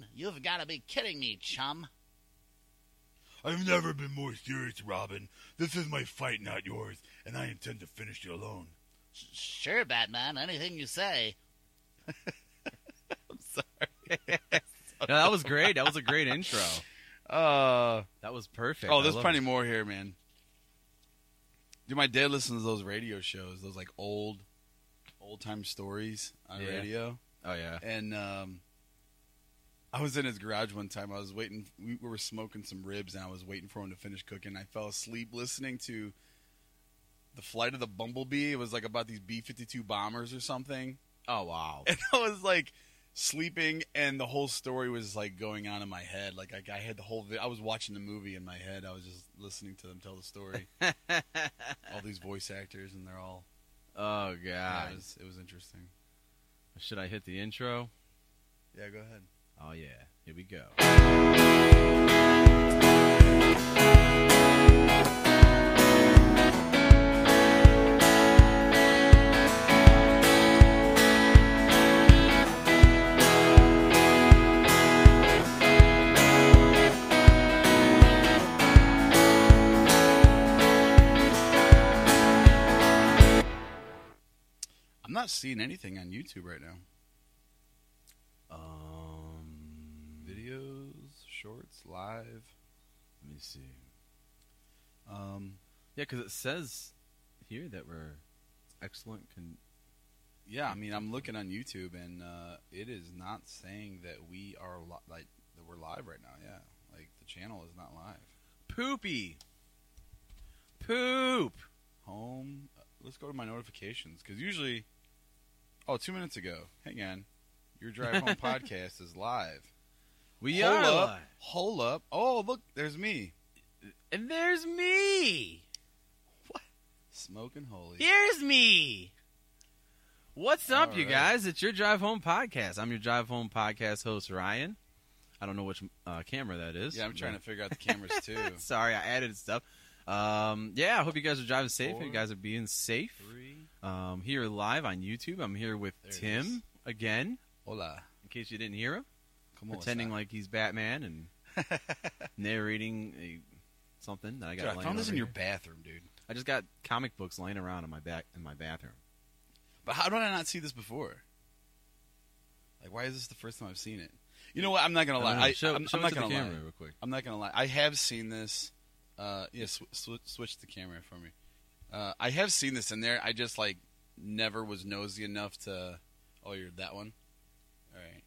man. You've got to be kidding me, chum. I've never been more serious, Robin. This is my fight, not yours, and I intend to finish it alone. S- Sure, Batman. Anything you say. I'm sorry. No, that was great. That was a great intro. Uh, That was perfect. oh, I there's love plenty it. more here, man. Dude, my dad listens to those radio shows, those like old, old time stories on Yeah. radio. Oh yeah. And um, I was in his garage one time. I was waiting. We were smoking some ribs, and I was waiting for him to finish cooking. I fell asleep listening to the flight of the bumblebee. It was like about these B fifty two bombers or something. Oh wow. And I was like sleeping, and the whole story was like going on in my head. Like I, I had the whole. Vi- I was watching the movie in my head. I was just listening to them tell the story. all these voice actors, and they're all. Oh Yeah, it god. was, it was interesting. Should I hit the intro? Yeah, go ahead. Oh yeah. Here we go. I'm not seeing anything on YouTube right now. Um. videos, shorts, live. Let me see. Um, Yeah, because it says here that we're excellent. Con- yeah, I mean, I'm looking on YouTube, and uh, it is not saying that we are li- like that we're live right now. Yeah, like the channel is not live. Poopy. Poop. Home. uh, Let's go to my notifications because usually, oh, two minutes ago. Hang on, your drive home podcast is live. We Hold are up, live. hold up. Oh, look, there's me And there's me. smoking holy. Here's me. What's up, All you right. guys? It's your Drive Home podcast. I'm your Drive Home podcast host, Ryan. I don't know which uh, camera that is. Yeah, I'm trying to figure out the cameras too. Sorry, I added stuff. Um, yeah, I hope you guys are driving safe. Four. You guys are being safe. Three. Um, here live on YouTube. I'm here with There it is. Tim again, Hola. in case you didn't hear him, Come on. pretending like he's Batman and narrating a, something that I got. Dude, I laying found this over in your here. bathroom, dude. I just got comic books laying around in my back in my bathroom. But how did I not see this before? Like, why is this the first time I've seen it? You know what? I'm not gonna I lie. don't know. I, show, I'm, show I'm it not to the gonna camera lie. real quick. I'm not gonna lie. I have seen this. Uh, yeah, sw- sw- switch the camera for me. Uh, I have seen this in there. I just like never was nosy enough to. Oh, you're that one. All right.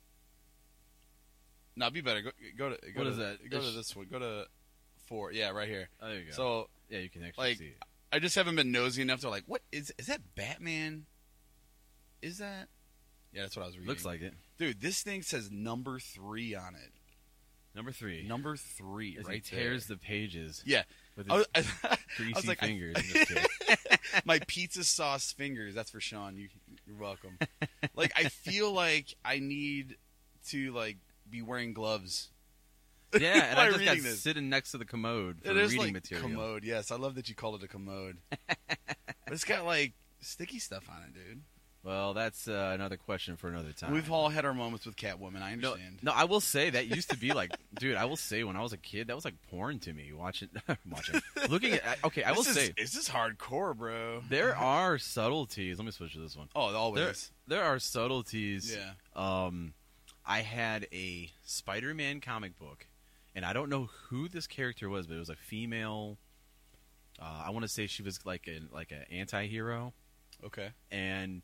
No, be better. Go, go to. Go What to, is that? Go to It's- this one. Go to four. Yeah, right here. Oh, there you go. So yeah, you can actually like, see it. I just haven't been nosy enough to like. What is is that? Batman? Is that? Yeah, that's what I was reading. Looks like it. Dude, this thing says number three on it. Number three. Number three, As right he tears there. the pages. Yeah. With I his was, I, greasy was like, I- fingers. I'm just kidding. my pizza sauce fingers. That's for Sean. You, you're welcome. like, I feel like I need to like be wearing gloves. yeah, and I Why just got reading this? sitting next to the commode for It is reading like material. commode. Yes, I love that you call it a commode. but it's got like sticky stuff on it, dude. Well, that's uh, another question for another time. We've all had our moments with Catwoman. I no, understand. no, I will say that used to be like, dude. I will say when I was a kid, that was like porn to me. Watching, watching, looking at. I- Okay, I will this say is, is this hardcore, bro? there are subtleties. Let me switch to this one. Oh, always. There, there are subtleties. Yeah. um, I had a Spider-Man comic book, and I don't know who this character was, but it was a female. Uh, I want to say she was like an like an anti-hero, Okay. and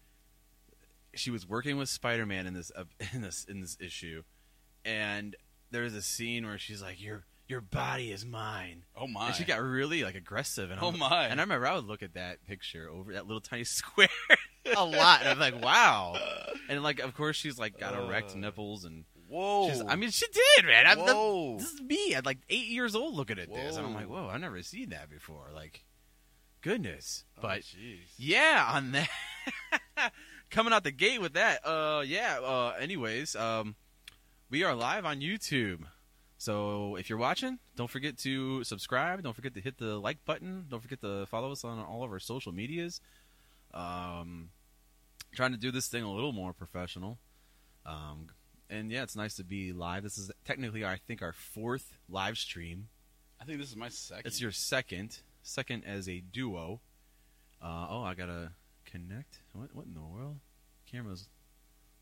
she was working with Spider-Man in this uh, in this in this issue, and there's a scene where she's like, "Your your body is mine," Oh my. and she got really like aggressive. And Oh I'm- my. And I remember I would look at that picture over that little tiny square a lot, and I'm like, "Wow." And like, of course, she's like got erect Uh. nipples, and Whoa. she's, I mean, she did, man. I'm, that- Whoa. this is me at like eight years old looking at this, and I'm like, Whoa. "Whoa, I've never seen that before." Like, goodness, Oh, but jeez. yeah, on that. Coming out the gate with that. Uh yeah, uh anyways, um we are live on YouTube. So if you're watching, don't forget to subscribe, don't forget to hit the like button, don't forget to follow us on all of our social medias. Um trying to do this thing a little more professional. Um and yeah, it's nice to be live. This is technically, I think, our fourth live stream. I think this is my second. It's your second, second as a duo. Uh, oh, I gotta connect. What? What in the world? Camera's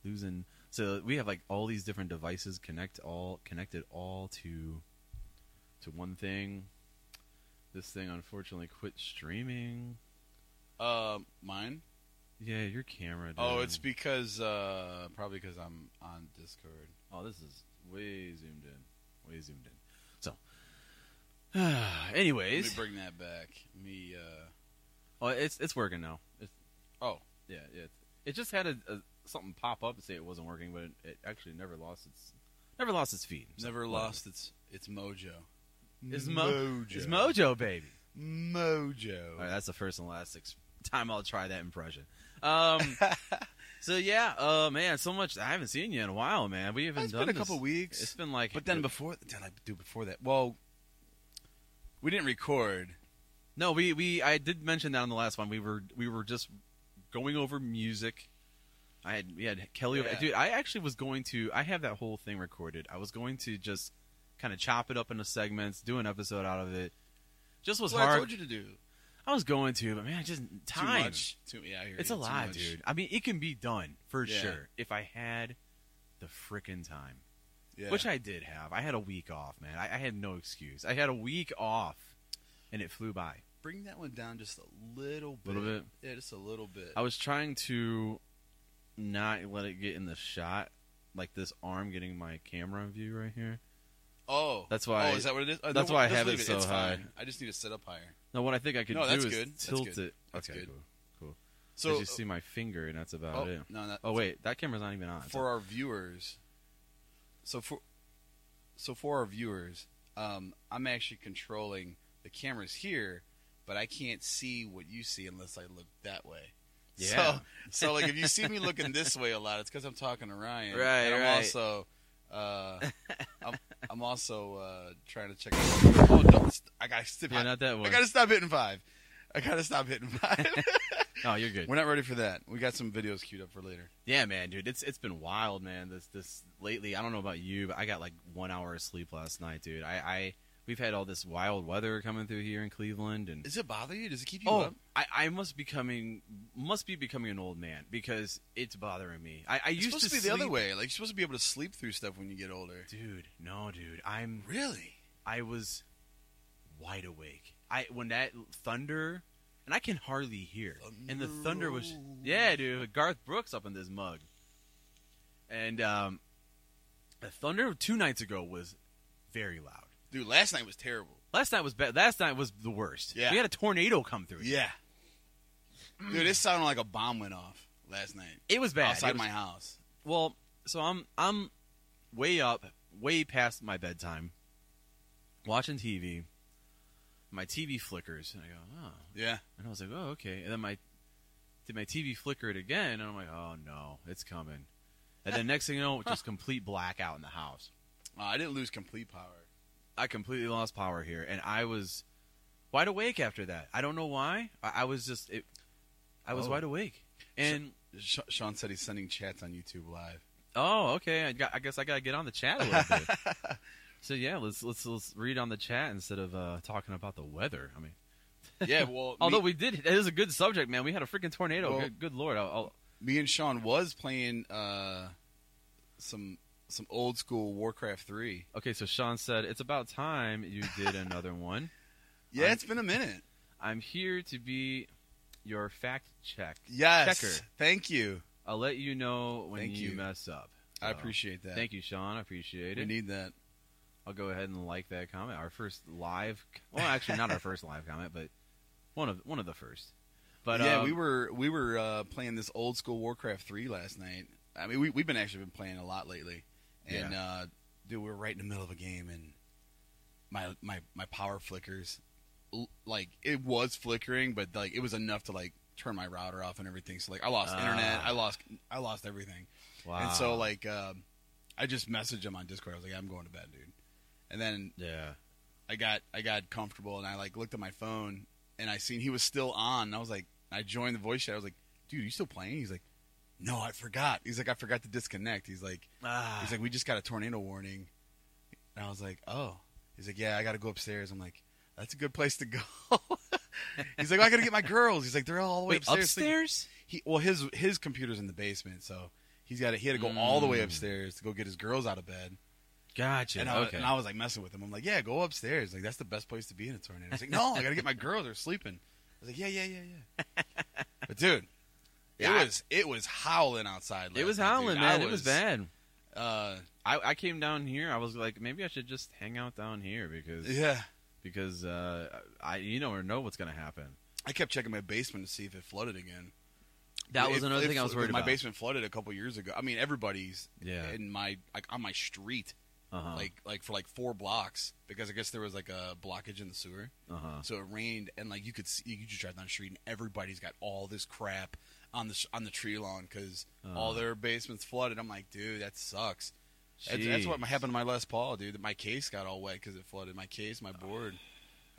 losing. So we have like all these different devices connect all connected all to to one thing. This thing unfortunately quit streaming. uh, mine. Yeah, your camera. Dude. Oh, it's because uh, probably because I'm on Discord. Oh, this is way zoomed in. Way zoomed in. So, anyways, Let me bring that back. Let Me. Uh, oh, it's it's working now. It's, oh, yeah, yeah. It just had a, a something pop up and say it wasn't working, but it, it actually never lost its never lost its feed. So, never whatever. lost its its mojo. It's mo- It's Mojo baby. Mojo. All right, that's the first and last ex- time I'll try that impression. Um, so yeah, uh, man, so much I haven't seen you in a while, man. We haven't It's done been a this- couple weeks. It's been like, But then before, did I do before that? Well, we didn't record. No, we, we I did mention that on the last one. We were we were just going over music. I had we had Kelly over Yeah. dude, I actually was going to I have that whole thing recorded. I was going to just kind of chop it up into segments, do an episode out of it. Just was That's what I hard. told you to do. I, was going to, but man, just Too time. much. Too, yeah, I hear It's you. a Too lot, much. dude. I mean, it can be done for Yeah. sure if I had the frickin' time. Yeah. Which I did have. I had a week off, man. I, I had no excuse. I had a week off and it flew by. bring that one down just a little bit. Little bit. Yeah, just a little bit. I was trying to not let it get in the shot, like this arm getting my camera view right here. oh, That's why- Oh, is that what it is? Oh, that's no, why I just have it leave so It's high. fine. I just need to set up higher. No, what I think I could No, do that's is good. That's tilt good. it. That's okay, good. cool, cool. So I just see my finger, and that's about oh, it. no, not, Oh wait, that camera's not even on. for our viewers. So for so for our viewers, um, I'm actually controlling the cameras here, but I can't see what you see unless I look that way. Yeah. So, so like if you see me looking this way a lot, it's because I'm talking to Ryan. Right, And I'm right. also. Uh, I'm, I'm also uh, trying to check. Oh, don't, st- I gotta stop. yeah, not that I one. gotta stop hitting five. I gotta stop hitting five. No, Oh, you're good. We're not ready for that. We got some videos queued up for later. Yeah, man, dude, it's it's been wild, man. This this lately, I don't know about you, but I got like one hour of sleep last night, dude. I, I we've had all this wild weather coming through here in Cleveland, and Does it bother you? Does it keep you Oh, up? I, I must becoming must be becoming an old man because it's bothering me. I, I It's used supposed to, be sleep- the other way. Like you're supposed to be able to sleep through stuff when you get older. dude. No, dude, I'm Really? I was wide awake. I when that thunder and I can hardly hear, and the thunder was Thunder. yeah, dude. Garth Brooks up in this mug, and um, the thunder two nights ago was very loud. Dude, last night was terrible. Last night was bad. Last night was the worst. Yeah. we had a tornado come through. Yeah. Dude, it sounded like a bomb went off last night it was bad. outside It was my house. Well, so I'm I'm way up, way past my bedtime, watching TV. My TV flickers, and I go, oh. Yeah. And I was like, oh, okay. And then my did my TV flicker it again, and I'm like, oh no, it's coming. And then next thing you know, just complete blackout in the house. Uh, I didn't lose complete power. I completely lost power here, and I was wide awake after that. I don't know why. I, I was just it. I was Oh. wide awake, and Sh- Sean said he's sending chats on YouTube Live. Oh, okay. I, got, I guess I gotta get on the chat a little bit. so yeah, let's let's let's read on the chat instead of uh, talking about the weather. I mean, Yeah. Well, although me, we did, that is a good subject, man. We had a freaking tornado. Well- good, good lord. I'll, I'll, me and Sean was playing uh, some some old school Warcraft three. okay, so Sean said it's about time you did another one. Yeah, I'm- it's been a minute. I'm here to be your fact check. Yes. Checker. Thank you. I'll let you know when Thank you, you. mess up. I So, appreciate that. Thank you, Sean. I appreciate We it. need that. I'll go ahead and like that comment. Our first live, well, actually, not our first live comment, but one of one of the first. But yeah, um, we were we were uh, playing this old school Warcraft three last night. I mean, we we've been actually been playing a lot lately, and uh, dude, we are right in the middle of a game, and my my my power flickers, L- like it was flickering, but like it was enough to like turn my router off and everything. So like I lost internet, Ah. I lost I lost everything, Wow. and so like um, I just messaged him on Discord. I was like, I'm going to bed, dude, and then yeah, I got I got comfortable and I like looked at my phone and I seen he was still on. And I was like, I joined the voice chat. I was like, dude, you still playing? He's like, no, I forgot. He's like, I forgot to disconnect. He's like, Ah, he's like, we just got a tornado warning. And I was like, oh. He's like, yeah, I got to go upstairs. I'm like, that's a good place to go. he's like, well, I got to get my girls. He's like, they're all the way wait, upstairs. upstairs? He, well, his his computer's in the basement, so he's got to, he had to go all the way Mm. upstairs to go get his girls out of bed. Gotcha. And I, was- okay. and I was like messing with him. I'm like, yeah, go upstairs. Like that's the best place to be in a tornado. He's like, no, I gotta get my girls. They're sleeping. I was like, yeah, yeah, yeah, yeah. But dude, Yeah. it was it was howling outside. it last was night, dude. howling, I man. it was bad. Uh, I, I came down here. I was like, maybe I should just hang out down here because uh, yeah. because uh, I you never know what's gonna happen. I kept checking my basement to see if it flooded again. That was It- another it thing I was flo- worried My about. basement flooded a couple years ago. I mean, everybody's Yeah. in my like on my street, Uh-huh. like like for like four blocks because I guess there was like a blockage in the sewer. uh-huh. So it rained, and like you could see, you just drive down the street, and everybody's got all this crap on the on the tree lawn because all Uh. their basements flooded. I'm like, dude, that sucks. That's, that's what Jeez. happened to my Les Paul, dude. My case got all wet because it flooded. My case, my board.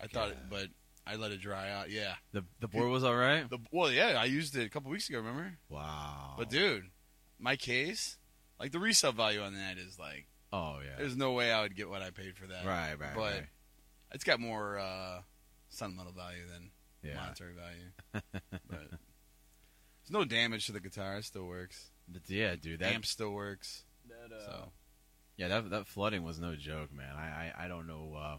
I thought, it, but I let it dry out. Yeah. The the board was all right. The well, yeah, I used it a couple weeks ago. Remember? Wow. But dude, my case, like the resale value on that is like, oh yeah. there's no way I would get what I paid for that. Right, right, But right. it's got more uh, sentimental value than Yeah. monetary value. but there's no damage to the guitar. It still works. But yeah, dude. The That amp still works. that, so yeah, that that flooding was no joke, man. I I, I don't know. Uh,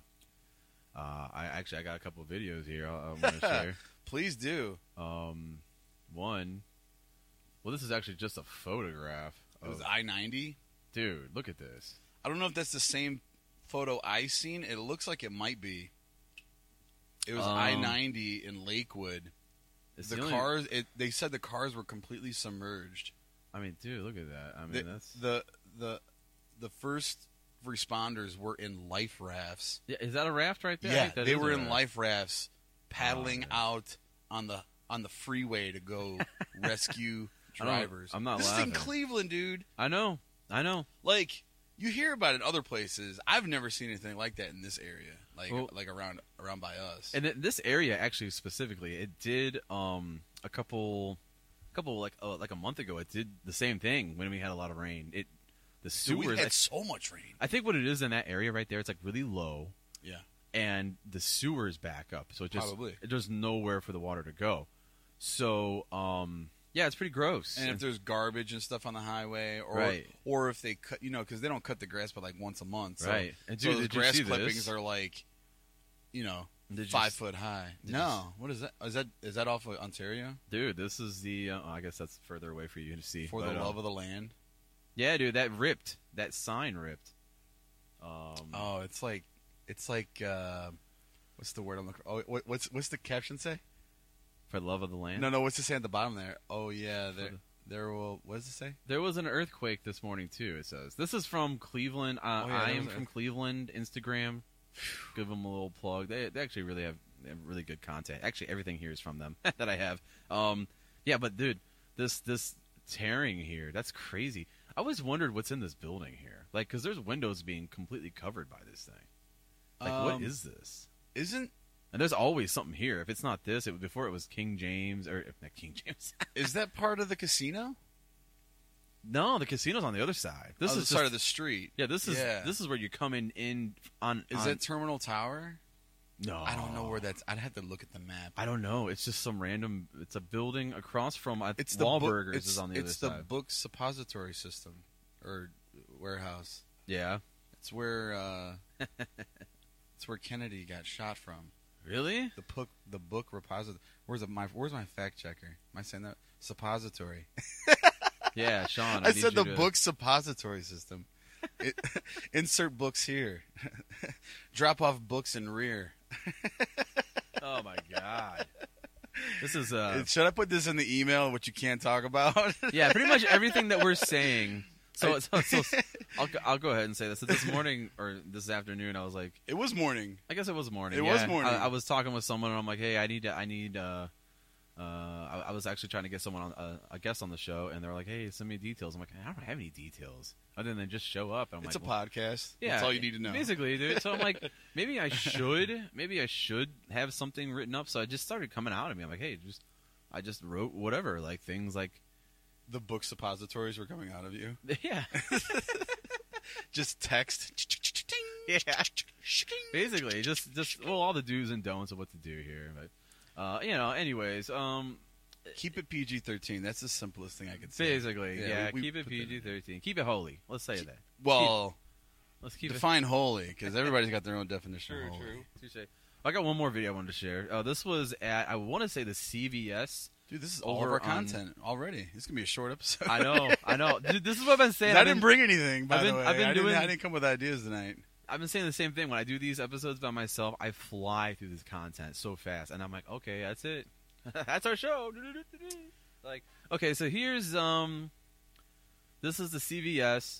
uh, I actually I got a couple videos here. uh, I, I'm gonna share. please do. Um, one. Well, this is actually just a photograph. It was of- I ninety. dude, look at this. I don't know if that's the same photo I seen. It looks like it might be. It was Um, I ninety in Lakewood. It's the only- cars. It, they said the cars were completely submerged. I mean, dude, look at that. I mean, The- that's. the the the first responders were in life rafts. yeah, is that a raft right there? I Yeah, think that they is a were in raft. life rafts paddling Oh, yeah. out on the on the freeway to go rescue I don't- drivers. I'm not This laughing. is in Cleveland, dude. I know. I know. Like you hear about it other places. I've never seen anything like that in this area. Like Well- like around around by us. And th- this area actually specifically, it did um a couple couple like uh, like a month ago. It did the same thing when we had a lot of rain. It the Dude, sewers we I had so much rain. I think what it is in that area right there, it's like really low. Yeah. And the sewers back up, so it just Probably. there's nowhere for the water to go. So um, yeah, it's pretty gross. And if there's garbage and stuff on the highway, or Right. or if they cut, you know, because they don't cut the grass but like once a month, so, right, and so dude, those did you grass see clippings this? are like, you know, Did you five s- foot high. did you No, what is that? Is that is that off of Ontario? Dude, this is the. Uh, I guess that's further away for you to see. For but, the uh, love of the land. Yeah, dude, that ripped. That sign ripped. Um, Oh, it's like it's like uh, what's the word I'm looking? Oh, what, what's what's the caption say? for the love of the land. No, no, what's it say at the bottom there? Oh yeah, there the- there will. What does it say? There was an earthquake this morning too. It says this is from Cleveland. Uh, Oh, yeah, I there am was an from Cleveland Instagram. Give them a little plug. They, they actually really have, they have really good content. Actually, everything here is from them that I have. Um, yeah, but dude, this this tearing here, that's crazy. I always wondered what's in this building here, like because there's windows being completely covered by this thing. Like, what Um, is this? Isn't And there's always something here. If it's not this, it before it was King James or if not King James. is that part of the casino? no, the casino's on the other side. This Oh, is the side just of the street. Yeah, this is Yeah. this is where you come in in on. Is on- that Terminal Tower? no? I don't know where that's. I'd have to look at the map. I don't know. It's just some random. It's a building across from. I, It's it's the book- Wahlburgers it's, is on the it's other the side. book suppository system or warehouse. yeah. It's where uh, it's where Kennedy got shot from. Really? The book, the book repository. Where's the, my Where's my fact checker? Am I saying that suppository? Yeah, Sean. I, I need said you the to- book suppository system. It- insert books here. Drop off books in rear. Oh my god. This is uh. It- Should I put this in the email? What you can't talk about? yeah, pretty much everything that we're saying. So, so, so I'll, go- I'll go ahead and say this. This morning or this afternoon, I was like, it was morning. I guess it was morning. It was yeah. morning. I, I was talking with someone, and I'm like, "Hey, I need, to, I need." Uh, uh, I, I was actually trying to get someone on uh, a guest on the show, and they're like, "Hey, send me details." I'm like, "I don't have any details other than just show up." And I'm it's like, a well, podcast. Oh, yeah, That's all you need to know. basically, dude. So I'm like, maybe I should, maybe I should have something written up. So I just started coming out of me. I'm like, "Hey, just, I just wrote whatever, like things like." the book suppositories were coming out of you. Yeah, Just text. yeah. Basically, just just well, all the do's and don'ts of what to do here. But uh, you know, anyways, um, Keep it PG thirteen. That's the simplest thing I could say. basically, Yeah, yeah, we- we keep it put that in. PG thirteen. Keep it holy. Let's say that. Well, Let's keep it. define holy because everybody's got their own definition of True, holy. true. Touche. I got one more video I wanted to share. Uh, this was at I want to say the CVS. Dude, this is all of Over our on- content already. This is gonna be a short episode. I know, I know. Dude, this is what I've been saying. I I've didn't been- bring anything. By I've been- the way, I've been I, didn't, doing- I didn't come with ideas tonight. I've been saying the same thing when I do these episodes by myself. I fly through this content so fast, and I'm like, okay, that's it. that's our show. like, okay, so here's um, this is the CVS.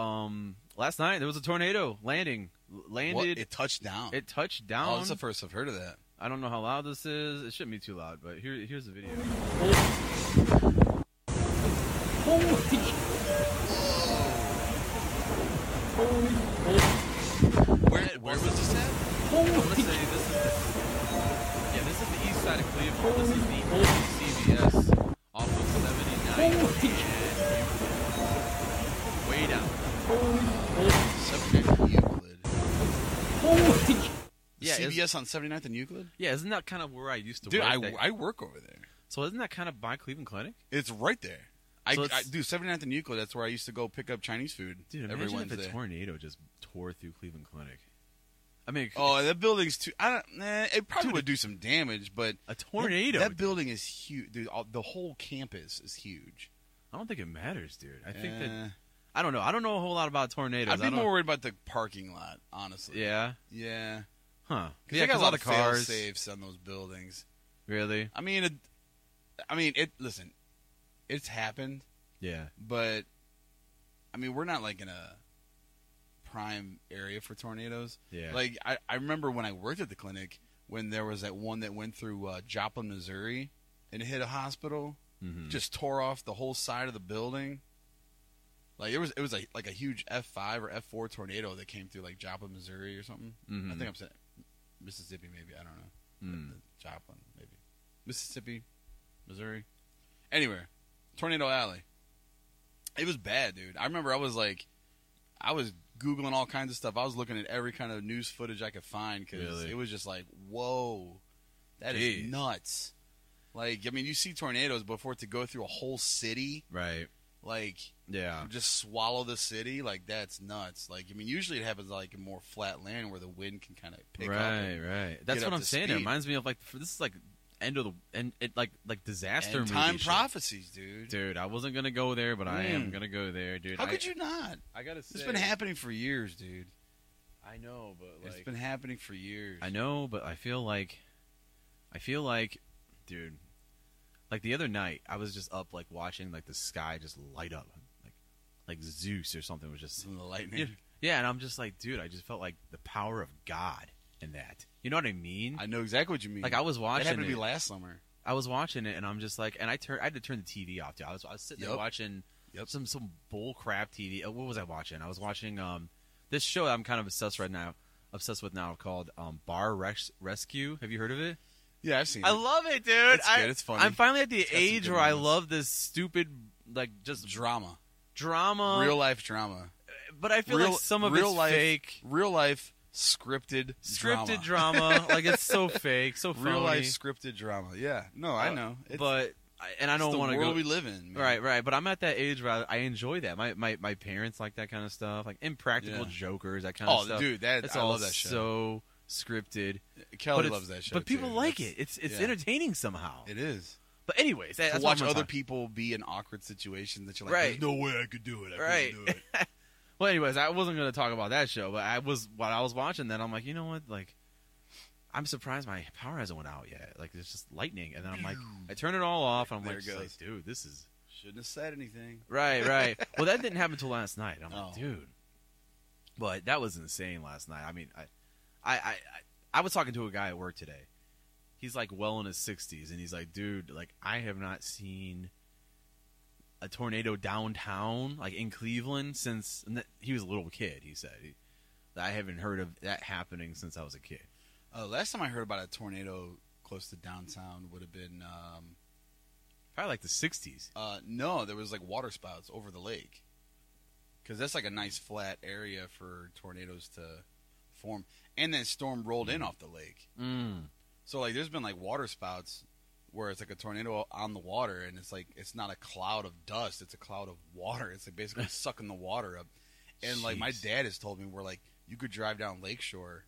Um, last night there was a tornado landing, L- What? landed. It touched down. It touched oh, down. that's the first I've heard of that. I don't know how loud this is. It shouldn't be too loud, but here, here's the video. Where, where was this at? I want to say this is the, yeah, this is the east side of Cleveland. This is the old CVS off of 79 and Euclid. way down. Seventy-nine Euclid. Yeah, it's- CBS on 79th and Euclid. Yeah, isn't that kind of where I used to Dude, work? I, that- I work over there. so isn't that kind of by Cleveland Clinic? It's right there. I, So do it's- I dude, 79th and Euclid. That's where I used to go pick up Chinese food Dude, imagine every Wednesday. if a tornado just tore through Cleveland Clinic. I mean, oh, that building's too. I don't. Nah, it probably would do some damage, but a tornado. That, that building is huge, dude. all- the whole campus is huge. I don't think it matters, dude. I think that Eh, I don't know. I don't know a whole lot about tornadoes. I'd I be don't- more worried about the parking lot, honestly. Yeah. yeah. Huh. Because Yeah, got a because all lot of the cars. safes on those buildings. Really? I mean, it, I mean, it. Listen, it's happened, Yeah. but I mean, we're not like in a prime area for tornadoes. Yeah. Like I, I remember when I worked at the clinic when there was that one that went through uh, Joplin, Missouri, and hit a hospital, Mhm. just tore off the whole side of the building. Like it was, it was like like a huge F five or F four tornado that came through like Joplin, Missouri or something. I Mhm. think I'm saying Mississippi, maybe I don't know. Mm. Joplin, maybe Mississippi, Missouri, anywhere. Tornado Alley. It was bad, dude. I remember I was like, I was googling all kinds of stuff. I was looking at every kind of news footage I could find because Really? it was just like, whoa, that is Jeez. nuts. Like, I mean, you see tornadoes, but for it to go through a whole city, Right. like Yeah. just swallow the city, like that's nuts. Like, I mean, usually it happens like in more flat land where the wind can kind of pick up. and Right. Right. That's get up what I'm to saying. It speed. reminds me of like for- this is like end of the and it like like disaster End movie time shit. prophecies, dude. Dude, I wasn't gonna go there, but I am Mm. gonna go there, dude. How I, could you not? I gotta say, It's been happening for years, dude. I know, but it's been happening for years. I know, but I feel like, I feel like, dude, like the other night I was just up like watching like the sky just light up, like like Zeus or something was just Some of the lightning. yeah, yeah, and I'm just like, dude, I just felt like the power of God in that. You know what I mean? I know exactly what you mean. like I was that watching happened to it. me last summer. I was watching it, and I'm just like, and I turned, I had to turn the TV off. Dude. I was, I was sitting there Yup. watching Yup. some some bull crap TV. Uh, What was I watching? I was watching um this show that I'm kind of obsessed right now, obsessed with now called um Bar Res- Rescue. Have you heard of it? Yeah, I've seen. I it. love it, dude. It's I, good. It's funny. I'm finally at the got some age good where I ones. love this stupid like just drama, drama. real life drama, but I feel real- like some of real it's life fake, real life scripted, scripted drama. like it's so fake, so phony. real life scripted drama. Yeah, no, I Uh, know. It's, but I- and I it's don't the want to world go. we live in. man. Right, right. But I'm at that age where I, I enjoy that. My, my my parents like that kind of stuff, like impractical Yeah. jokers, that kind of Oh, stuff. dude, that it's I all love that show. so scripted. but Kelly it's- loves that show. But people too. like That's- it. It's it's yeah. entertaining somehow. It is. but anyways, that, To that's watch what I'm other talking- people be in awkward situations that you're like, Right. There's no way I could do it. I Right. couldn't do it. Well, anyways, I wasn't going to talk about that show, but I was while I was watching that, I'm like, you know what? Like, I'm surprised my power hasn't went out yet. Like, it's just lightning, and then I'm like, I turn it all off, and I'm There like, it just like, goes. dude, this is Shouldn't have said anything. Right, right. well, that didn't happen until last night. I'm Oh. like, dude. But that was insane last night. I mean, I, I, I, I was talking to a guy at work today. He's like well in his 60s, and he's like, dude, like I have not seen a tornado downtown, like in Cleveland, since and that- he was a little kid. He said, he, I haven't heard of that happening since I was a kid. Uh, last time I heard about a tornado close to downtown would have been um, Probably like the '60s. Uh, no, there was like water spouts over the lake, because that's like a nice flat area for tornadoes to form. And that storm rolled in off the lake, Mm. so like there's been like water spouts where it's like a tornado on the water, and it's like it's not a cloud of dust; it's a cloud of water. It's like basically sucking the water up. And like my Jeez. dad has told me, we're like you could drive down Lakeshore,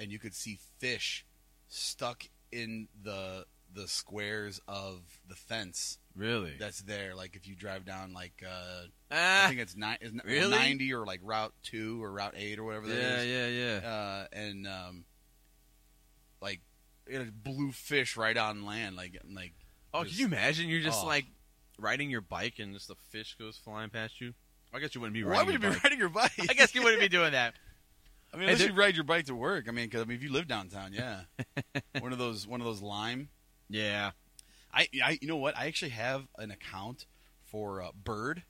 and you could see fish stuck in the the squares of the fence Really? that's there. Like if you drive down like uh, I ah, think it's nine, isn't it- Really? ninety or like Route Two or Route Eight or whatever that is. yeah, yeah, yeah. Uh, and um, like it blew fish right on land. Like like Oh, Just- can you imagine? You're just oh. like riding your bike and just a fish goes flying past you. I guess you wouldn't be riding. why would you be your bike. riding your bike? I guess you wouldn't be doing that. I mean, unless there- you ride your bike to work. I mean, 'cause, I mean, if you live downtown, yeah, one of those one of those lime. Yeah. I, I you know what? I actually have an account for uh, Bird.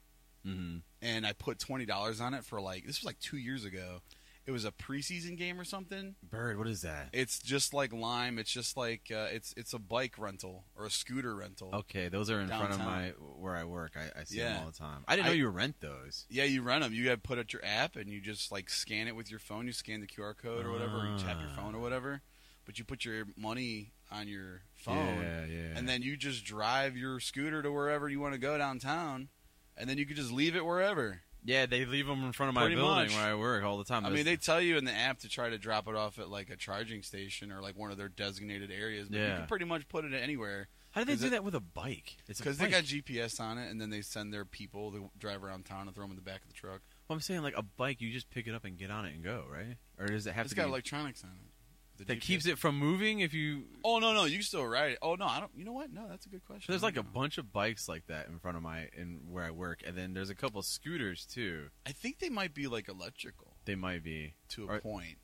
Mm-hmm. and I put twenty dollars on it for like this was like two years ago. It was a preseason game or something. Bird, what is that? It's just like Lime. It's just like uh, it's it's a bike rental or a scooter rental. Okay, those are in front of my Downtown. where I work. I, I see Yeah. them all the time. I didn't know I- you rent those. Yeah, you rent them. You got to put out your app and you just like scan it with your phone. You scan the QR code or whatever. Or you tap your Ah. phone or whatever. But you put your money on your phone, Yeah, yeah. and then you just drive your scooter to wherever you want to go downtown, and then you could just leave it wherever. yeah, they leave them in front of my Pretty building much. where I work all the time. I That's- mean, they tell you in the app to try to drop it off at like a charging station or like one of their designated areas, but you Yeah. can pretty much put it anywhere how do they is do it- that with a bike? It's a because they bike. got GPS on it, and then they send their people to drive around town and throw them in the back of the truck. Well, I'm saying like a bike, you just pick it up and get on it and go, right? Or does it have It's to got be electronics on it. The that GPS. keeps it from moving if you? Oh no, no, you can still ride it. Oh no, I don't. You know what? No, that's a good question. So there's I like don't a know. bunch of bikes like that in front of my in where I work, and then there's a couple scooters too. I think they might be like electrical They might be, to a Or- point.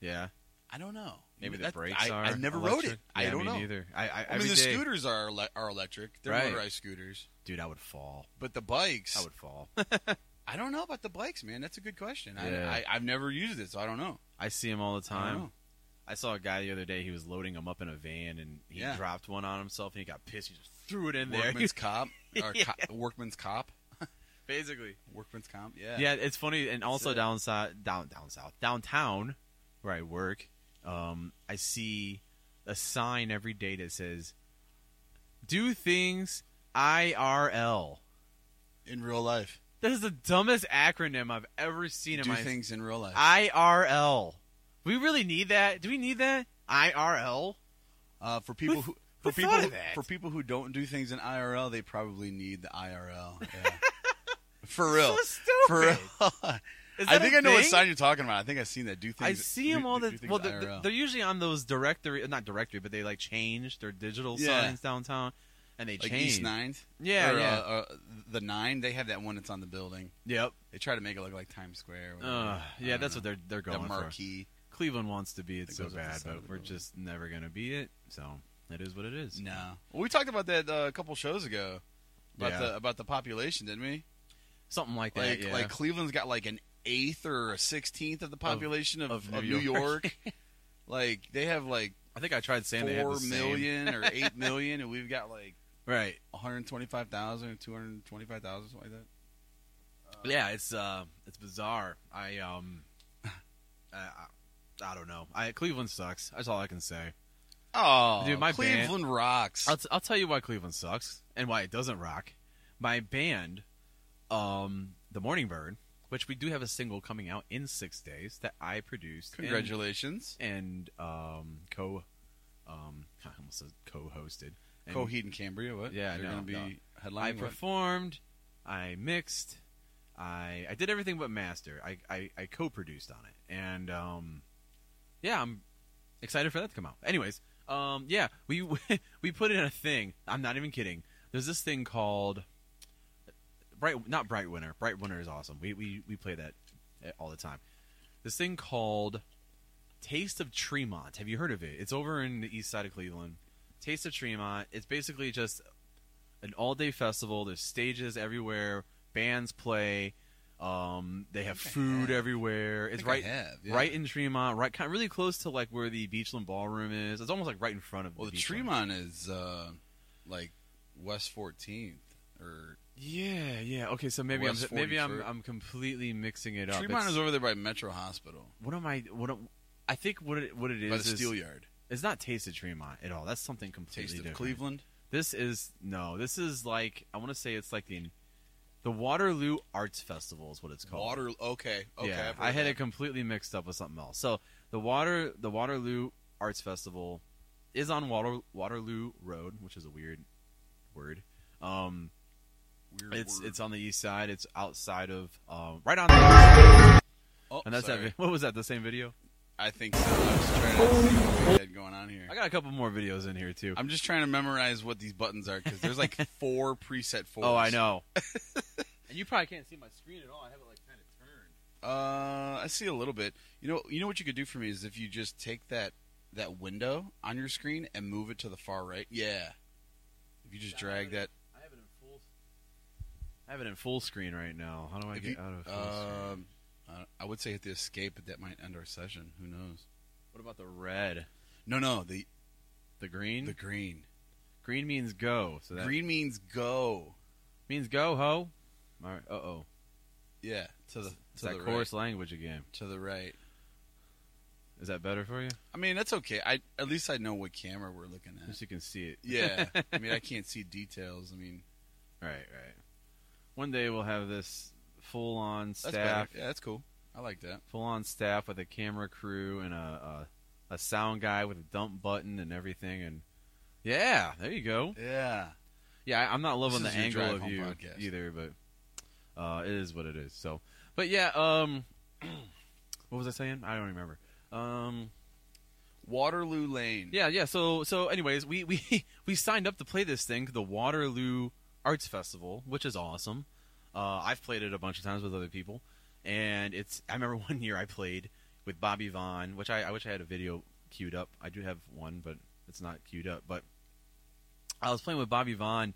yeah. I don't know. Maybe the That- brakes I, are. I never electric. rode it. I Yeah, don't me know. Neither. I, I, I every mean, the day- scooters are ele- are electric. They're Right. motorized scooters, dude, I would fall. but the bikes. I would fall. I don't know about the bikes, man. That's a good question. Yeah. I, I, I've never used it, so I don't know. I see him all the I don't time. know. I, saw a guy the other day. He was loading them up in a van, and he Yeah. dropped one on himself, and he got pissed. He just threw it in there. Workman's cop or Yeah. co- workman's cop, Basically, workman's comp. Yeah, uh, yeah. it's funny. And also it. down south, down down south, downtown, where I work, um, I see a sign every day that says, "Do things IRL." In real life, That is the dumbest acronym I've ever seen in do my things in real life. IRL. We really need that. Do we need that? IRL. uh, for people who. For who people, thought who, of that? for people who don't do things in IRL, they probably need the IRL. Yeah. for real, So stupid. for real. Is I that think a I know what thing? sign you're talking about. I think I've seen that. Do things. I see do- them all do- the do well. things They're, IRL. they're usually on those directory, not directory, but they like change their digital Yeah. signs downtown, and they like change. East Ninth. Yeah, or, yeah. Uh, uh, the Nine. They have that one that's on the building. yep. They try to make it look like Times Square. or whatever. Uh, I yeah, don't that's know. what they're they're going the for. marquee. Cleveland wants to be it That so goes up the bad, side of but the we're building. just never gonna be it. So it is what it is. No, well, we talked about that uh, a couple shows ago about Yeah. the about the population, didn't we? something like that. Like yeah. like Cleveland's got like an eighth or a sixteenth of the population of, of of New New York. York. like they have like I think I tried saying they had four the same. million or eight million, and we've got like Right. one hundred twenty-five thousand or two hundred twenty-five thousand, something like that. yeah, it's uh, it's bizarre. I um, I, I- I don't know. I Cleveland sucks. That's all I can say. Oh, Dude, my band- Cleveland rocks. I'll, t- I'll tell you why Cleveland sucks and why it doesn't rock. My band, um, The Morning Bird, which we do have a single coming out in six days that I produced. and- Congratulations, And, um, co, um, I almost said co-hosted. And Coheed and Cambria. What? Yeah, they're no, gonna be no. I headlining. what? performed. I mixed. I I did everything but master. I I, I co-produced on it, and um, yeah, I'm excited for that to come out. Anyways, um, yeah, we we put in a thing. I'm not even kidding. There's this thing called bright, not bright winter. Bright winter is awesome. We we we play that uh, all the time. This thing called Taste of Tremont. Have you heard of it? It's over in the east side of Cleveland. Taste of Tremont. It's basically just an all-day festival. There's stages everywhere. Bands play. Um, they have think I food have. everywhere. I It's think I right, have, yeah. right in Tremont. Right, kind of really close to like where the Beachland Ballroom is. It's almost like right in front of. Well, the the Beachland. Tremont is uh, like West 14th or Yeah, yeah. Okay, so maybe West I'm maybe 43rd. I'm I'm completely mixing it up. Tremont It's- is over there by Metro Hospital what am I? What am, I think what it what it by is the is Steel Yard. it's not Taste of Tremont at all. That's something completely Taste of different. Cleveland. This is no. This is like I want to say it's like the the Waterloo Arts Festival is what it's called. Water. Okay. Okay. yeah, I've heard I of had that. it completely mixed up with something else. So the water the Waterloo Arts Festival is on Water, Waterloo Road, which is a weird word. Um, Weird it's word. it's on the east side. It's outside of um, right on the Oh, and that's that. sorry. vi- What was that? The same video? I think so. I was trying to see what we had going on here. I got a couple more videos in here too. I'm just trying to memorize what these buttons are because there's like four preset fours. oh, I know. and you probably can't see my screen at all. I have it like kind of turned. Uh, I see a little bit. You know, you know what you could do for me is if you just take that that window on your screen and move it to the far right. Yeah. If you just drag that. I have it in full. I have it in full screen right now. How do I If get you- out of full screen? Um, I- I would say hit the escape, but that might end our session. Who knows? What about the red? No, no, the The green. the green. green means go. So that Green means go. means go ho. All right. Uh oh. Yeah, to the It's to that the right. chorus language again. To the right. Is that better for you? I mean, that's okay. I at least I know what camera we're looking Just at. so you can see it. Yeah. I mean, I can't see details. I mean, Right. Right. One day we'll have this full on that's staff. better. Yeah, that's cool. I like that. full on staff with a camera crew and a, a a sound guy with a dump button and everything and yeah, there you go. Yeah. Yeah, I, I'm not loving This the is your angle drive of home you podcast. either, but uh, it is what it is. So, but yeah, um, what was I saying? I don't remember. Um, Waterloo Lane. yeah, yeah. So, so, anyways, we we we signed up to play this thing, the Waterloo Arts Festival, which is awesome. Uh, I've played it a bunch of times with other people, and it's. I remember one year I played with Bobby Vaughn, which I, I wish I had a video queued up. I do have one, but it's not queued up. But I was playing with Bobby Vaughn.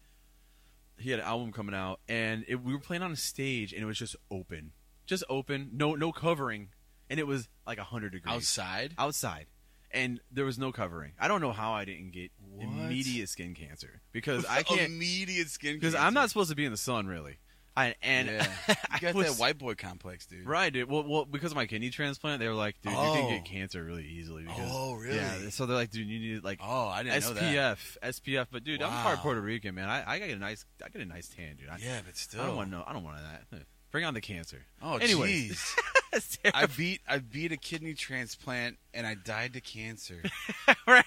He had an album coming out, and it, we were playing on a stage, and it was just open, just open, no no covering, and it was like hundred degrees Outside. outside and there was no covering i don't know how i didn't get What? immediate skin cancer because i can't Immediate skin. because i'm not supposed to be in the sun really I, and Yeah. I You got was- that white boy complex, dude. right dude. Well, well because of my kidney transplant they were like dude you Oh. can get cancer really easily because Oh, really? yeah so they're like dude you need like Oh, I didn't know that. spf spf but dude i'm part Wow. puerto rican man i i got a nice i get a nice tan dude i, Yeah, but I still. don't want to know i don't want that bring on the cancer Oh, Anyways. jeez. That's I beat I beat a kidney transplant and I died to cancer. right?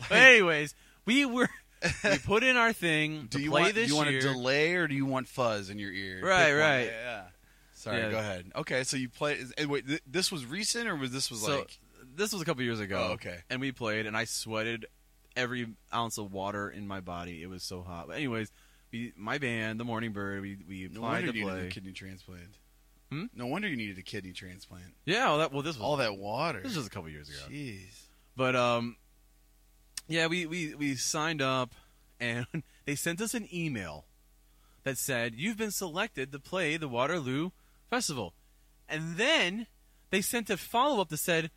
but anyways, we were we put in our thing Do to you play want this you want year. a delay or do you want fuzz in your ear? Right, Pick one. right. Yeah. Sorry, Yeah. go ahead. Okay, so you play. is- and Wait, th- this was recent or was this was so like? this was a couple years ago. Oh, okay. and we played, and I sweated every ounce of water in my body. It was so hot. But anyways, we, my band, the Morning Bird, we we No applied wonder to you needed play. a kidney transplant. Hmm? No wonder you needed a kidney transplant. yeah, well, that well this was All that water. this was a couple years ago. Jeez. But um, yeah, we we we signed up, and they sent us an email that said you've been selected to play the Waterloo Festival, and then they sent a follow up that said,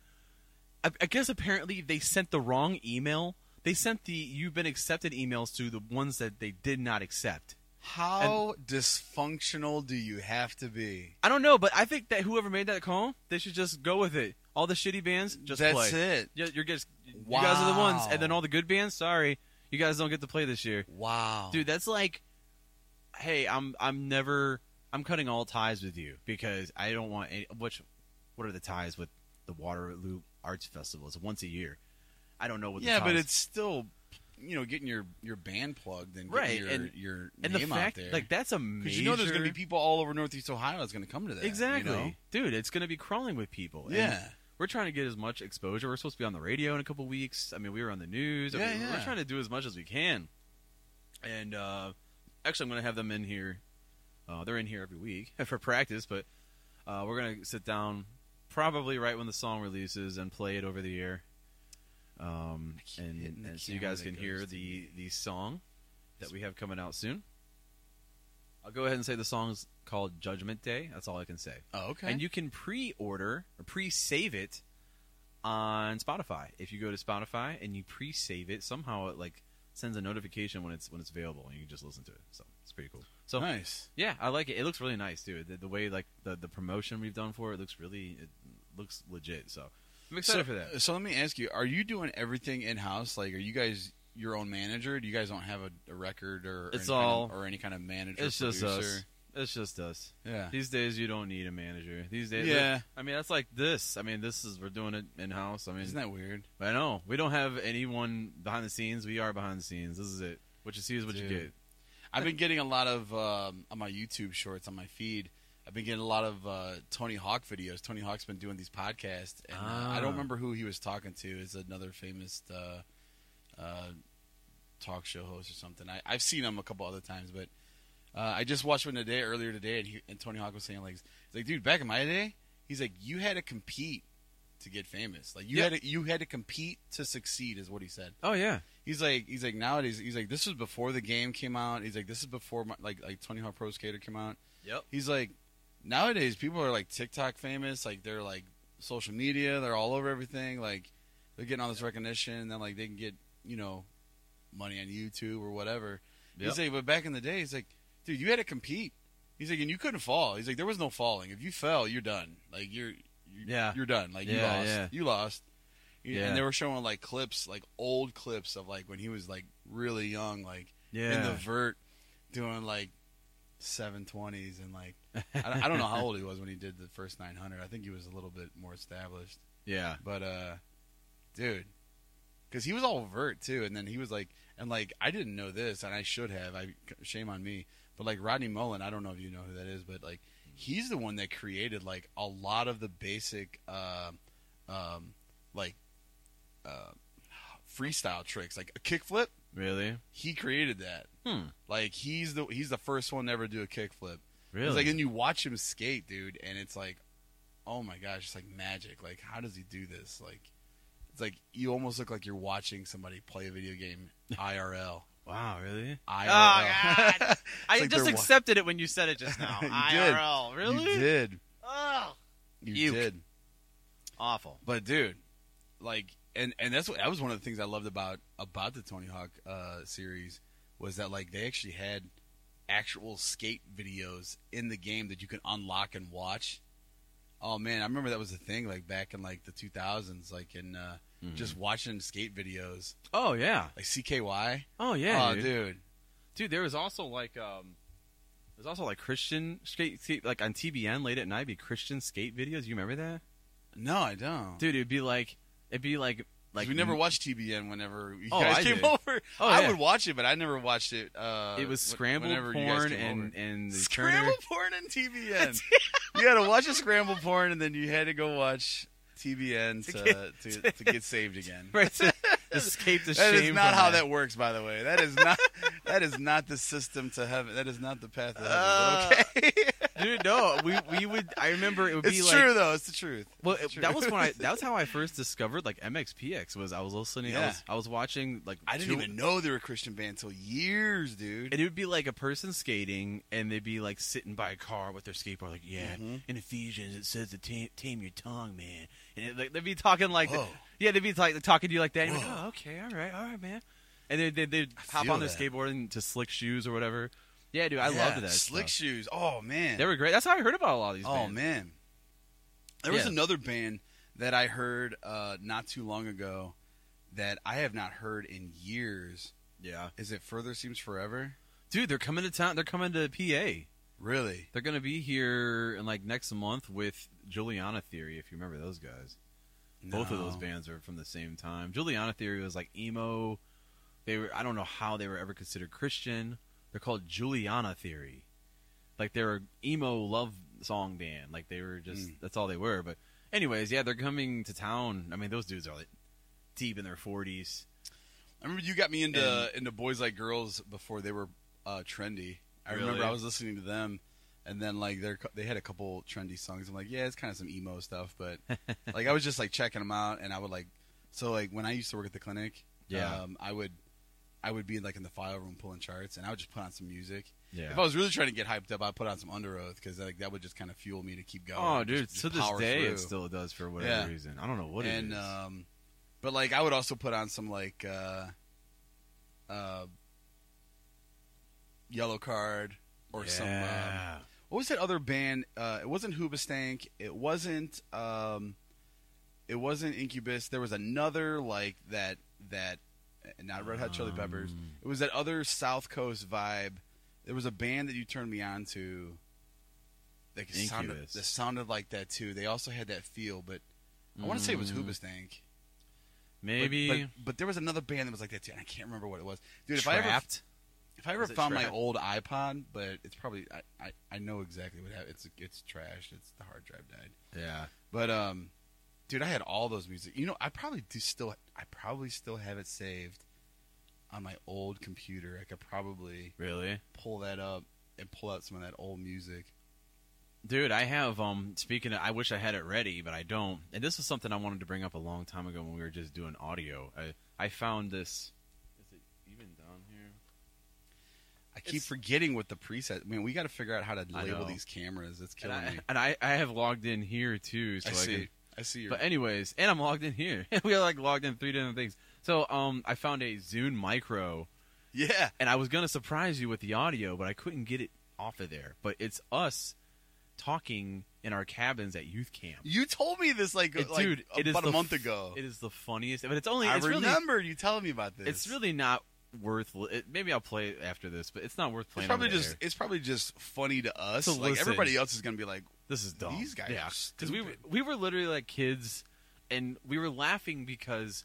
I, I guess apparently they sent the wrong email. They sent the you've been accepted emails to the ones that they did not accept. How dysfunctional do you have to be? I don't know, but I think that whoever made that call, they should just go with it. All the shitty bands, just That's play. it. Yeah, you're just you guys are the ones, and then Wow. all the good bands. Sorry, you guys don't get to play this year, Wow, dude. That's like, hey, I'm I'm never I'm cutting all ties with you because I don't want any. Which, what are the ties with the Waterloo Arts Festival? It's once a year. I don't know what. Yeah, the but ties- it's still, you know, getting your your band plugged and getting Right, your and- your and the name fact out there. like that's a major. you know, there's going to be people all over Northeast Ohio that's going to come to that. you exactly, know? dude. It's going to be crawling with people. and Yeah. we're trying to get as much exposure. We're supposed to be on the radio in a couple weeks. I mean, we were on the news. I Yeah, mean, yeah. We're trying to do as much as we can. And uh, actually, I'm going to have them in here. Uh, they're in here every week for practice, but uh, we're going to sit down probably right when the song releases and play it over the air. Um, I keep hitting and the and so you camera guys that can hear goes to the, me. the song that we have coming out soon. I'll go ahead and say the song's called Judgment Day. That's all I can say. Oh, okay. And you can pre-order or pre-save it on Spotify. If you go to Spotify and you pre-save it, somehow it like sends a notification when it's when it's available, and you can just listen to it. So it's pretty cool. So nice. yeah, I like it. It looks really nice too. The, the way like the, the promotion we've done for it looks really it looks legit. So I'm excited so, for that. So let me ask you: Are you doing everything in house? Like, are you guys your own manager? Do you guys don't have a, a record or or It's any kind of- all- or any kind of manager? It's just producer? us. It's just us. Yeah. These days, you don't need a manager. These days, Yeah. I mean, that's like this. I mean, this is we're doing it in house. I mean, Isn't that weird? I know we don't have anyone behind the scenes. We are behind the scenes. This is it. What you see is what you Dude. get. I've been getting a lot of um, on my YouTube shorts on my feed. I've been getting a lot of uh, Tony Hawk videos. Tony Hawk's been doing these podcasts, and uh, I Ah. don't remember who he was talking to. Is another famous uh, uh, talk show host or something. I, I've seen him a couple other times, but uh, I just watched one today earlier today, and, he, and Tony Hawk was saying like, he's like, dude, back in my day, he's like, you had to compete to get famous. Like you Yep. had to, you had to compete to succeed, is what he said. Oh yeah, He's like, he's like nowadays. He's like, this was before the game came out. He's like, this is before my, like like Tony Hawk Pro Skater came out. Yep. He's like, nowadays people are like TikTok famous. Like they're like social media. They're all over everything. Like they're getting all this recognition. And then like they can get you know money on YouTube or whatever. Yep. He's like, but back in the day, he's like, dude, you had to compete. He's like, and you couldn't fall. He's like, there was no falling. If you fell, you're done. Like you're, you Yeah. you're done. Like you Yeah, lost. yeah. You lost. You- Yeah. And they were showing like clips, like old clips of like when he was like really young, like in the yeah. vert, doing like seven twenties and like I, don't- I don't know how old he was when he did the first nine hundred. I think he was a little bit more established, yeah. but uh, dude, because he was all vert too, and then he was like, and like I didn't know this, and I should have. I shame on me. But like Rodney Mullen, I don't know if you know who that is, but like he's the one that created like a lot of the basic, uh, um, like uh, freestyle tricks, like a kickflip. Really? He created that. Hmm. Like he's the he's the first one to ever do a kickflip. Really? It's like, and you watch him skate, dude, and it's like, oh my gosh, it's like magic. Like, how does he do this? Like, it's like you almost look like you're watching somebody play a video game IRL. wow. Really? IRL. God. I like just they're wa- accepted it when you said it just now. You did. IRL, really? You did. Oh, You Ew. did. Awful. But dude, like, and and that's what that was one of the things I loved about about the Tony Hawk uh, series was that like they actually had actual skate videos in the game that you can unlock and watch. Oh man, I remember that was a thing like back in like the 2000s, like in uh, Just. just watching skate videos Mm-hmm. Oh yeah. like CKY. Oh yeah. oh dude. dude. Dude, there was also like um, there's also like Christian skate, skate like on TBN late at night. Be Christian skate videos. You remember that? no, I don't. Dude, it'd be like it'd be like like like we never watched TBN whenever you Oh, guys I came did. over. Oh, I yeah. would watch it, but I never watched it. Uh, It was wh- scrambled whenever you guys porn came over. and and the Scramble Turner. porn and TBN. you had to watch a scramble porn, and then you had to go watch TBN To to to, to get saved again. Right, to escape the That shame. is not from how that works, by the way. That is not that is not the system to heaven. That is not the path to heaven. Uh, but okay, dude. No, we we would. I remember it would be it's like. true though. It's the truth. Well, It's it- that true. was when I. That was how I first discovered like MXPX. Was I was listening. I, Yeah. was, I was watching like. I didn't two- even know they were a Christian band until years, dude. And it would be like a person skating, and they'd be like sitting by a car with their skateboard, like, yeah. Mhm. In Ephesians, it says to tame, tame your tongue, man. And it, like, they'd be talking like, Whoa. yeah, they'd be like talking to you like that. And you're like, Whoa. oh, okay, all right, all right, man. And they they'd, they'd hop feel on their that. skateboard into slick shoes or whatever. Yeah, dude, I Yeah, loved that. Slick stuff. shoes. Oh man, They were great. That's how I heard about a lot of these. Oh bands. man, there was Yeah. another band that I heard uh, not too long ago that I have not heard in years. yeah, Is it Further Seems Forever? dude, they're coming to town. They're coming to PA. Really? They're gonna be here in like next month with Juliana Theory, if you remember those guys. Both of No. those bands are from the same time. Juliana Theory was like emo. They were I don't know how they were ever considered Christian. They're called Juliana Theory. Like they were emo love song band. Like they were just that's all they were. But anyways, yeah, they're coming to town. I mean, those dudes are like deep in their forties. I remember you got me into into boys like girls before they were uh, trendy. I remember Really? I was listening to them, and then like they they had a couple trendy songs. I'm like, yeah, it's kind of some emo stuff, but like I was just like checking them out, and I would like so like when I used to work at the clinic, Yeah. um, I would I would be like in the file room pulling charts, and I would just put on some music. Yeah. If I was really trying to get hyped up, I'd put on some Under Oath because like that would just kind of fuel me to keep going. Oh, Just- dude! just To this power day, through. it still does for whatever Yeah. reason. I don't know what and uh, it is. um, but like I would also put on some like uh, uh, Yellow Card or some. Um, Yeah. what was that other band? Uh, it wasn't Hoobastank. It wasn't. Um, it wasn't Incubus. There was another like that that not Red Hot Chili Peppers. Um, It was that other South Coast vibe. There was a band that you turned me on to. That sounded Incubus. that sounded like that too. They also had that feel, but I want to say it was mm, Hoobastank. But- Maybe but, but, there was another band that was like that too, and I can't remember what it was. Dude, if I ever Trapped. if I ever Was it found my Trapped? old iPod, but it's probably I, I, I know exactly what happened. It's it's trash. It's the hard drive died. yeah. But um, dude, I had all those music. You know, I probably do still. I probably still have it saved on my old computer. I could probably Really, pull that up and pull out some of that old music. dude. I have. Um, speaking. Of, I wish I had it ready, but I don't. And this was something I wanted to bring up a long time ago when we were just doing audio. I I found this. Is it even down here? I keep It's- forgetting what the preset. I mean, we got to figure out how to I label know. these cameras. It's And killing I, me. and I I have logged in here too, so I I, see. can. I see your. But anyways, and I'm logged in here. we are like logged in three different things. So um, I found a Zune Micro, yeah. and I was gonna surprise you with the audio, but I couldn't get it off of there. But it's us talking in our cabins at youth camp. You told me this like, It- like dude, it is about a the month f- ago. It is the funniest, but it's only. I It's really, remember you telling me about this. It's really not worth. li- It, maybe I'll play it after this, but it's not worth It's playing. on probably the just air. it's probably just funny to us. To like listen. everybody else is gonna be like, this is dumb. these guys yeah, are we were- stupid. we were literally like kids, and we were laughing because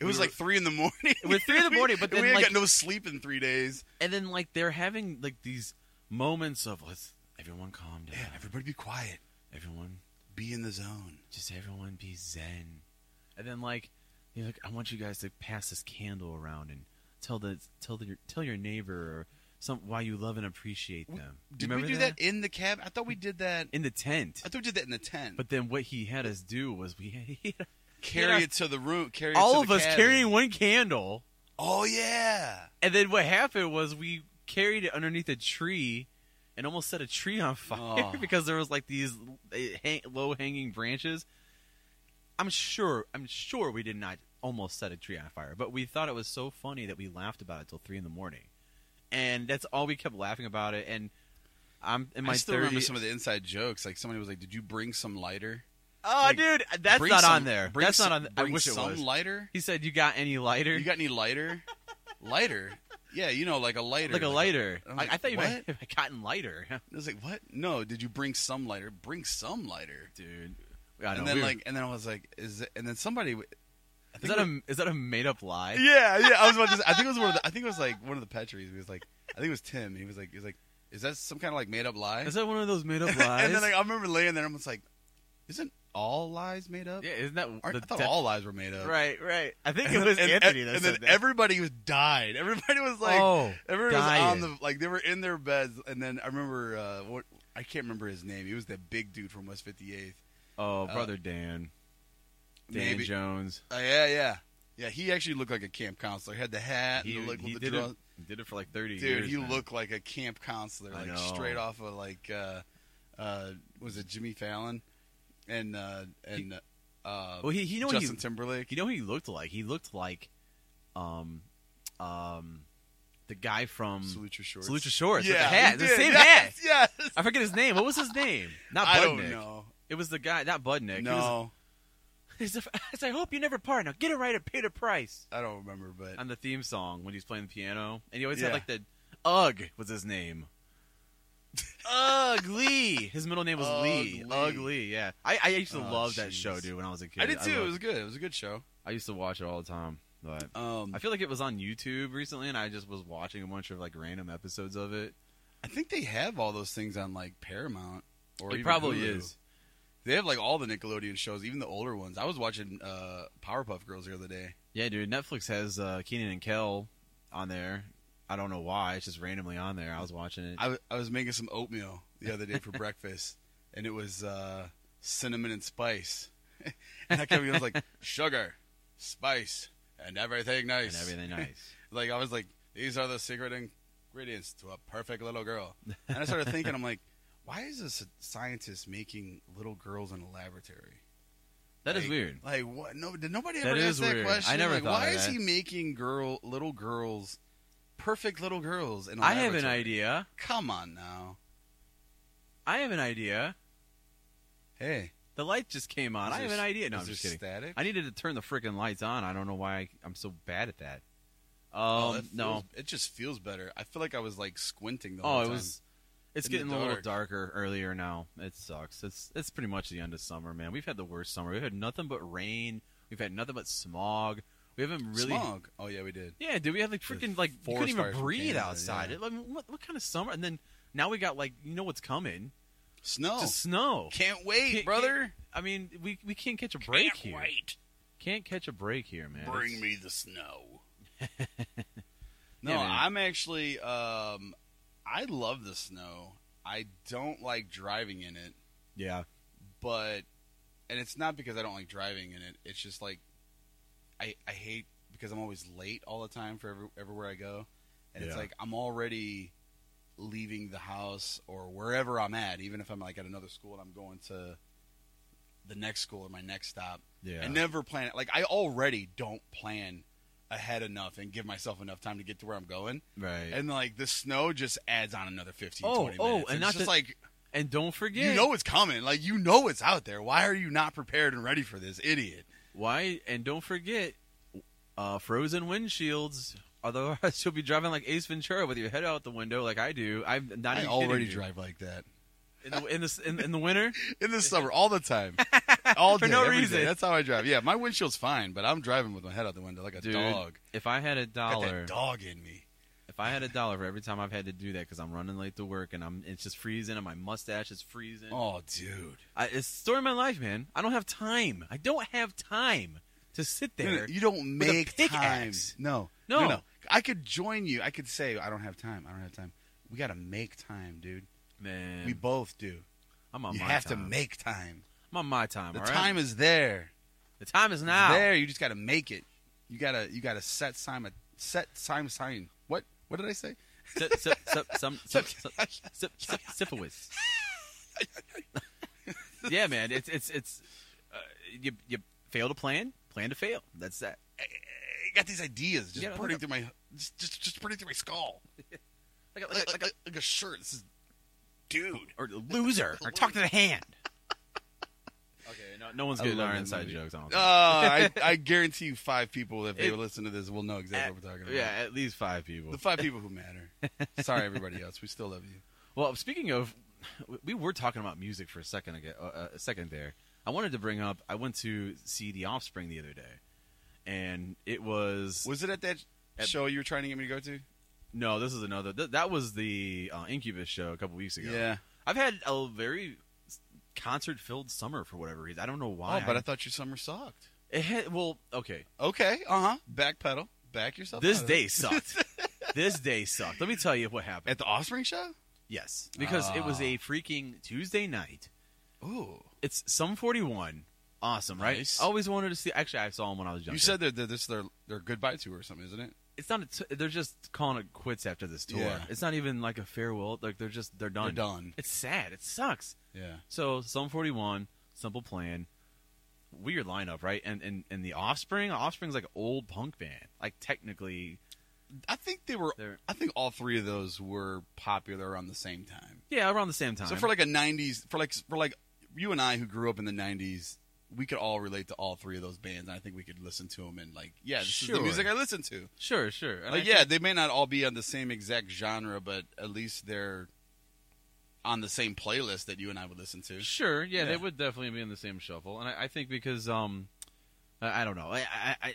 it was We were- like three in the morning. It was three in the morning, but then, we ain't like- got no sleep in three days. and then like they're having like these moments of let's everyone calm down, Yeah, everybody be quiet. everyone Be in the zone. just everyone be zen, and then like you're like I want you guys to pass this candle around and tell the tell the tell your neighbor or some why you love and appreciate them. W- You Did we remember do that? Uh, in the cab? I thought we did that. in the tent? I thought we did that in the tent. But then what he had us do was we had, he had carry yeah. it to the room. Carry it to all the of us cabin. carrying one candle, Oh yeah. and then what happened was we carried it underneath a tree and almost set a tree on fire Oh. because there was like these uh, hang, low hanging branches. I'm sure, I'm sure we did not almost set a tree on fire, but we thought it was so funny that we laughed about it till three in the morning, and that's all we kept laughing about it. And I'm in my I still 30s. remember some of the inside jokes. Like somebody was like, "Did you bring some lighter?" oh, like, dude, that's Bring not some- on there. bring That's some- not on. I bring wish it some was. lighter. he said, "You got any lighter? You got any lighter? lighter? Yeah, you know, like a lighter. like a lighter. I'm I, like, I thought you might what? have gotten lighter, I was like, what? No, did you bring some lighter? Bring some lighter. dude. I know, and then we were- like, and then I was like, is it, and then somebody. w- I is think that it a is that a made up lie? was- Yeah, yeah. I was about to. Say, I think it was one of the. I think it was like one of the Petries. He was like, I think it was Tim. He was like, he was like, is that some kind of like made up lie? Is that one of those made up lies? and then like, I remember laying there. I'm just like, isn't all lies made up? yeah, isn't that Aren't- the I thought def- all lies were made up. right? Right. I think And it then- was and- Anthony and, that and said then that. everybody was died. Everybody was like, oh, Everyone dying. was on the like they were in their beds, and then I remember uh, what I can't remember his name. He was that big dude from West Fifty Eighth. oh, uh, brother Dan, Dan Maybe Jones. Uh, yeah, yeah, yeah. He actually looked like a camp counselor. Had the hat, He, and the look he with the did draw. it, did it for like thirty Dude, years. he man. looked like a camp counselor, I like know. straight off of like uh, uh, was it Jimmy Fallon and uh, and uh, Well, he he know what Justin he Timberlake. you know who he looked like. He looked like, um, um, the guy from Salute your shorts. Mm. Salute Your Shorts with the Yeah, hat, he the did. same hat. yes, Yes. I forget his name. What was his name? Not Budnick. I don't know. It was the guy, not Budnick. no, He was, I hope you never part. Now get it right at Peter Price. I don't remember. But On the theme song when he's playing the piano, and he always had Yeah. like the Ugg was his name. Ugh Lee. His middle name was Ugh Lee. Lee. Ugh Lee. Yeah, I, I used to Oh, love that jeez. show, dude. When I was a kid, I did too. It loved- was good. It was a good show. I used to watch it all the time. But Um, I feel like it was on YouTube recently, and I just was watching a bunch of like random episodes of it. I think they have all those things on like Paramount or it even probably Hulu. is. They have like all the Nickelodeon shows, even the older ones. I was watching uh, Powerpuff Girls the other day. Yeah, dude. Netflix has uh, Keenan and Kel on there. I don't know why. It's just randomly on there. I was watching it. I, w- I was making some oatmeal the other day for breakfast, and it was uh, cinnamon and spice. and I kept I was like sugar, spice, and everything nice. and everything nice. Like I was like, these are the secret ingredients to a perfect little girl. And I started thinking, I'm like, why is this scientist making little girls in a laboratory? That is Like- weird. Like what? No, did nobody That ever ask is that weird. question? I never Like, thought Why of is that. he making girl little girls perfect little girls in a I have an laboratory. idea. Come on now. I have an idea. Hey. The light just came on. is I have there- an idea. No, is I'm there just kidding. Static? I needed to turn the freaking lights on. I don't know why I, I'm so bad at that. Um, Oh, that no. feels- it just feels better. I feel like I was like squinting the whole Oh, it time. was. It's In the getting a little dark. darker earlier now. It sucks. It's it's pretty much the end of summer, man. We've had the worst summer. We've had nothing but rain. We've had nothing but smog. We haven't really. smog. Oh yeah, we did. Yeah, dude, we had like freaking like you couldn't forest even fires from breathe Canada, outside. yeah. It- like, what what kind of summer? And then now we got like you know what's coming? Snow. Just snow. Oh. Can't wait, Can't- brother. I mean, we we can't catch a break Can't here. wait. Can't catch a break here, man. Bring It's- me the snow. No, Yeah, man. I'm actually. Um, I love the snow. I don't like driving in it, Yeah, but and it's not because I don't like driving in it. It's just like I I hate because I'm always late all the time for every, everywhere I go, and it's Yeah. like I'm already leaving the house or wherever I'm at, even if I'm like at another school and I'm going to the next school or my next stop. yeah. I never plan it. Like I already don't plan ahead enough and give myself enough time to get to where I'm going. right. And, And like the snow just adds on another 15, Oh, 20 minutes. oh, and it's not just to- like don't forget. you know it's coming. Like you know it's out there. Why are you not prepared and ready for this, idiot? Why? And don't forget, uh, frozen windshields. Otherwise, you'll be driving like Ace Ventura with your head out the window, like I do. I'm not I even already kidding you. drive like that in the in the in, in the winter. in the summer all the time, all For day, no every day. reason. That's how I drive. Yeah, my windshield's fine, but I'm driving with my head out the window like a Dude, dog. if I had a Got dollar, that dog in me. if I had a dollar for every time I've had to do that because I'm running late to work and I'm it's just freezing and my mustache is freezing. Oh, dude. I, it's the story of my life, man. I don't have time. I don't have time to sit No, no, there. you don't with a make time. pickaxe. No, No. no, no. I could join you. I could say I don't have time. I don't have time. We gotta make time, dude. man, We both do. I'm on you my have time. to make time. I'm on my time. The all right? time is there. The time is It's now. there. You just gotta make it. You gotta. You gotta set time. A set time sign. What? What did I say? Sip, sip, sip, some, sip, sip, sip, sip, sipowitz. yeah, man. It's it's it's uh, you you fail to plan, plan to fail. That's that. I got these ideas just Yeah, burning like through my just just, just burning through my skull. Like a, like Like, a, like, like, a shirt. This is Dude, or loser, or talk to the hand. Okay, no, no one's I getting love our that inside movie. jokes. I don't Uh, think. I, I guarantee you five people if they It- listen to this will know exactly what we're talking about. yeah, at least five people. The five people who matter. Sorry, everybody else. We still love you. Well, speaking of, we were talking about music for a second ago, uh, a second there. I wanted to bring up. I went to see The Offspring the other day, and it was Was it at that At- show you were trying to get me to go to? No, this is another. Th- that was the uh, Incubus show a couple weeks ago. I've had a very concert-filled summer for whatever reason. I don't know why. Oh, but I thought your summer sucked. it had, well, okay. Okay. Uh huh. Backpedal. Back yourself. This out of day it. sucked. this day sucked. Let me tell you what happened. at the Offspring show. yes, because it Ah. was a freaking Tuesday night. Ooh. It's some forty-one. Awesome, right? Nice. I always wanted to see. Actually, I saw him when I was younger. You said that this is their their goodbye tour or something, isn't it? it's not. A t- they're just calling it quits after this tour. Yeah. It's not even like a farewell. Like they're just they're done. They're done. It's sad. It sucks. Yeah. So Sum 41, Simple Plan, weird lineup, right? And and and the Offspring, Offspring's like an old punk band, like technically I think they were. they're I think all three of those were popular around the same time. yeah around the same time. So for like a '90s, for like for like you and I who grew up in the '90s, we could all relate to all three of those bands, and I think we could listen to them and like, yeah, this is Sure. the music I listen to. sure, sure, And Like, I yeah, think- they may not all be on the same exact genre, but at least they're on the same playlist that you and I would listen to. sure, yeah, they Yeah. would definitely be in the same shuffle. And I, I think because um, I, I don't know, I I, I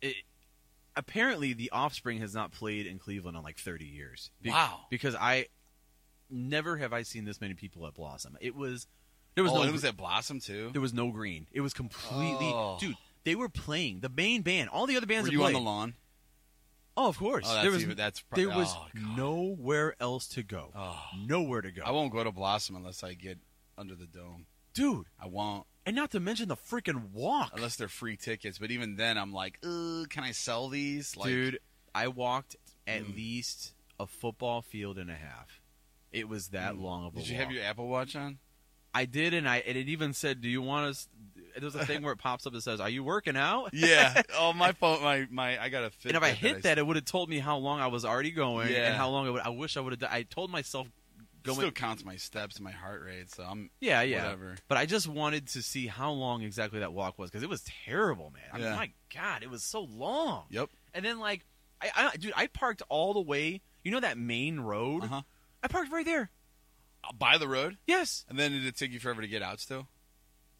it, apparently the Offspring has not played in Cleveland in like 30 years. Be- wow. because I never have I seen this many people at Blossom. It was there was oh, no it was at Blossom too. There was no green. It was completely Oh. dude. They were playing the main band. All the other bands Were you were on playing. the lawn? Oh, of course. Oh, that's there was even, that's pro- there was oh, God. nowhere else to go. Oh. Nowhere to go, I won't go to Blossom unless I get under the dome. dude. I won't And not to mention the freaking walk, unless they're free tickets. But even then, I'm like, Ugh, can I sell these? Like, dude. I walked at Mm. least a football field and a half. It was that Mm. long of a did you walk. have your Apple Watch on? I did, and I and it even said, "Do you want us? there's a thing where it pops up that says, "Are you working out?" yeah. Oh, my phone. My my. I got a fit. And if I hit that, it would have told me how long I was already going Yeah. and how long I would. I wish I would have. I told myself still going. counts my steps and my heart rate. So I'm yeah, yeah. whatever. But I just wanted to see how long exactly that walk was because it was terrible, man. I mean, Yeah. my God, it was so long. Yep. And then like, I, I dude, I parked all the way. You know that main road? Uh-huh. I parked right there. Uh, By the road, Yes. and then did it take you forever to get out? Still.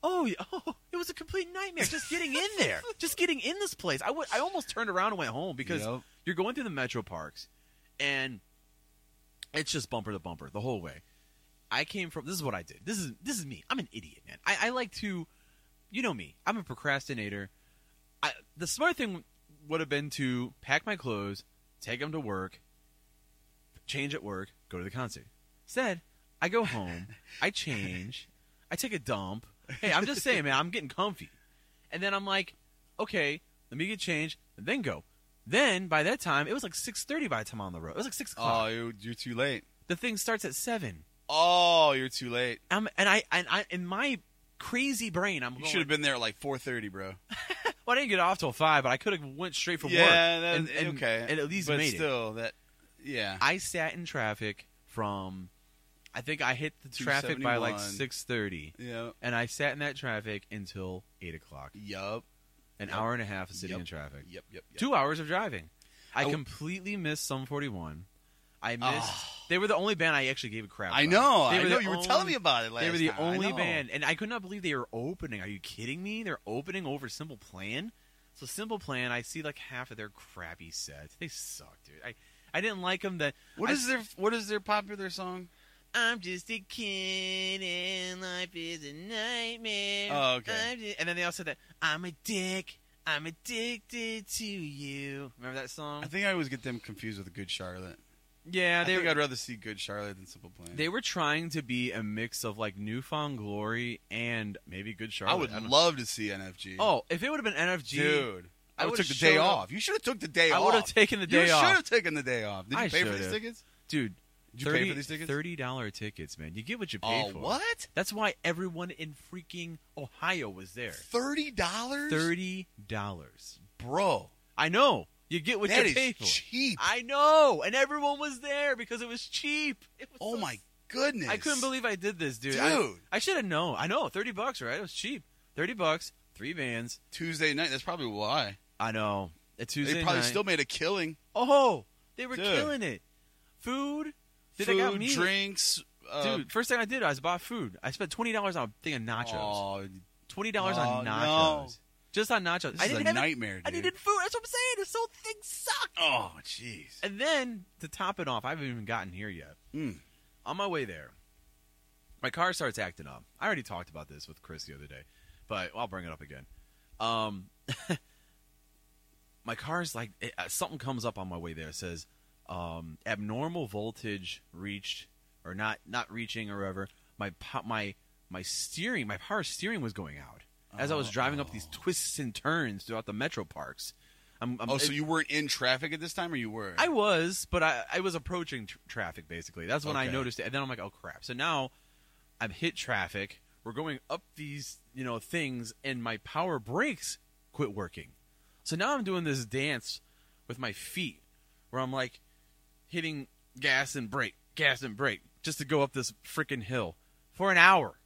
Oh, yeah. oh, it was a complete nightmare just getting in there, just getting in this place. I would- I almost turned around and went home because Yep. you're going through the metro parks, and it's just bumper to bumper the whole way. I came from. This is what I did. This is this is me. I'm an idiot, man. I, I like to, you know me. I'm a procrastinator. I, the smart thing would have been to pack my clothes, take them to work, change at work, go to the concert. Instead, I go home, I change, I take a dump. Hey, I'm just saying, man, I'm getting comfy. And then I'm like, okay, let me get changed and then go. Then by that time, it was like six thirty by the time I'm on the road. It was like six Oh, o'clock. you- you're too late. the thing starts at seven. Oh, you're too late. I'm, and I and I in my crazy brain, I'm You going. should have been there at like 4:30, bro. well, I didn't get off till five, but I could have went straight from work. yeah, that, and, and- okay. and at least but made it. still, that yeah. I sat in traffic from. I think I hit the traffic by like 271. six thirty, Yep. and I sat in that traffic until eight o'clock. Yup. An Yep. hour and a half of sitting Yep. in traffic. Yep. Yep. yep. Two hours of driving. I, I w- completely missed some forty one. I missed. Oh. They were the only band I actually gave a crap. I about. know. They I were know. the You were telling only- me about it last. They were the time. I only know. band, and I could not believe they were opening. Are you kidding me? They're opening over Simple Plan. So Simple Plan, I see like half of their crappy sets. They suck, dude. I I didn't like them. That What I- is their What is their popular song? I'm just a kid and life is a nightmare. Oh, okay. I'm ju- and then they also said that I'm a dick. I'm addicted to you. Remember that song? I think I always get them confused with Good Charlotte. yeah, I they think were, I'd rather see Good Charlotte than Simple Plan. they were trying to be a mix of like Newfound Glory and maybe Good Charlotte. I would don't know. love to see NFG. Oh, if it would have been NFG, dude, I I would would've took the day showed up. off. You should have took the day I off. would have taken the day you off, should have taken the day off. Did you I pay for should've. these tickets? dude. Did you pay for these tickets? Thirty dollar tickets, man. You get what you paid Oh, for. what? That's why everyone in freaking Ohio was there. Thirty dollars? Thirty dollars. bro. I know. You get what that you is paid for. cheap. I know, and everyone was there because it was cheap. It was oh so- my goodness! I couldn't believe I did this, dude. Dude, I, I should have known. I know, thirty bucks, right? It was cheap. Thirty bucks, three bands. Tuesday night. That's probably why I know. A Tuesday they probably night. still made a killing. Oh, they were Dude. killing it. Food. Dude, Food, they got meat. drinks, uh, Dude, first thing I did, I was bought food. I spent twenty dollars on a thing of nachos. Oh, this Twenty dollars Oh, on nachos, no. just on nachos. I is didn't a have any- nightmare, dude. I needed food. That's what I'm saying. This whole thing sucked. Oh, jeez. And then to top it off, I haven't even gotten here yet. Mm. On my way there, my car starts acting up. I already talked about this with Chris the other day, but I'll bring it up again. Um, my car's like it, uh, something comes up on my way there. It says um, abnormal voltage reached or not not reaching or whatever. My po- my my steering, my power steering was going out as I Oh. was driving up these twists and turns throughout the metro parks. I'm, I'm, Oh, so you weren't in traffic at this time, or you were? I was, but I, I was approaching tr- traffic basically. That's when I Okay. noticed it, and then I'm like, oh crap! So now I've hit traffic. We're going up these you know things, and my power brakes quit working. So now I'm doing this dance with my feet, where I'm like hitting gas and brake, gas and brake, just to go up this freaking hill for an hour,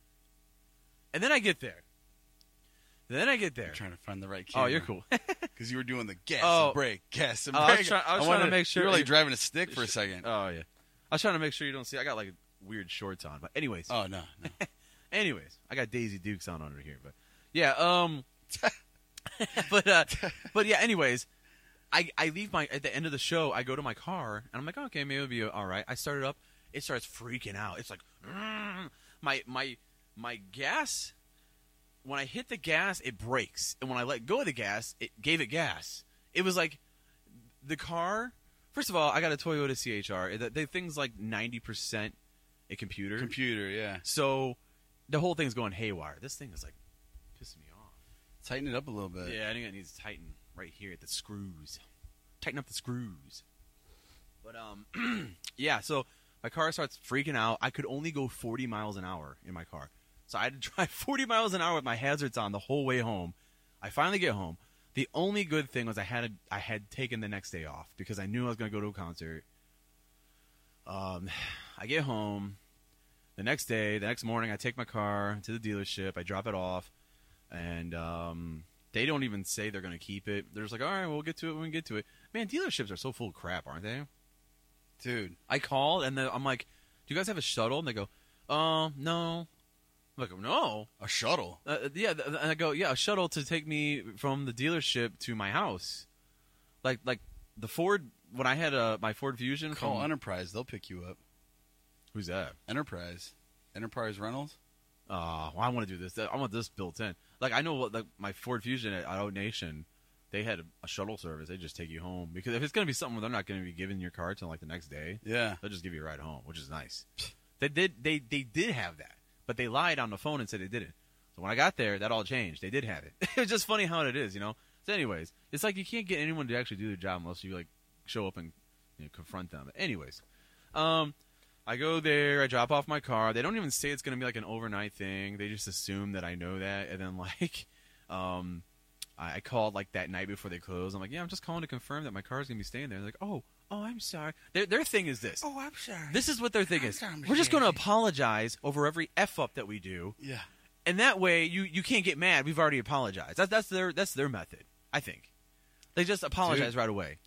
and then I get there. Then I get there. I'm trying to find the right. Camera. Oh, you're cool. Because you were doing the gas Oh. and brake, gas and Oh, I brake. was try- I was trying to wanted- make sure you were like you- driving a stick for a second. Oh yeah. I was trying to make sure you don't see. I got like weird shorts on, but anyways, oh no, no. anyways, I got Daisy Dukes on under here, but yeah, um, but uh, but yeah, anyways, I I leave my at the end of the show. I go to my car and I'm like, okay, maybe it'll be all right. I start it up. It starts freaking out. It's like "Mm." my my my gas. When I hit the gas, it breaks, and when I let go of the gas, it gave it gas. It was like the car. First of all, I got a Toyota CHR. The, the thing's like ninety percent a computer. computer, yeah. So the whole thing's going haywire. This thing is like pissing me off. Tighten it up a little bit. yeah, I think it needs to tighten right here at the screws. Tighten up the screws. But um yeah, so my car starts freaking out. I could only go 40 miles an hour in my car. So I had to drive 40 miles an hour with my hazards on the whole way home. I finally get home. The only good thing was I had a, I had taken the next day off because I knew I was going to go to a concert. Um, I get home. The next day, the next morning, I take my car to the dealership. I drop it off, and um, they don't even say they're going to keep it. They're just like, "All right, we'll get to it when we get to it." Man, dealerships are so full of crap, aren't they? dude. I called and then I'm like, "Do you guys have a shuttle?" And they go, "Um, no." I'm like, "No." A shuttle. Uh, yeah, th- and I go, "Yeah, a shuttle to take me from the dealership to my house." Like, like the Ford when I had uh, my Ford Fusion. Call from- Enterprise. They'll pick you up. who's that? Enterprise. Enterprise Rentals. Uh, well, I want to do this. I want this built in. Like, I know what like my Ford Fusion at Auto Nation, they had a, a shuttle service. They just take you home because if it's gonna be something where they're not gonna be giving your car till like the next day, Yeah. They'll just give you a ride home, which is nice. they did they they did have that, but they lied on the phone and said they didn't. So when I got there, that all changed. They did have it. it was just funny how it is, you know. So, anyways, it's like you can't get anyone to actually do their job unless you like show up and you know, confront them. anyways, um, I go there, I drop off my car. They don't even say it's gonna be like an overnight thing. They just assume that I know that, and then like, um. I I called like that night before they closed. I'm like, yeah, I'm just calling to confirm that my car's gonna be staying there. They're like, oh, oh, I'm sorry. Their their thing is this. Oh, I'm sorry. This is what their thing I'm is. sorry, Mr. We're just going to Yankee. apologize over every f up that we do, Yeah. and that way you you can't get mad. We've already apologized. That's that's their that's their method. I think they just apologize Dude. right away.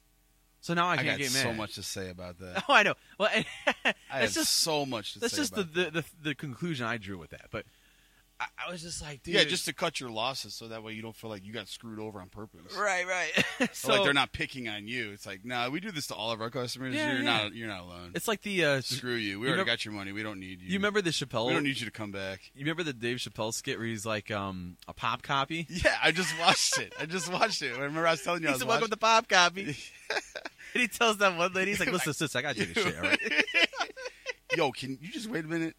So now I, I can't got get mad. so much to say about that. Oh, I know. Well, and I that's have just so much to that's say just the, about the, that. the the conclusion I drew with that. But I, I was just like, dude, yeah, just to cut your losses so that way you don't feel like you got screwed over on purpose. right, right. Or so like they're not picking on you. It's like, nah, we do this to all of our customers. Yeah, you're yeah. not you're not alone. It's like the uh, Screw you. We already you remember- got your money. We don't need you. you remember the Chappelle. we don't need you to come back. you remember the Dave Chappelle skit where he's like um a pop copy. Yeah, I just watched it. I just watched it. I remember I was telling you I He was said, "Welcome watching. to Pop Copy." and he tells that one lady, "He's like, listen, sis, I got you this shit, all right?" Yo, can you just wait a minute?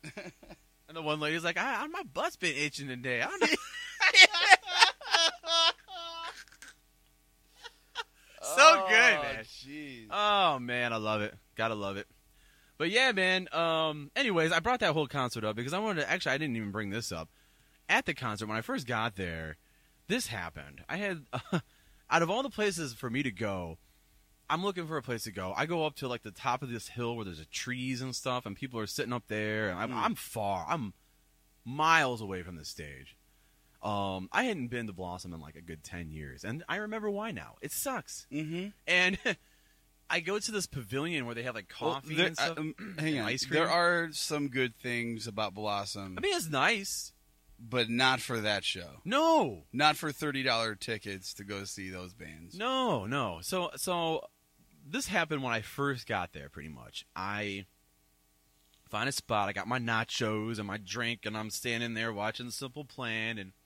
And the one lady's like, I, I, "My butt's been itching today. I don't know." so good, man. Jeez. Oh man, I love it. Gotta love it. But yeah, man. Um. Anyways, I brought that whole concert up because I wanted to. Actually, I didn't even bring this up at the concert when I first got there. This happened. I had out of all the places for me to go, I'm looking for a place to go. I go up to like the top of this hill where there's trees and stuff, and people are sitting up there, and I'm, Mm. I'm far. I'm miles away from the stage. Um, I hadn't been to Blossom in like a good ten years, and I remember why now. It sucks mm-hmm. and I go to this pavilion where they have like coffee there, and stuff. uh, um, hang and on. ice cream. There are some good things about Blossom, I mean, it's nice. but not for that show. No, Not for thirty dollar tickets to go see those bands. no, no. So, so this happened when I first got there. Pretty much, I find a spot. I got my nachos and my drink, and I'm standing there watching Simple Plan, and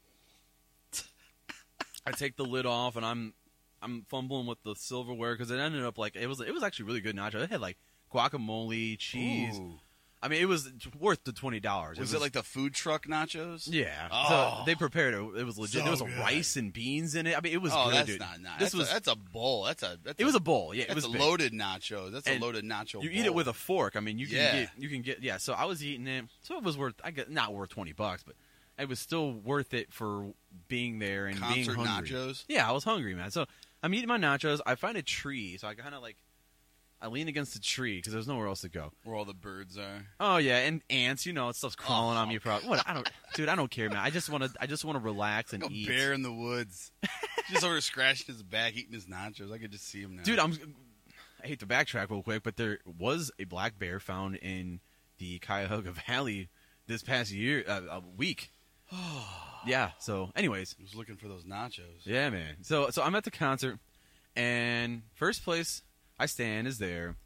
I take the lid off, and I'm I'm fumbling with the silverware because it ended up like it was it was actually really good nachos. It had like guacamole, cheese. Ooh. I mean, it was worth the twenty dollars. Was it like the food truck nachos? Yeah. So Oh. they prepared it. It was legit. So there was good. a rice and beans in it. I mean, it was oh, good, that's dude. not nice. This that's was a, that's a bowl. That's a that's it was a bowl. Yeah, that's it was a big. loaded nachos. That's And a loaded nacho. You eat it bowl. with a fork. I mean, you can Yeah. get you can get yeah. So I was eating it. So it was worth. I got not worth twenty bucks, but it was still worth it for being there and concert being hungry. nachos. Yeah, I was hungry, man. So I'm eating my nachos. I find a tree, so I kind of like I lean against a tree because there's nowhere else to go. Where all the birds are. Oh yeah, and ants. You know, stuff's crawling on Oh. me. Probably. What? I don't, dude. I don't care, man. I just want to. I just want to relax and Like a eat. bear in the woods. just over scratching his back, eating his nachos. I could just see him now. dude i'm i hate to backtrack real quick but there was a black bear found in the cuyahoga valley this past year uh, a week yeah so anyways I was looking for those nachos. yeah man so so i'm at the concert and first place i stand is there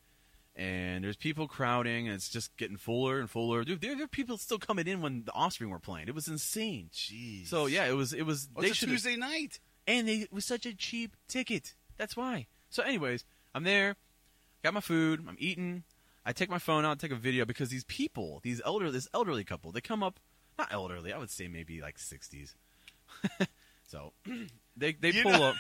and there's people crowding and it's just getting fuller and fuller dude there, there are people still coming in when the offspring were playing it was insane Jeez. so yeah it was it was Oh, they it's a should have Tuesday night. and they, it was such a cheap ticket. That's why. So, anyways, I'm there, got my food, I'm eating. I take my phone out, take a video because these people, these elder, this elderly couple, they come up, not elderly, I would say maybe like 60s. so, they they You pull know- up,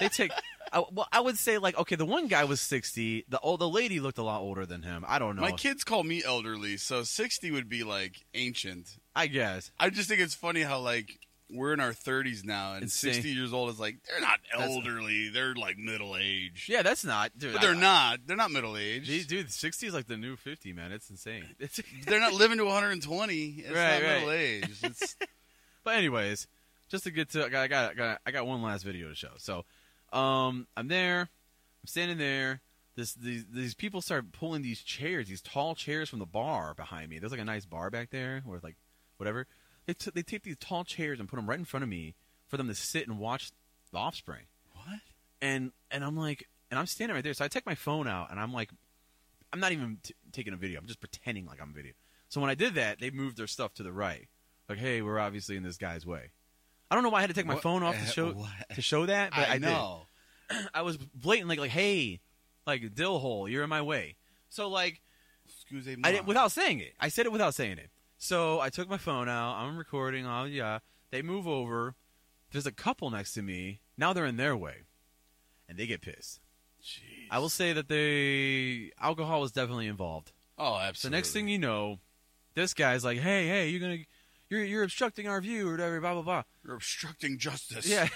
they take. Uh, well, I would say like okay, the one guy was sixty. The old the lady looked a lot older than him. I don't know. My kids call me elderly, so 60 would be like ancient. I guess I just think it's funny how like we're in our 30s now, and It's saying- 60 years old is like they're not That's- elderly; they're like middle aged. yeah, that's not dude. but I- they're not. They're not middle Dude, aged. dude, sixty is like the new fifty, man. It's insane. It's- They're not living to 120. It's Right, not right. middle aged. It's but anyways, just to get to, I got, I got, I got, I got one last video to show. So, um, I'm there, I'm standing there. This these, these people start pulling these chairs, these tall chairs from the bar behind me. There's like a nice bar back there, or like whatever. They t- they take these tall chairs and put them right in front of me for them to sit and watch the Offspring. what? and and I'm like, and I'm standing right there. So I take my phone out, and I'm like, I'm not even t- taking a video. I'm just pretending like I'm video. So when I did that, they moved their stuff to the right. Like, hey, we're obviously in this guy's way. I don't know why I had to take my What- phone off to uh, show what? to show that, but I, did. know. I was blatantly like, hey, like dill hole, you're in my way. So like, Excuse I did without saying it. I said it without saying it. So I took my phone out. I'm recording. Oh yeah. They move over. There's a couple next to me. Now they're in their way, and they get pissed. Jeez. I will say that the alcohol was definitely involved. Oh, So absolutely. next thing you know, this guy's like, "Hey, hey, you're gonna, you're you're obstructing our view or whatever." Blah blah blah. you're obstructing justice. Yeah.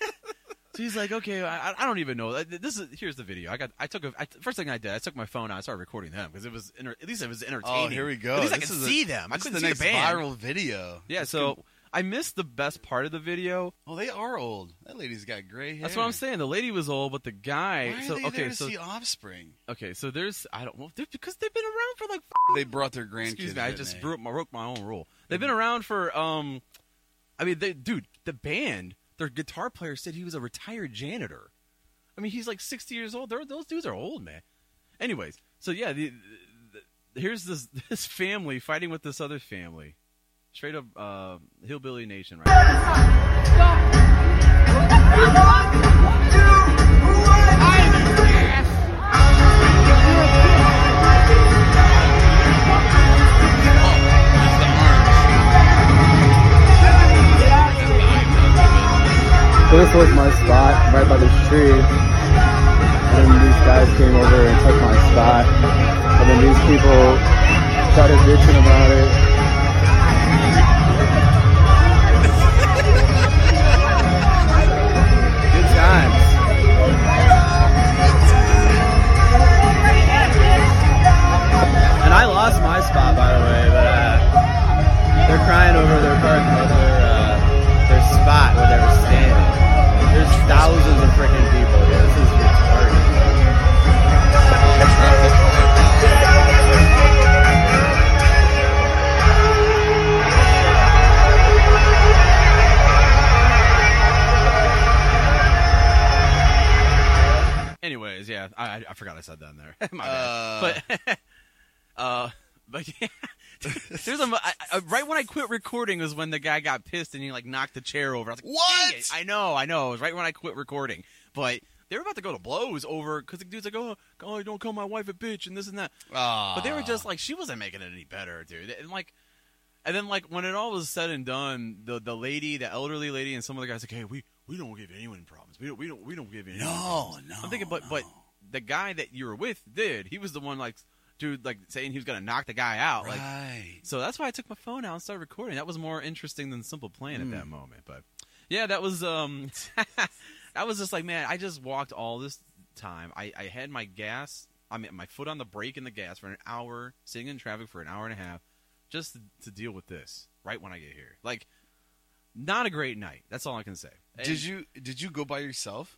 so he's like, "Okay, I, I don't even know. Like, This is here's the video. I got, I took a I, first thing I did. I took my phone out. I started recording them because it was enter, at least it was entertaining. Oh, here we go. At least I This could is a- see them. I This is couldn't the see next the band. viral video. Yeah. This So could- I missed the best part of the video. oh, they are old. That lady's got gray hair. That's what I'm saying. The lady was old, but the guy. Why are so they okay, there to so see Offspring? okay, so there's I don't well, they're- because they've been around for like They brought their grandkids. Excuse me, I didn't just they? broke my, broke my own rule. They've been around for, um, I mean, they, dude, the band, their guitar player said he was a retired janitor. I mean, he's like 60 years old. They're, those dudes are old, man. Anyways, so yeah, the, the, here's this this family fighting with this other family, straight up uh, hillbilly nation, right? So this was my spot right by this tree. And then these guys came over and took my spot. And then these people started bitching about it. Good times. And I lost my spot, by the way, but uh, they're crying over their parking, over uh, their spot where they were standing. There's thousands of freaking people here. This is retarded. Anyways, yeah, I, I- I forgot I said that in there. My bad. Uh, but uh but yeah there's a mo- I- I- right when i quit recording was when the guy got pissed and he like knocked the chair over i was like What? "Dang it." i know i know it was right when i quit recording but they were about to go to blows over because the dude's like oh, oh don't call my wife a bitch and this and that but they were just Ah. like she wasn't making it any better dude and like and then like when it all was said and done the the lady the elderly lady and some other guys like hey we we don't give anyone problems we don't we don't we don't give anyone no, no. I'm thinking, but but no. the guy that you were with did. He was the one like, dude, like saying he was gonna knock the guy out. Like, right. so that's why I took my phone out and started recording. That was more interesting than Simple Plan at Hmm. that moment. But yeah, that was um, I was just like, man, I just walked all this time. I I had my gas, I mean, my foot on the brake and the gas for an hour, sitting in traffic for an hour and a half, just to, to deal with this. Right when I get here, like. Not a great night. That's all I can say. And- Did you did you go by yourself?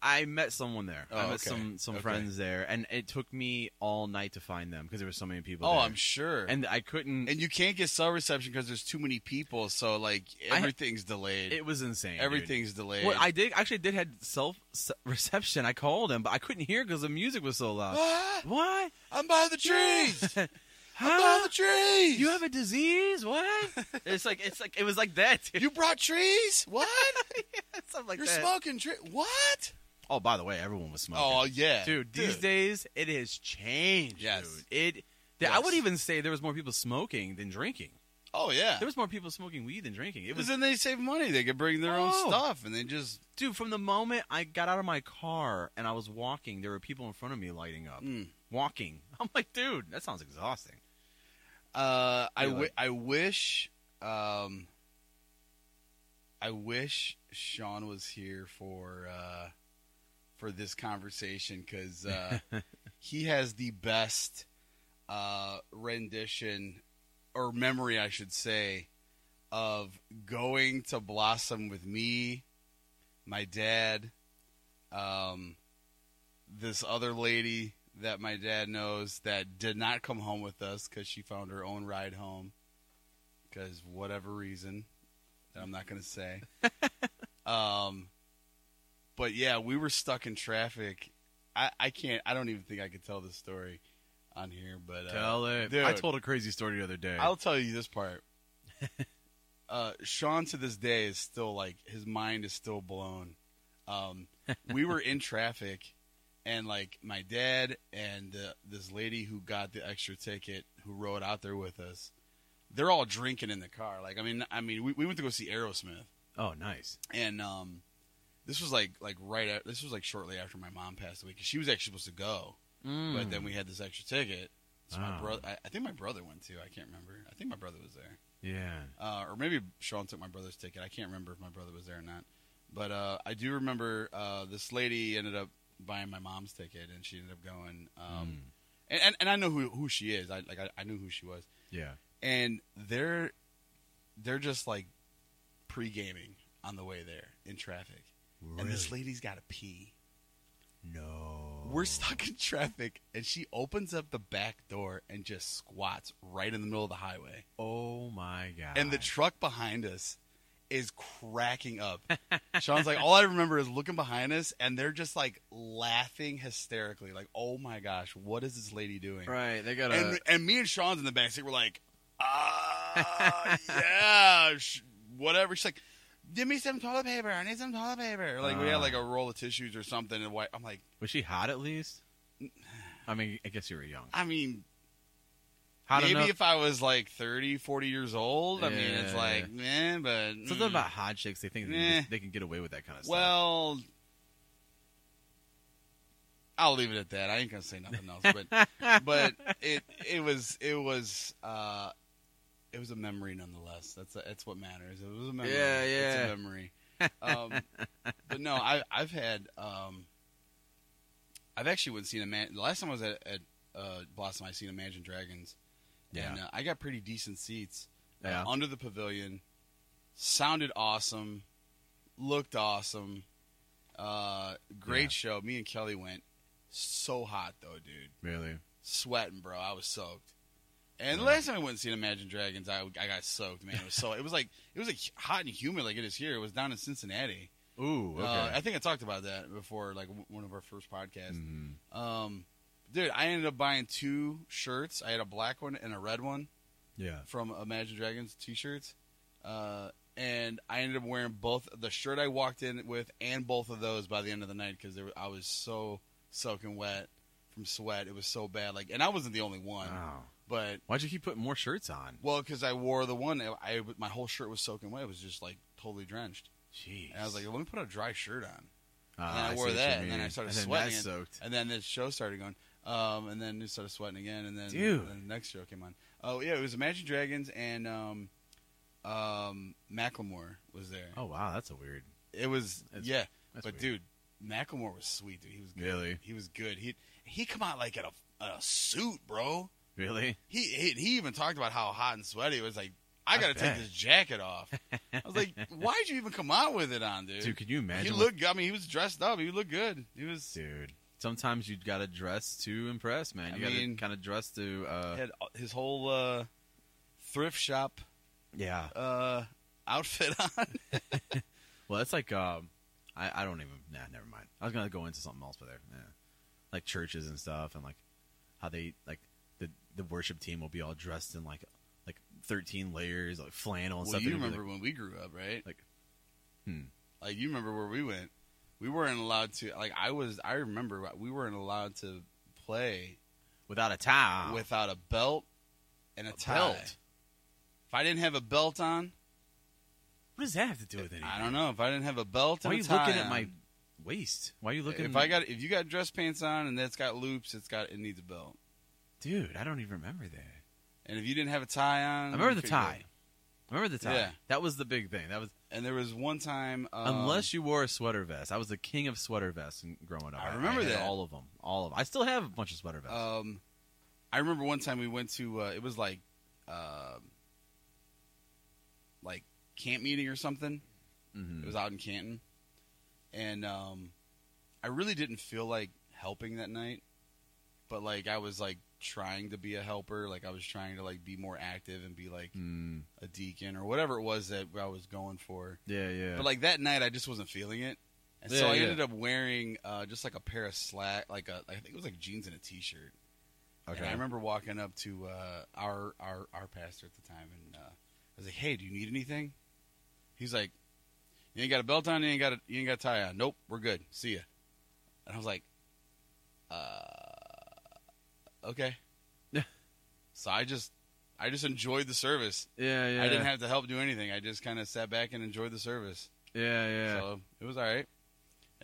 I met someone there. I Oh, met okay. some some Okay. friends there, and it took me all night to find them because there were so many people. Oh, there. I'm sure. and I couldn't. and you can't get cell reception because there's too many people. So like I- everything's delayed. it was insane. dude. everything's delayed. Well, I did actually did had self se- reception. I called him, but I couldn't hear because the music was so loud. Ah, What? I'm by the trees. I'm by Huh? the trees. You have a disease? What? it's like it's like it was like that. Dude. You brought trees? What? Something like You're that. smoking trees? What? Oh, by the way, everyone was smoking. Oh yeah, dude, these days it has changed. Yes. dude. It. th- I Yes. would even say there was more people smoking than drinking. Oh yeah. There was more people smoking weed than drinking. It Because was then they save money. They could bring their own Oh. stuff, and they just dude from the moment I got out of my car and I was walking, there were people in front of me lighting up. mm. Walking. I'm like, dude, that sounds exhausting. Uh, I Really? wi- I wish, um, I wish Sean was here for uh, for this conversation because uh, he has the best uh, rendition or memory, I should say, of going to Blossom with me, my dad, um, this other lady that my dad knows that did not come home with us because she found her own ride home because whatever reason that I'm not going to say. um, but yeah, we were stuck in traffic. I, I can't. I don't even think I could tell this story on here, but uh, Tell it. dude. I told a crazy story the other day. I'll tell you this part. uh, Sean to this day is still like his mind is still blown. Um, we were in traffic, and like my dad and uh, this lady who got the extra ticket who rode out there with us, they're all drinking in the car. Like I mean, I mean, we, we went to go see Aerosmith, oh, nice. and um, this was like like right. At, this was like shortly after my mom passed away 'cause she was actually supposed to go Mm. but Hmm. then we had this extra ticket. So my Oh. brother, I, I think my brother went too. I can't remember. I think my brother was there, yeah. uh, or maybe Sean took my brother's ticket. I can't remember if my brother was there or not. But uh, I do remember uh, this lady ended up buying my mom's ticket, and she ended up going. Um, Mm. and, and and I know who who she is. I like I, I knew who she was, Mm. Yeah. and they're they're just like pre gaming on the way there in traffic, and this lady's got to pee. No. We're stuck in traffic, and she opens up the back door and just squats right in the middle of the highway. Oh my god. And the truck behind us is cracking up. Sean's like, all I remember is looking behind us, and they're just like laughing hysterically, like, "Oh my gosh, what is this lady doing?" right. They got And and me and Sean's in the backseat, we're like, "Ah, yeah, sh- whatever." She's like, "Give me some toilet paper. I need some toilet paper." Like we had Ah. like a roll of tissues or something, and why- I'm like, Was she hot at least? I mean, I guess you were young. I mean, Hot Maybe enough. if I was like 30, 40 years old, I mean, it's Yeah. like, eh, but. Something mm, about hot chicks. They think they, Meh. can just- they can get away with that kind of Well, I'll leave it at that. I ain't going to say nothing else. But, stuff. but it, it was, it was, uh, it was a memory nonetheless. That's, that's what matters. It was a memory. Yeah, yeah. It's a memory. Um, but no, I, I've had, um, I've actually went and seen a man. The last time I was at, at uh, Blossom, I seen Imagine Dragons. yeah. And uh, I got pretty decent seats. uh, Yeah. under the pavilion. Sounded awesome, looked awesome. Uh, great Yeah. show. Me and Kelly went. So hot though, dude. really. Sweating, bro. I was soaked. And the Yeah. last time I went and seen Imagine Dragons, I, I got soaked, man. It was so it was like it was like hot and humid like it is here. It was down in Cincinnati. Ooh. Okay. Uh, I think I talked about that before, like w- one of our first podcasts. Mhm. Um, dude, I ended up buying two shirts. I had a black one and a red one Yeah. from Imagine Dragons t-shirts, uh, and I ended up wearing both the shirt I walked in with and both of those by the end of the night because I was so soaking wet from sweat. It was so bad. Like, and I wasn't the only one, Wow. but Why'd you keep putting more shirts on? well, because I wore the one, I, I- my whole shirt was soaking wet. It was just like totally drenched, Jeez. and I was like, let me put a dry shirt on. Ah, then I see wore what you that, and then mean. I started and then sweating That it. soaked. And then this show started going. Um, and then it started sweating again, and then, Dude. then the next show came on. Oh yeah, it was Imagine Dragons and um, um, Macklemore was there. Oh wow, that's a weird. It was That's- yeah, That's but weird. dude, Macklemore was sweet. Dude, he was good. really, he was good. He he come out like in a, a suit, bro. really. He, he he even talked about how hot and sweaty it was. Like I I gotta take bet. this jacket off. I was like, why'd you even come out with it on, dude? Dude, can you imagine? he what- looked. I mean, he was dressed up. He looked good. He was dude. Sometimes you gotta dress to impress, man. I You gotta mean- kind of dress to. Uh, had his whole uh, thrift shop yeah. uh, outfit on. Well, that's like. Um, I I don't even. Nah, never mind. I was gonna go into something else, but there. Nah. Like churches and stuff, and like how they like the the worship team will be all dressed in like like thirteen layers, like flannel well, and stuff. you It'll be, remember like- when we grew up, right? like- Hmm. like you remember where we went. We weren't allowed to. Like I was. I remember we weren't allowed to play without a tie. without a belt and a, Ah. A tie. belt? If I didn't have a belt on, What does that have to do with anything? I don't know. If I didn't have a belt, Why and are a you tie looking at on, my waist? Why are you looking? If I got, if you got dress pants on and that's got loops, it's got it needs a belt. dude, I don't even remember that. And if you didn't have a tie on, I remember you the couldn't tie. go. I remember the tie. Yeah. That was the big thing. That was And there was one time, um, unless you wore a sweater vest. I was the king of sweater vests in- growing up. I remember had that. all of them. All of them. I still have a bunch of sweater vests. Um, I remember one time we went to uh, it was like, um, like camp meeting or something. Mhm. It was out in Canton, and um, I really didn't feel like helping that night, but like I was like trying to be a helper, like I was trying to like be more active and be like Mm. a deacon or whatever it was that I was going for. Yeah, yeah. But like that night, I just wasn't feeling it, and so Yeah, I yeah. ended up wearing uh, just like a pair of slack, like a I think it was like jeans and a t-shirt. And I remember walking up to uh, our our our pastor at the time, and uh, I was like, "Hey, do you need anything?" He's like, "You ain't got a belt on. You ain't got a you ain't got a tie on. Nope, we're good. See ya." And I was like, "Uh, okay." Yeah. So I just I just enjoyed the service. yeah, yeah. I didn't have to help do anything. I just kind of sat back and enjoyed the service. Yeah, yeah. So it was all right.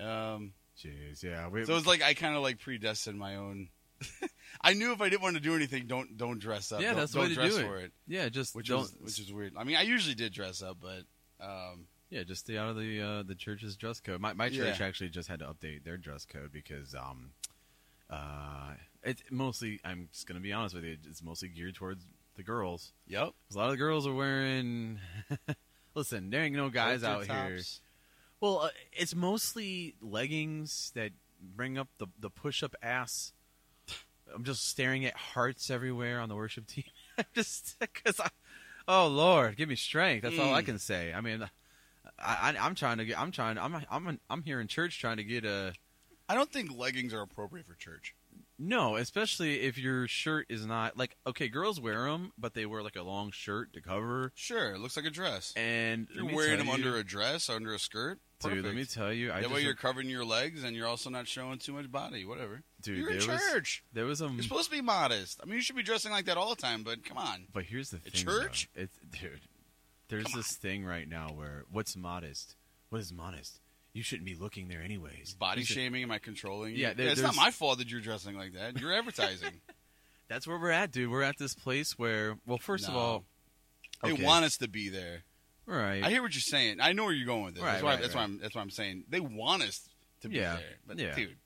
Um, Jeez, yeah. We, so it was like I kind of like predestined my own. I knew if I didn't want to do anything, don't don't dress up. Yeah, don't, that's the don't way to dress do it. for it. yeah, just Which don't. was which is weird. I mean, I usually did dress up, but um, Yeah, just stay out of the uh, the church's dress code. My my church Yeah. actually just had to update their dress code because um, uh, it's mostly. I'm just gonna be honest with you. It's mostly geared towards the girls. yep. 'Cause A lot of the girls are wearing. Listen, there ain't no guys out halter here. tops. Well, uh, it's mostly leggings that bring up the the push up ass. I'm just staring at hearts everywhere on the worship team. just because I, oh Lord, give me strength. That's all I Mm. can say. I mean, I, I I'm trying to get. I'm trying. I'm I'm I'm here in church trying to get a I don't think leggings are appropriate for church. no, especially if your shirt is not like okay. Girls wear them, but they wear like a long shirt to cover. Sure, it looks like a dress. And you're wearing them under a dress, under a skirt. Dude, let Perfect. me tell you, I that just, way you're covering your legs and you're also not showing too much body. Whatever. dude, you're in there was- Mm. church. there was a You're supposed to be modest. I mean, you should be dressing like that all the time. But come on. But here's the At thing, church? though. It's dude. There's this thing right now where what's modest? What is modest? You shouldn't be looking there anyways. Is body You should- shaming? Am I controlling? you? Yeah, there- it's not there's- my fault that you're dressing like that. You're advertising. That's where we're at, dude. We're at this place where, well, first of No. all, They Okay. want us to be there. all right, I hear what you're saying. I know where you're going with this. Right, that's why. right, that's right. why. I'm, that's why I'm saying they want us to be Yeah, there. But yeah. dude,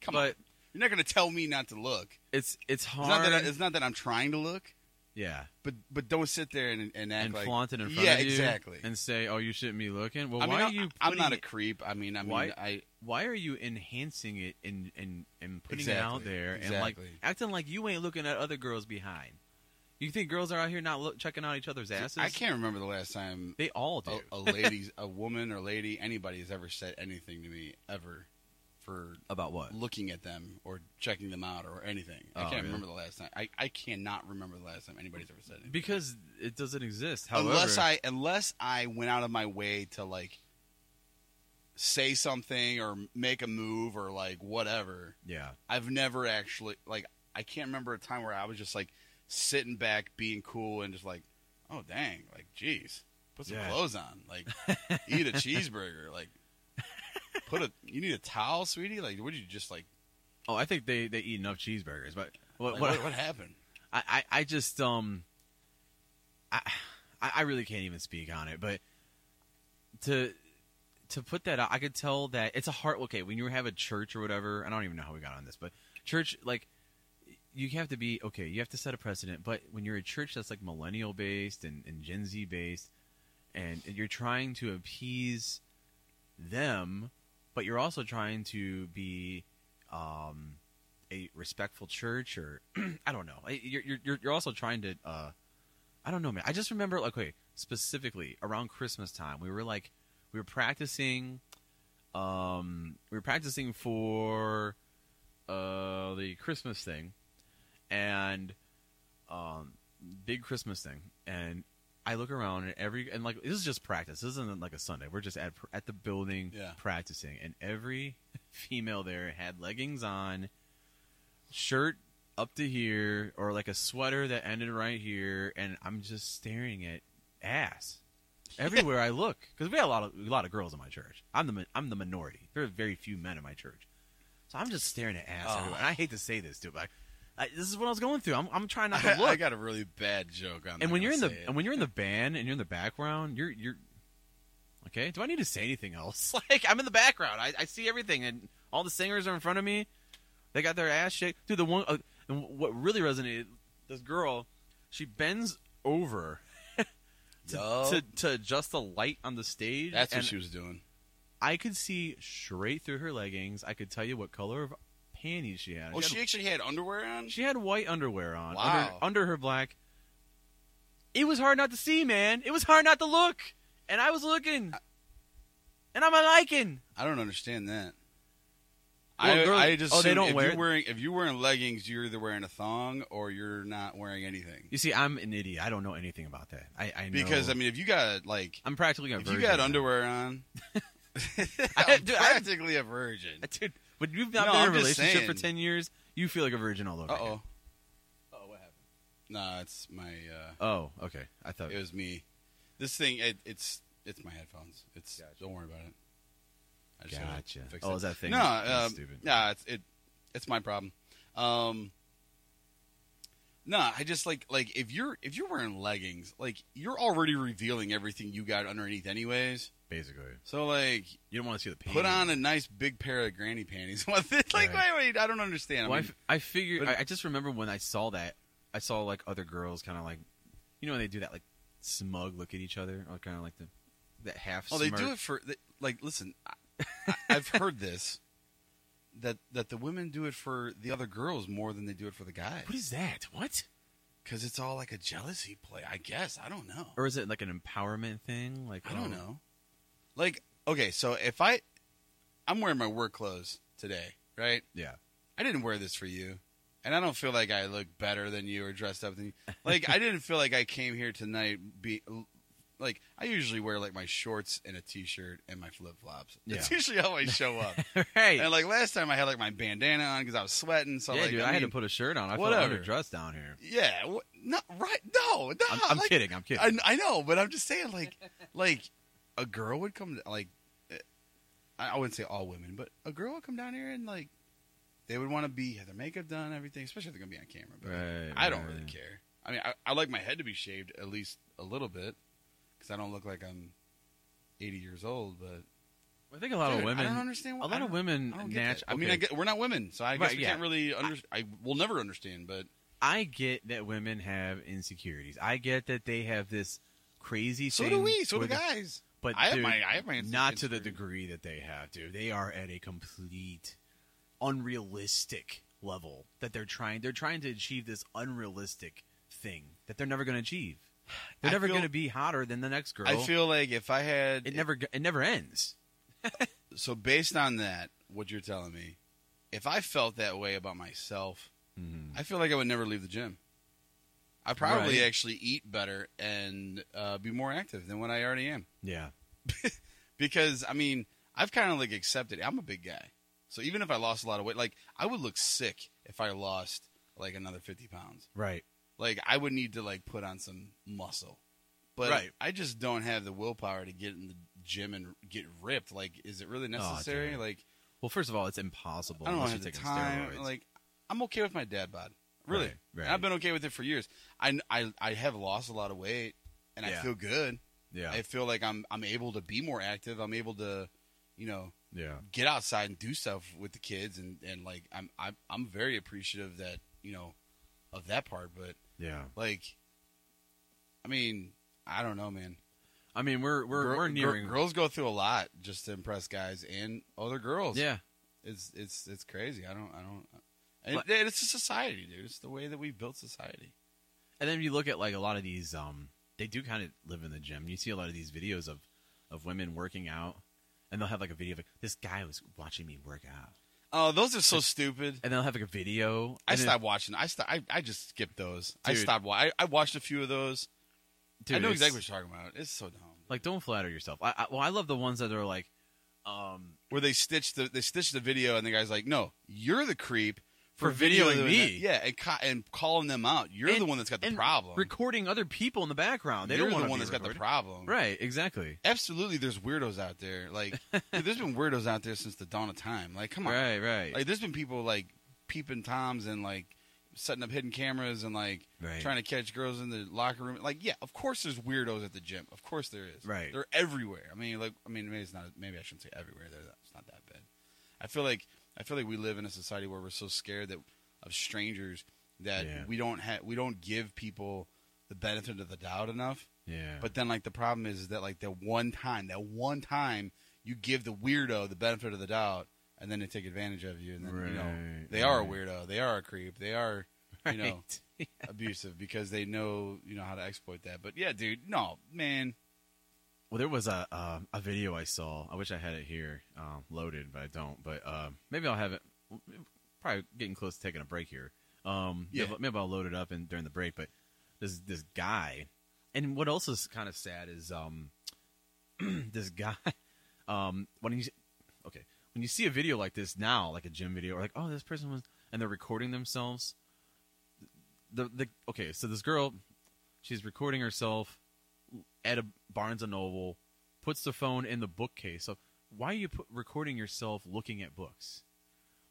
come on. but You're not going to tell me not to look. it's it's It's hard. not, that I, it's not that I'm trying to look, yeah, but but don't sit there and, and act and like flaunt it in front yeah, of you, exactly. and say, "Oh, you shouldn't be looking." Well, I why mean, are you? I, am putting not a it- creep. I mean, I mean, Why- I why are you enhancing it and and and putting it out Exactly, there and like exactly. acting like you ain't looking at other girls behind? You think girls are out here not look, checking out each other's asses? I can't remember the last time They all do. a, a lady, a woman or lady, anybody has ever said anything to me ever for About what? looking at them or checking them out or anything. I Oh, can't really? remember the last time. I, I cannot remember the last time anybody's ever said anything. Because it doesn't exist. However, unless I unless I went out of my way to like say something or make a move or like whatever. yeah, I've never actually like I can't remember a time where I was just like sitting back being cool and just like, oh dang, like jeez, put some Yeah. clothes on, like eat a cheeseburger, like put a you need a towel, sweetie. Like what did you just like? oh, I think they they eat enough cheeseburgers. But what like, what, what, what happened? I, I I just um, I I I really can't even speak on it. But to to put that out, I could tell that it's a hard. Okay, when you have a church or whatever, I don't even know how we got on this, but church like you have to be okay. You have to set a precedent. But when you're a church that's like millennial based and, and Gen Z based, and you're trying to appease them, but you're also trying to be um, a respectful church, or I don't know. I- You're you're- you're you're also trying to. Uh, I don't know, man. I just remember like okay, specifically around Christmas time, we were like we were practicing. Um, we were practicing for uh, the Christmas thing, and um, big Christmas thing, and I look around and every and like this is just practice. This isn't like a Sunday. We're just at at the building Yeah. practicing, and every female there had leggings on, shirt up to here, or like a sweater that ended right here, and I'm just staring at ass everywhere I look. Because we had a lot of a lot of girls in my church. I'm the mi- I'm the minority. There are very few men in my church, so I'm just staring at ass Oh. everywhere. And I hate to say this too, but I, I, this is what I was going through. I'm, I'm trying not to I, look. I got a really bad joke on. and when you're in the and when you're in the band and you're in the background, you're you're okay. Do I need to say anything else? Like I'm in the background, I, I see everything, and all the singers are in front of me. They got their ass shake. Dude, the one uh, and what really resonated, this girl, she bends over to, to to adjust the light on the stage. Oh. that's what and she was doing. I could see straight through her leggings. I could tell you what color of panties she had. Oh, had she actually had underwear on. she had white underwear on under, Wow. under her black. It was hard not to see, man. It was hard not to look, and I was looking, and I'm a liking. I don't understand that. Well, I, girls- I just oh, they assume don't if wear you're it? wearing if you're wearing leggings, you're either wearing a thong or you're not wearing anything. You see, I'm an idiot. I don't know anything about that. I, I know Because I mean, if you got like I'm practically a if virgin. you got underwear on, I- I'm dude, I- practically a virgin. dude. When you've not No, been in I'm a just relationship for saying. ten years, you feel like a virgin all over. Uh oh. again. Oh, what happened? Nah, it's my. uh Oh, okay. I thought. It was me. This thing, it, it's it's my headphones. It's don't worry about it. I just gotta gotcha. fix Oh, it. is that thing? no, that's um, stupid. nah, it's it, it's my problem. Um, no, I just like like if you're if you're wearing leggings, like you're already revealing everything you got underneath, anyways. Basically, So like, you don't want to see the pain. put on a nice big pair of granny panties. with it. like, Right. wait, wait, I don't understand. Well, I, I mean, f- I figured. but- I, I just remember when I saw that. I saw like other girls kind of like, you know, when they do that like smug look at each other, or kind of like the that half. Oh, they do smirk. it for they, like. Listen, I, I, I've heard this that that the women do it for the other girls more than they do it for the guys What is that? What? because it's all like a jealousy play. I guess I don't know. Or is it like an empowerment thing? Like I don't Er, oh, know. Like, okay, so if I I'm wearing my work clothes today, right? Yeah. I didn't wear this for you. And I don't feel like I look better than you or dressed up than you. Like I didn't feel like I came here tonight be like I usually wear like my shorts and a t-shirt and my flip-flops. That's usually how I show up. Right. and like last time I had like my bandana on cuz I was sweating, so yeah, like dude. I, had to mean, put a shirt on. I whatever. felt underdressed down here. Yeah, wh- not right. No, no. I'm, I'm like, kidding. I'm kidding. I, I know, but I'm just saying, like, like a girl would come, like, eh, I I wouldn't say all women, but a girl would come down here and like, they would want to be have their makeup done, everything, especially if they're gonna be on camera. But Right, I don't right. really care. I mean, I, I like my head to be shaved at least a little bit because I don't look like I'm 80 years old. But I think a lot Dude, of women. I don't understand. Why, a I lot of don't- women. I don't get natu- that. I mean, I okay. get, we're not women, so I guess Right, we yeah. can't really under. I, will never understand, but I get that women have insecurities. I get that they have this crazy. so thing do we. So do where they- guys. But I have dude, my- I have my not to the insecurities. degree that they have, dude. They are at a complete unrealistic level that they're trying. They're trying to achieve this unrealistic thing that they're never going to achieve. They're I never feel- going to be hotter than the next girl. I feel like if I had it never. It never ends. so based on that, what you're telling me, if I felt that way about myself, I feel like I would never leave the gym. I probably Right. actually eat better and uh, be more active than what I already am. Yeah. Because I mean, I've kind of like accepted I'm a big guy, so even if I lost a lot of weight, like I would look sick if I lost like another 50 pounds. Right. Like I would need to like put on some muscle. But Right. I just don't have the willpower to get in the gym and get ripped. Like, is it really necessary? Oh, dude. like, Well, first of all, it's impossible I don't unless have you're the taking time. steroids. Like, I'm okay with my dad bod. Really, Right, right. And I've been okay with it for years. I, I, I have lost a lot of weight, and Yeah. I feel good. yeah. I feel like I'm I'm able to be more active. I'm able to, you know, yeah. get outside and do stuff with the kids, and and like I'm I'm I'm very appreciative that you know, of that part. But Yeah. like, I mean, I don't know, man. I mean, we're we're Gir- we're gir- nearing. girls go through a lot just to impress guys and other girls. yeah. It's it's it's crazy. I don't I don't. and But- it- it's a society, dude. It's the way that we built society. and then you look at like a lot of these um they do kind of live in the gym you see a lot of these videos of of women working out and they'll have like a video of like this guy was watching me work out Oh, those are so stupid. and they'll have like a video I and then- stopped watching. I stopped. I, I just skipped those. I Dude. stopped. wa- I, I watched a few of those. dude, I know it's- exactly what you're talking about. It's so dumb. like don't flatter yourself I, I well i love the ones that are like um Where they stitched the they stitched the video and the guy's like, "No, you're the creep for, videoing them me. and- yeah, and, ca- and calling them out. You're And- the one that's got the and problem. Recording other people in the background. They You're don't want the to one be that's got the recorded. problem. Right, exactly. Absolutely, there's weirdos out there. Like, dude, there's been weirdos out there since the dawn of time. Like, come on. Right, right. Like, there's been people like peeping toms and like setting up hidden cameras and like right. trying to catch girls in the locker room. Like, yeah, of course there's weirdos at the gym. Of course there is. Right. They're everywhere. I mean, like, I mean, maybe it's not. Maybe I shouldn't say everywhere. They're not, it's not that bad. I feel like I feel like we live in a society where we're so scared that of strangers that Yeah. we don't have we don't give people the benefit of the doubt enough. yeah. But then, like, the problem is, that like that one time, that one time, you give the weirdo the benefit of the doubt, and then they take advantage of you, and then you know Right, they are a right. weirdo, they are a creep, they are Right. you know abusive because they know you know how to exploit that. But yeah, dude, no man, Well, there was a uh, a video I saw. I wish I had it here um, loaded, but I don't. But uh, maybe I'll have it. Probably getting close to taking a break here. Um, Yeah. maybe, maybe I'll load it up and during the break. But this this guy, and what else is kind of sad is um, this guy. Um, when you okay, when you see a video like this now, like a gym video, or like oh this person was, and they're recording themselves. The the okay, so this girl, she's recording herself at a Barnes and Noble, puts the phone in the bookcase. So why are you put, recording yourself looking at books?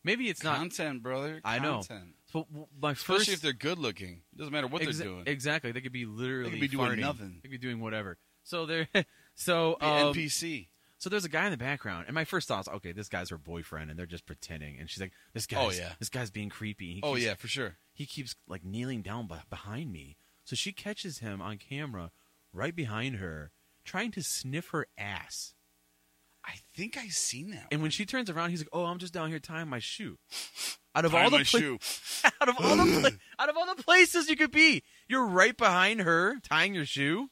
Maybe it's not. content, brother. I know. Content. so w- my Especially first, if they're good looking, doesn't matter what Exa- they're doing. exactly. They could be literally be doing farting. nothing. They could be doing whatever. So there. So The um, NPC. so there's a guy in the background, and my first thoughts, okay, this guy's her boyfriend, and they're just pretending. And she's like, this guy, Oh, yeah. this guy's being creepy. He Oh keeps yeah, for sure. he keeps like kneeling down beh- behind me. So she catches him on camera right behind her, trying to sniff her ass. I think I've seen that. And when she turns around, he's like, "Oh, I'm just down here tying my shoe." Out of Tie all the my pla- shoe. out of all the pla- out of all the places you could be, you're right behind her tying your shoe.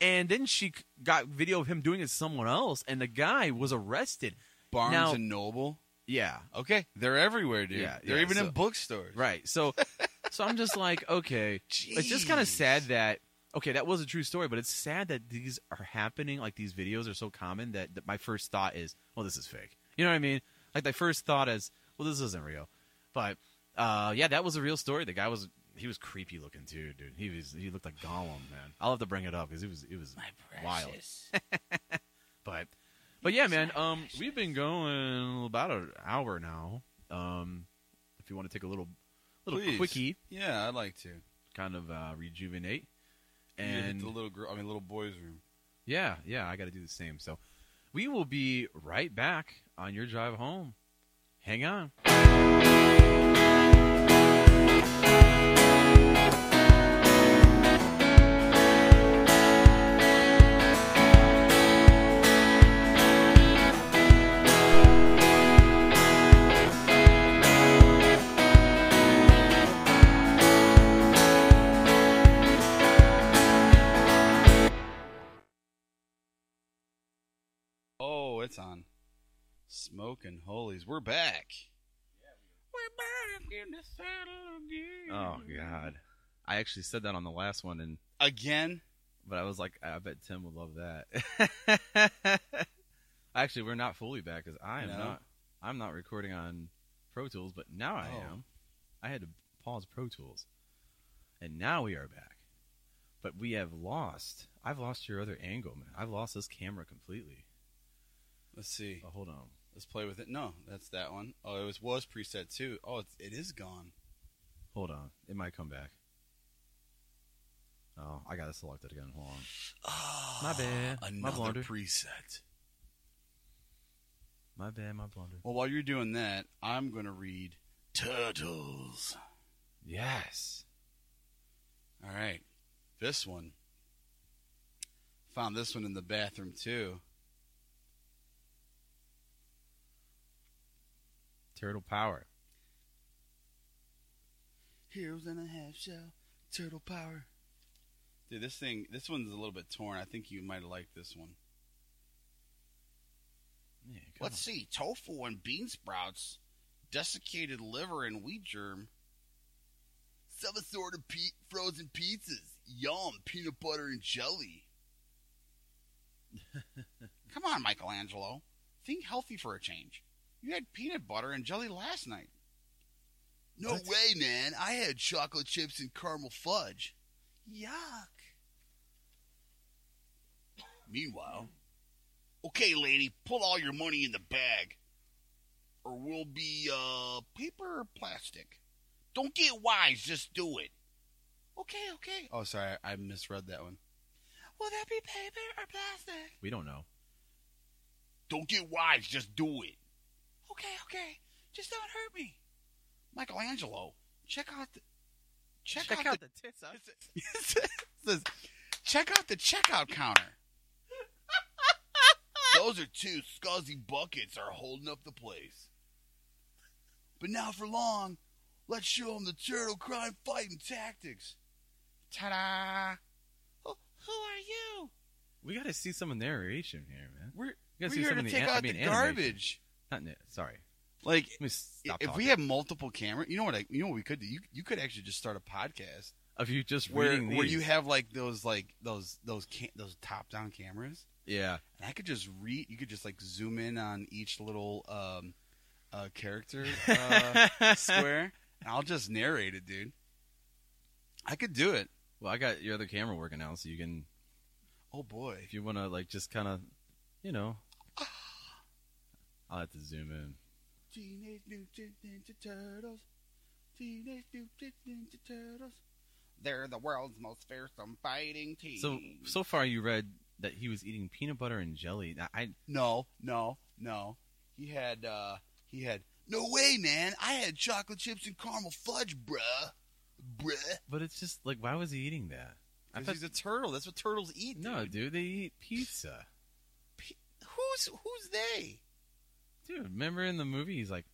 And then she c- got video of him doing it to someone else, and the guy was arrested. Barnes Now- and Noble. Yeah, Okay, they're everywhere, dude. Yeah, they're yeah, even so- in bookstores. right. So, so I'm just like, okay, it's just kind of Jeez. sad that okay, that was a true story, but it's sad that these are happening. Like these videos are so common that, that my first thought is, well, this is fake. You know what I mean? Like my first thought is, well, this isn't real. But uh, yeah, that was a real story. The guy was he was creepy looking too, dude. He was he looked like Gollum, man. I'll have to bring it up because it was it was wild. But but yeah, man. Um, we've been going about an hour now. Um, if you want to take a little little Please. quickie, Yeah, I'd like to. kind of uh, rejuvenate. You hit And the little girl, I mean, little boys' room. yeah, yeah, I got to do the same. So we will be right back on your drive home. Hang on. Oh, it's on. Smoking holies, we're back. We're back in the saddle again. Oh God, I actually said that on the last one, and Again? but I was like, I bet Tim would love that. actually, we're not fully back because I am No. not. I'm not recording on Pro Tools, but now I Oh. am. I had to pause Pro Tools, and now we are back. But we have lost. I've lost your other angle, man. I've lost this camera completely. Let's see. Oh, hold on. Let's play with it. No, that's that one. Oh, it was was preset too. Oh, it's, it is gone. Hold on. It might come back. Oh, I got to select it again. Hold on. Oh, My bad. My Another blunder. preset. My bad, my blunder. Well, while you're doing that, I'm gonna read turtles. Yes. All right. This one. Found this one in the bathroom too. Turtle power. Heroes in a half shell, turtle power. Dude, this thing, this one's a little bit torn. I think you might have liked this one. Yeah, come Let's see. Tofu and bean sprouts, Desiccated liver and wheat germ. some sort of pe- frozen pizzas, yum, peanut butter and jelly. Come on, Michelangelo. Think healthy for a change. You had peanut butter and jelly last night. No What? way, man. I had chocolate chips and caramel fudge. Yuck. Meanwhile, okay, lady, put all your money in the bag. Or we'll be, uh, paper or plastic. Don't get wise, just do it. Okay, okay. Oh, sorry, I misread that one. Will that be paper or plastic? We don't know. Don't get wise, just do it. Okay, okay. Just don't hurt me. Michelangelo, check out the check, out, the tits. Up. It says, Check out the checkout counter. the those are two scuzzy buckets are holding up the place. But not for long. Let's show them the turtle crime fighting tactics. Ta-da! Who, who are you? We got to see some narration here, man. We're, You we're gotta see here some to of the take an- I out mean, the animation. garbage. Not na- sorry. Like, Let me stop. if we talking. have multiple camera, you know what? I, you know what we could do. You, you could actually just start a podcast of you just where reading these, where you have like those like those those ca- those top down cameras, yeah, and I could just read. You could just like zoom in on each little um, uh, character uh, square, and I'll just narrate it, dude. I could do it. well, I got your other camera working now, so you can, Oh boy, if you want to, like, just kind of, you know, Ah. I'll have to zoom in. Teenage Mutant Ninja Turtles. Teenage Mutant Ninja Turtles. they're the world's most fearsome fighting team. So so far, you read that he was eating peanut butter and jelly. Now, I no, no, no. He had uh, he had No way, man. I had chocolate chips and caramel fudge, bruh. Bruh. but it's just like, why was he eating that? I Because thought- he's a turtle. That's what turtles eat. no, dude, they eat pizza. Who's who's they? Dude, remember in the movie, he's like,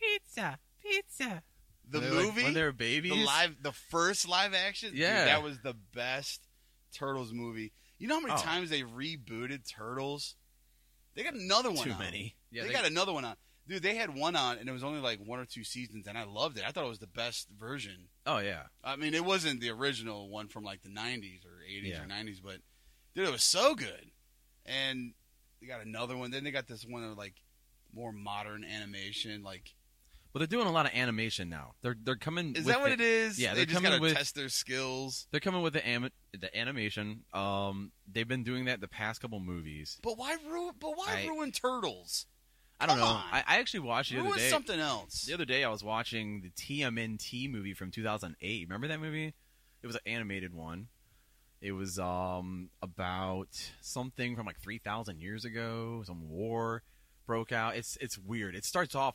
pizza, pizza. The When they were, like, movie, when they were the babies. live, the first live action. Dude, Yeah. that was the best turtles movie. You know how many Oh. times they rebooted turtles? They got another one. Too on. many. Yeah, they, got another one on. Dude, they had one on, and it was only like one or two seasons, and I loved it. I thought it was the best version. oh yeah, I mean, it wasn't the original one from like the '90s or '80s Yeah. or '90s, but dude, it was so good. And they got another one. Then they got this one that like more modern animation. Like, well, they're doing a lot of animation now. They're they're coming. is with that what the- it is? Yeah, they they're just coming gotta with- test their skills. They're coming with the am- the animation. Um, they've been doing that the past couple movies. But why ruin? But why I- ruin turtles? I don't Come know. on. I, I actually watched the Ruin other day. something else. The other day, I was watching the TMNT movie from 2008. Remember that movie? It was an animated one. It was um about something from like 3,000 years ago. Some war broke out. It's it's weird. It starts off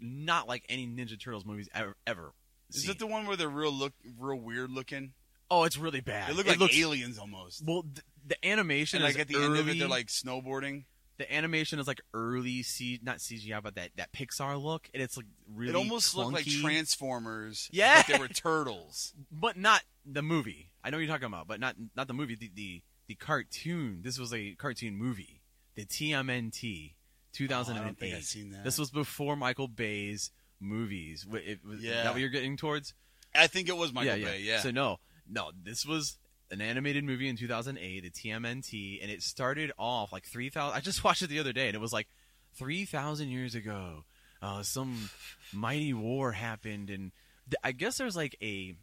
not like any Ninja Turtles movies ever. ever Is seen. it the one where they're real look, real weird looking? oh, it's really bad. They look It like looks- aliens almost. Well, th- the animation And is like at the end of it, they're early- like snowboarding. the animation is like early C not CGI but that that Pixar look and it's like really it almost looked like clunky, Transformers. Yeah. but they were turtles. but not the movie. I know what you're talking about, but not not the movie, the the, the cartoon. This was a cartoon movie. The TMNT 2008. Oh, I don't think I've seen that. This was before Michael Bay's movies. Wh- It, was, Yeah. Is that what you're getting towards? I think it was Michael Bay. Yeah. So no, no, this was an animated movie in 2008, the TMNT, and it started off like 3,000. I just watched it the other day, and it was like 3,000 years ago. Uh, some mighty war happened, and th- I guess there's like a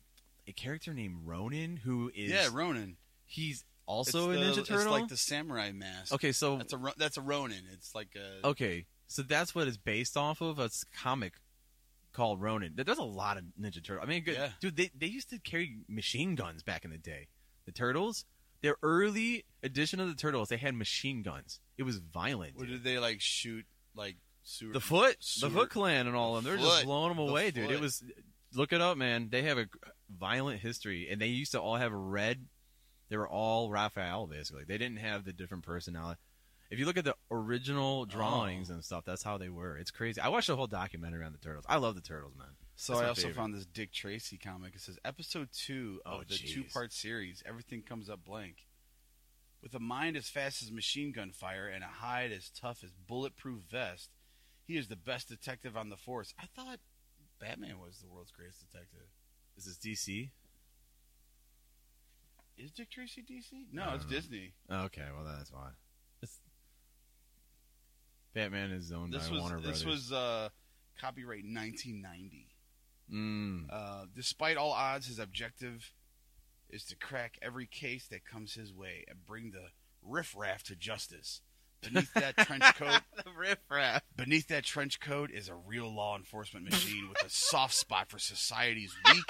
a character named Ronin who is yeah, Ronin. he's also It's a the- Ninja Turtle. It's like the samurai mask. okay, so That's a Ro- that's a Ronin. It's like a okay, so that's what it's based off of. A s- comic called Ronin. There- There's a lot of Ninja Turtle. I mean, good, Yeah. dude, they they used to carry machine guns back in the day. The Turtles, their early edition of the Turtles, they had machine guns. It was violent. What did dude. they like shoot like sewer? The Foot, Sewer- the Foot Clan, and all of them. They're Foot. just blowing them The away, dude. Foot. It was look it up, man. They have a violent history, and they used to all have red. They were all Raphael, basically. They didn't have the different personality. If you look at the Oh. original drawings and stuff, that's how they were. It's crazy. I watched the whole documentary on the turtles. I love the turtles, man. So That's I my also favorite. found this Dick Tracy comic. It says episode two of Oh, the jeez. two-part series. Everything comes up blank. With a mind as fast as machine gun fire and a hide as tough as bulletproof vest, he is the best detective on the force. I thought Batman was the world's greatest detective. Is this DC? Is Dick Tracy DC? No, I it's don't know. Disney. Okay, well that's why. It's... Batman is owned This by was Warner this Brothers. was uh, copyright 1990. Mm. Uh, despite all odds, his objective is to crack every case that comes his way and bring the riffraff to justice. Beneath that trench coat, The riffraff. beneath that trench coat is a real law enforcement machine with a soft spot for society's weak,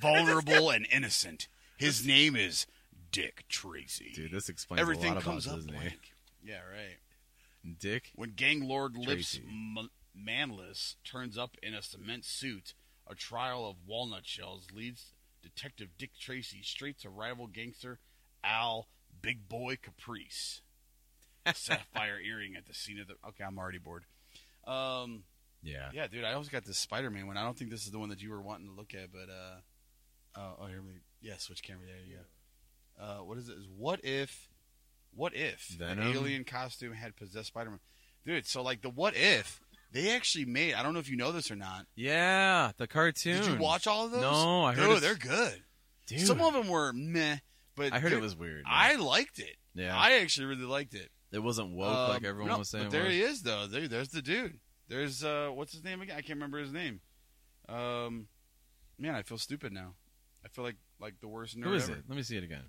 vulnerable, and innocent. His name is Dick Tracy. Dude, this explains a Everything lot comes about up Disney. blank. Yeah, right. Dick. When gang lord Lips Tracy. M- Manless turns up in a cement suit, a trial of walnut shells leads Detective Dick Tracy straight to rival gangster Al Big Boy Caprice. Sapphire earring at the scene of the. Okay, I'm already bored. Um, Yeah. yeah, dude, I always got this Spider Man one. I don't think this is the one that you were wanting to look at, but uh, oh, oh, here we yeah, switch camera. There you go. Uh, what is it? Is what if, what if Venom? an alien costume had possessed Spider Man, dude? So like the what if they actually made. I don't know if you know this or not. Yeah, the cartoon. Did you watch all of those? No, I heard Dude, it's- they're good. Dude, Some of them were meh, but I heard it dude, was weird. man. I liked it. yeah, I actually really liked it. it wasn't woke like Um, everyone no, was saying. But there it was. he is, though. There, there's the dude. There's uh, what's his name again? I can't remember his name. Um, man, I feel stupid now. I feel like like the worst nerd Who is ever. it? Let me see it again.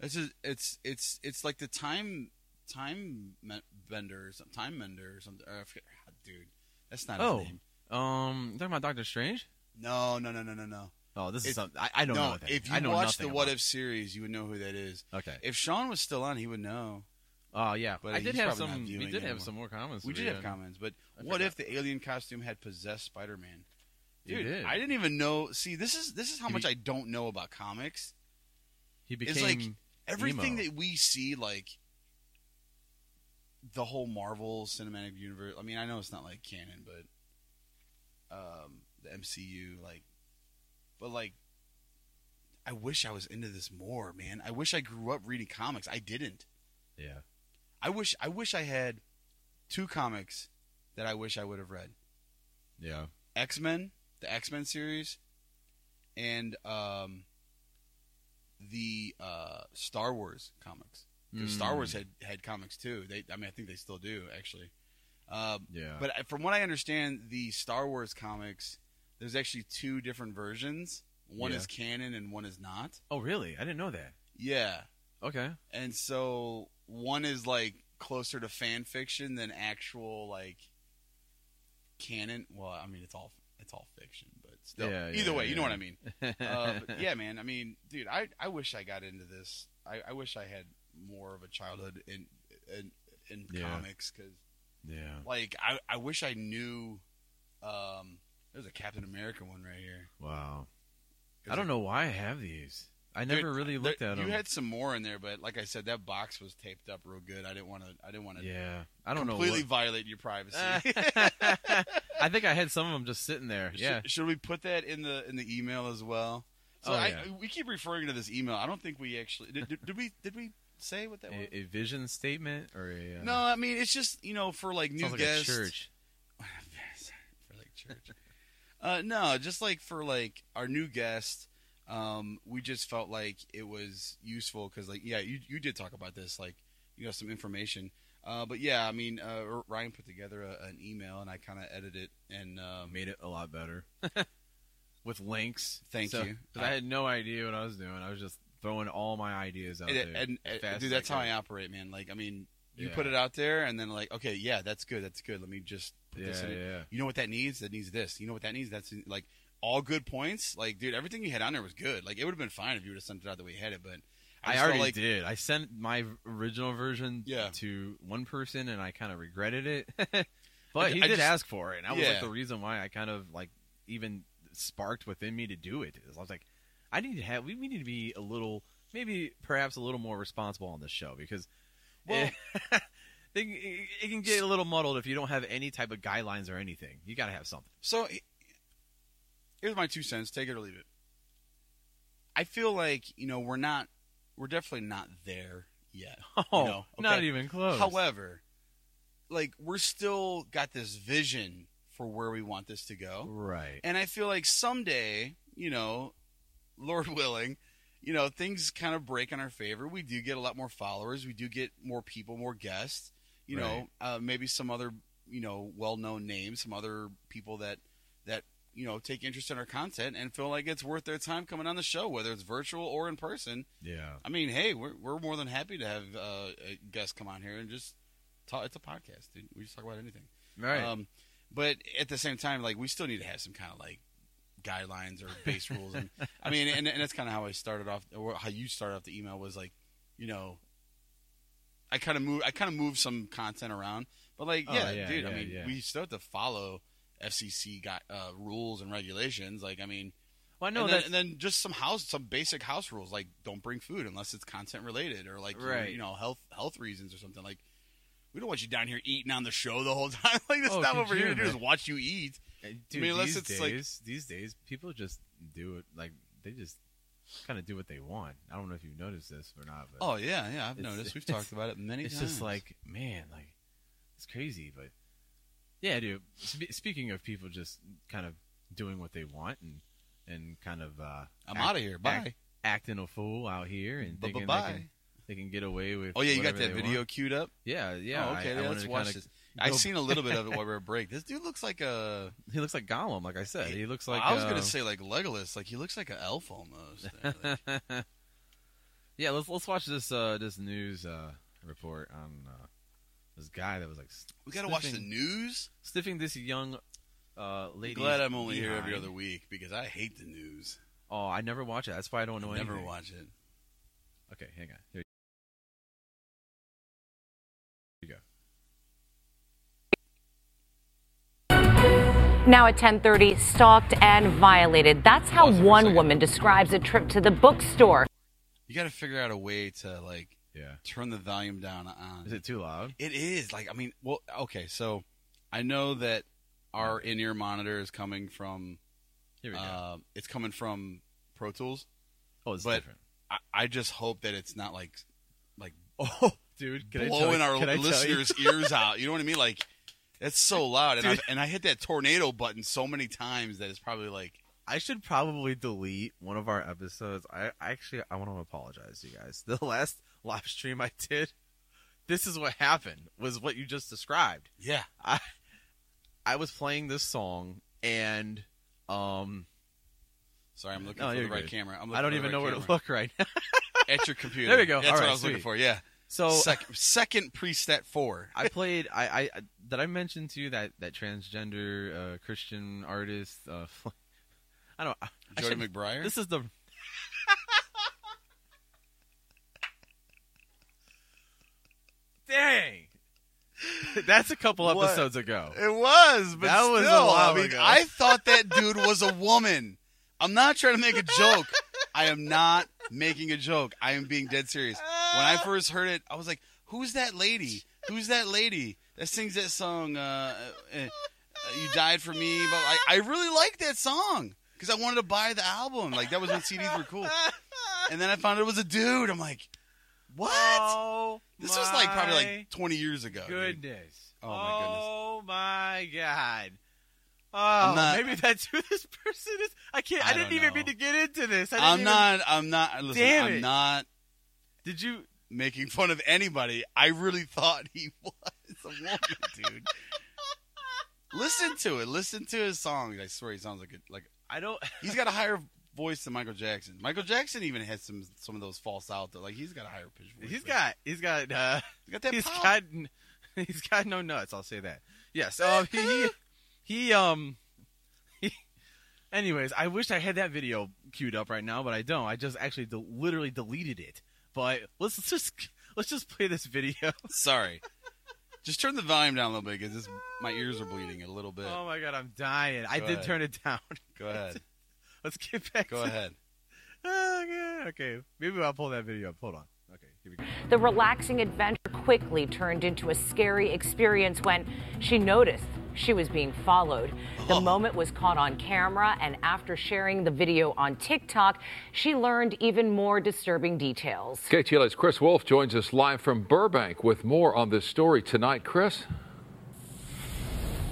It's just, it's it's it's like the time time me- bender, or some time mender, or something. Or I forget, ah, dude, that's not Oh. his name. Um, you talking about Doctor Strange? No, no, no, no, no, no. Oh, this is If- something I, I don't know. no, nothing. if you I know watch the nothing What about If series, you would know who that is. it. Okay. If Sean was still on, he would know. Oh yeah, But I did he's have probably not some. We viewing did have anymore. some more comments. We to did read have on- comments, but I what forgot. if the alien costume had possessed Spider-Man? You Dude, did. I didn't even know. See, this is this is how He much be- I don't know about comics. He became. It's like Everything Emo. that we see, like the whole Marvel Cinematic Universe. I mean, I know it's not like canon, but um, the MCU, like, but like, I wish I was into this more, man. I wish I grew up reading comics. I didn't. yeah. I wish I wish I had two comics that I wish I would have read. Yeah. X Men, the X Men series, and um, the uh, Star Wars comics. 'Cause Star Mm, Wars had had comics too. They, I mean, I think they still do actually. Um, Yeah. but I- from what I understand, the Star Wars comics, there's actually two different versions. One Yeah. is canon and one is not. oh really? I didn't know that. Yeah, Okay. and so one is like closer to fan fiction than actual like canon. Well, I mean, it's all it's all fiction, but still, Yeah, either yeah, way, you know yeah. what I mean. Uh, but yeah, man. I mean, dude, I, I wish I got into this. I, I wish I had more of a childhood in in, in Yeah. comics because yeah. like I, I wish I knew. Um, there's a Captain America one right here. Wow. There's I don't a- know why I have these. I never Dude, really there- looked at them. You had some more in there, but like I said, that box was taped up real good. I didn't want to. I didn't want to. yeah. I don't completely know. Eh, violate your privacy. What... I think I had some of them just sitting there. Should- Yeah. Should, we put that in the in the email as well? So Oh, I, yeah. we keep referring to this email. I don't think we actually did, did, did we did we say what that was? A, a vision statement or a uh, No, I mean it's just you know for like new sounds like guests. a church. for like church. uh, no, just like for like our new guest, um, we just felt like it was useful because like yeah, you you did talk about this like you know some information. Uh, but yeah, I mean uh, Ryan put together a, an email and I kind of edited it and um, Made it a lot better with links. Thank So- you. 'cause I had no idea what I was doing. I was just throwing all my ideas out and, there. and, and- fast dude, as I that's how can. I operate, man. Like I mean, you Yeah. put it out there and then like okay, yeah, that's good, that's good. Let me just put this yeah, in it. yeah. you know what that needs? That needs this. You know what that needs? That's like all good points. Like, dude, everything you had on there was good. Like, it would have been fine if you would have sent it out the way you had it, but I, just felt already like, did. I sent my original version Yeah. to one person, and I kind of regretted it. but I- he I did just- ask for it, and that was Yeah. like the reason why I kind of like even sparked within me to do it. Is I was like, I need to have. We, we need to be a little, maybe perhaps a little more responsible on this show because, Well- eh, it, it, can get a little muddled if you don't have any type of guidelines or anything. You got to have something. So here's my two cents. Take it or leave it. I feel like you know we're not, we're definitely not there yet. Oh, know, not okay. even close. However, like we're still got this vision for where we want this to go. right? And I feel like someday, you know, Lord willing, you know, things kind of break in our favor. We do get a lot more followers. We do get more people, more guests. You know, uh, maybe some other, you know, well-known names, some other people that that you know, take interest in our content and feel like it's worth their time coming on the show, whether it's virtual or in person. Yeah. I mean, hey, we're we're more than happy to have uh, a guest come on here and just talk. It's a podcast, dude. We just talk about anything. Right. Um, but at the same time, like we still need to have some kind of like guidelines or base rules. And I mean, and, and that's kind of how I started off, or how you started off the email was like, you know, I kind of move, I kind of move some content around, but like, Oh, yeah, yeah, dude. I yeah, mean, yeah. we still have to follow FCC got, uh, rules and regulations. Like, I mean, well, I know and, that. then, and then just some house, some basic house rules like don't bring food unless it's content related or like your, Right. you know health health reasons or something. Like we don't want you down here eating on the show the whole time. like that's Oh, not could what we're you here to do is imagine? watch you eat. Dude, mean, unless these it's, days, like- these days, people just do it. Like they just kind of do what they want. I don't know if you've noticed this or not. But Oh yeah, yeah. I've It's- noticed. We've it's- talked about it many it's times. just like, man, like it's crazy. But yeah, dude. Spe- speaking of people just kind of doing what they want and and kind of uh, I'm act- out of here. Bye. act- acting a fool out here and Bye thinking they bye. can, they can get away with. Oh yeah, you got whatever that they video want. queued up. Yeah, yeah. Oh, okay, I, I wanted let's to watch kinda this. I've go- seen a little bit of it while we were at break. This dude looks like a. He looks like Gollum, like I said. He looks like. I was uh, gonna say like Legolas. Like he looks like an elf almost. Like, yeah, let's let's watch this uh, this news uh, report on uh, this guy that was like s- we gotta watch the Sniffing. news. sniffing this young uh, lady. Glad I'm only here behind. every other week because I hate the news. Oh, I never watch it. That's why I don't know Never anything. watch it. Okay, hang on. Here you go. Now at 10:30, stalked and violated. That's how Pause it for a one second. woman describes a trip to the bookstore. You got to figure out a way to like Yeah. turn the volume down on. Is it too loud? It is like I mean, well, okay, so I know that our in-ear monitor is coming from. Mm. Here we go. Uh, it's coming from Pro Tools. oh, it's but- different. I, I just hope that it's not like like Oh, dude, can I tell blowing you, our can I tell you? listeners' ears out. You know what I mean? Like that's so loud, and I and I hit that tornado button so many times that it's probably like I should probably delete one of our episodes. I I actually I want to apologize to you guys. The last live stream I did, this is what happened. Was what you just described. yeah. I was playing this song and um Sorry, I'm looking No, for the you're right good. camera. I'm looking I don't for the right even know where camera. to look right now. At your computer. There we go. That's All what I right, was looking sweet. for. Yeah. So Sec- second preset four. I played. I, I did I mention to you that that transgender uh, Christian artist. Uh, I don't. I, I Jody should- McBriar. This is the. Dang, that's a couple What? episodes ago. it was, but That was a still, while I mean, ago. I thought that dude was a woman. I'm not trying to make a joke. I am not making a joke. I am being dead serious. When I first heard it, I was like, "Who's that lady? Who's that lady that sings that song? Uh, uh, uh, you died for me." But I, I really liked that song because I wanted to buy the album. Like that was when CDs were cool. And then I found it was a dude. I'm like, "What?" Oh, This was like probably my like 20 years ago. dude. goodness. Oh, my goodness. Oh my god. Oh, not- maybe that's who this person is. I can't. I, I didn't don't even know. mean to get into this. I didn't I'm even- not. I'm not. Listen, Damn I'm it. not Did you? making fun of anybody. I really thought he was a woman, dude. Listen to it. Listen to his songs. I swear, he sounds like a, like I don't. he's got a higher voice than Michael Jackson. Michael Jackson even had some some of those false out though. Like he's got a higher pitch. Voice, He's but got. He's got. Uh, he's got that. he's pop. got. He's got no nuts. I'll say that. Yes. Um. He. He. he, um. he- anyways, I wish I had that video queued up right now, but I don't. I just actually del literally deleted it. But let's, let's just let's just play this video. Sorry. Just turn the volume down a little bit because this- my ears are bleeding a little bit. Oh my god, I'm dying. I Go did ahead. turn it down. Go ahead. Let's get back. Go to ahead. Okay, okay. Maybe I'll pull that video up. Hold on. Okay, here we go. The relaxing adventure quickly turned into a scary experience when she noticed she was being followed. The moment was caught on camera, and after sharing the video on TikTok, she learned even more disturbing details. KTLA's Chris Wolf joins us live from Burbank with more on this story tonight. Chris?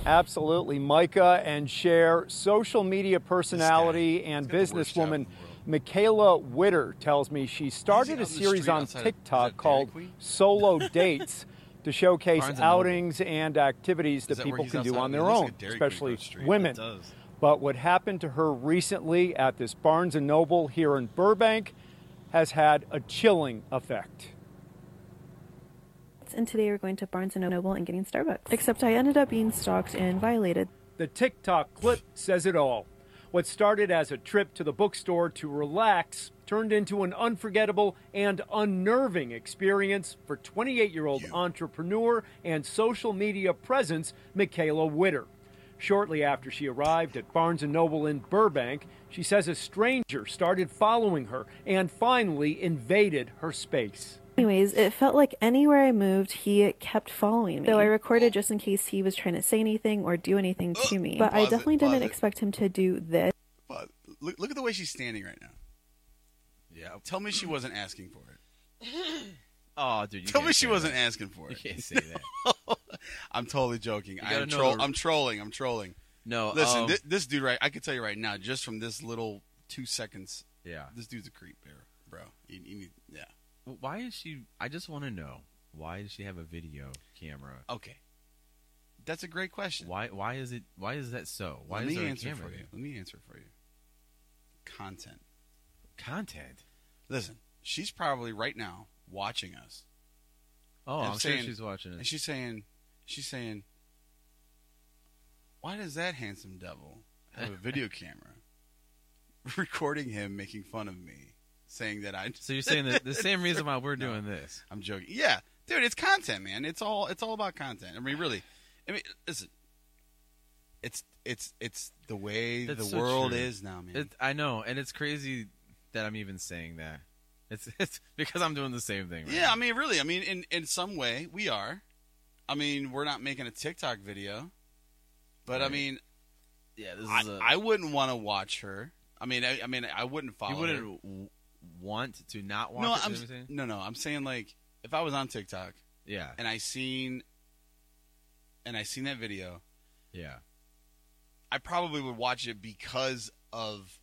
Absolutely. Micah and Cher, social media personality He's and got the worst job in businesswoman the world. Michaela Witter tells me she out started in the a series street on outside of- is TikTok that Dairy called Queen? Solo Dates to showcase Barnes and Noble. outings and activities Is that that where people he's can do outside? on It their looks like own, a Dairy Queen especially across the street. It women. does. But what happened to her recently at this Barnes & Noble here in Burbank has had a chilling effect. And today we're going to Barnes & Noble and getting Starbucks. Except I ended up being stalked and violated. The TikTok clip says it all. What started as a trip to the bookstore to relax turned into an unforgettable and unnerving experience for 28 year old entrepreneur and social media presence Michaela Witter. Shortly after she arrived at Barnes & Noble in Burbank, she says a stranger started following her and finally invaded her space. Anyways, it felt like anywhere I moved, he kept following me. Though I recorded just in case he was trying to say anything or do anything to me. But I Pause it, definitely pause didn't it. expect him to do this. But look, look at the way she's standing right now. Yeah. Tell me she wasn't asking for it. Oh, dude. You Tell me can't she say wasn't that. asking for You it. can't say that. I'm totally joking. gotta I'm, know troll- the- I'm trolling. I'm trolling. No. Listen, um, thi- this dude right, I can tell you right now, just from this little two seconds, yeah. this dude's a creep, bro. Bro, you, you need, yeah. Why is she? I just want to know. Why does she have a video camera? Okay, that's a great question. Why? Why is it? Why is that so? Why Let is me there a answer camera? for you. there? Let me answer for you. Content. Content. Listen, she's probably right now watching us, Oh, I'm I'm, sure saying- she's watching and it. she's saying, she's saying, why does that handsome devil have a video camera recording him making fun of me, saying that I So you're saying that the same reason why we're doing this? I'm joking. Yeah, dude, it's content, man. It's all it's all about content. I mean, really. I mean, listen. It's it's it's the way That's the so world true. is now, man. It, I know, and it's crazy that I'm even saying that. It's it's because I'm doing the same thing. Right yeah, now. I mean, really. I mean, in in some way, we are. I mean, we're not making a TikTok video, but I Right. mean, yeah. This I is a. I wouldn't want to watch her. I mean, I, I mean, I wouldn't follow. you her. wouldn't w- want to not watch No, it. I'm is what you're saying? no, no. I'm saying like if I was on TikTok Yeah. and I seen and I seen that video, Yeah. I probably would watch it because of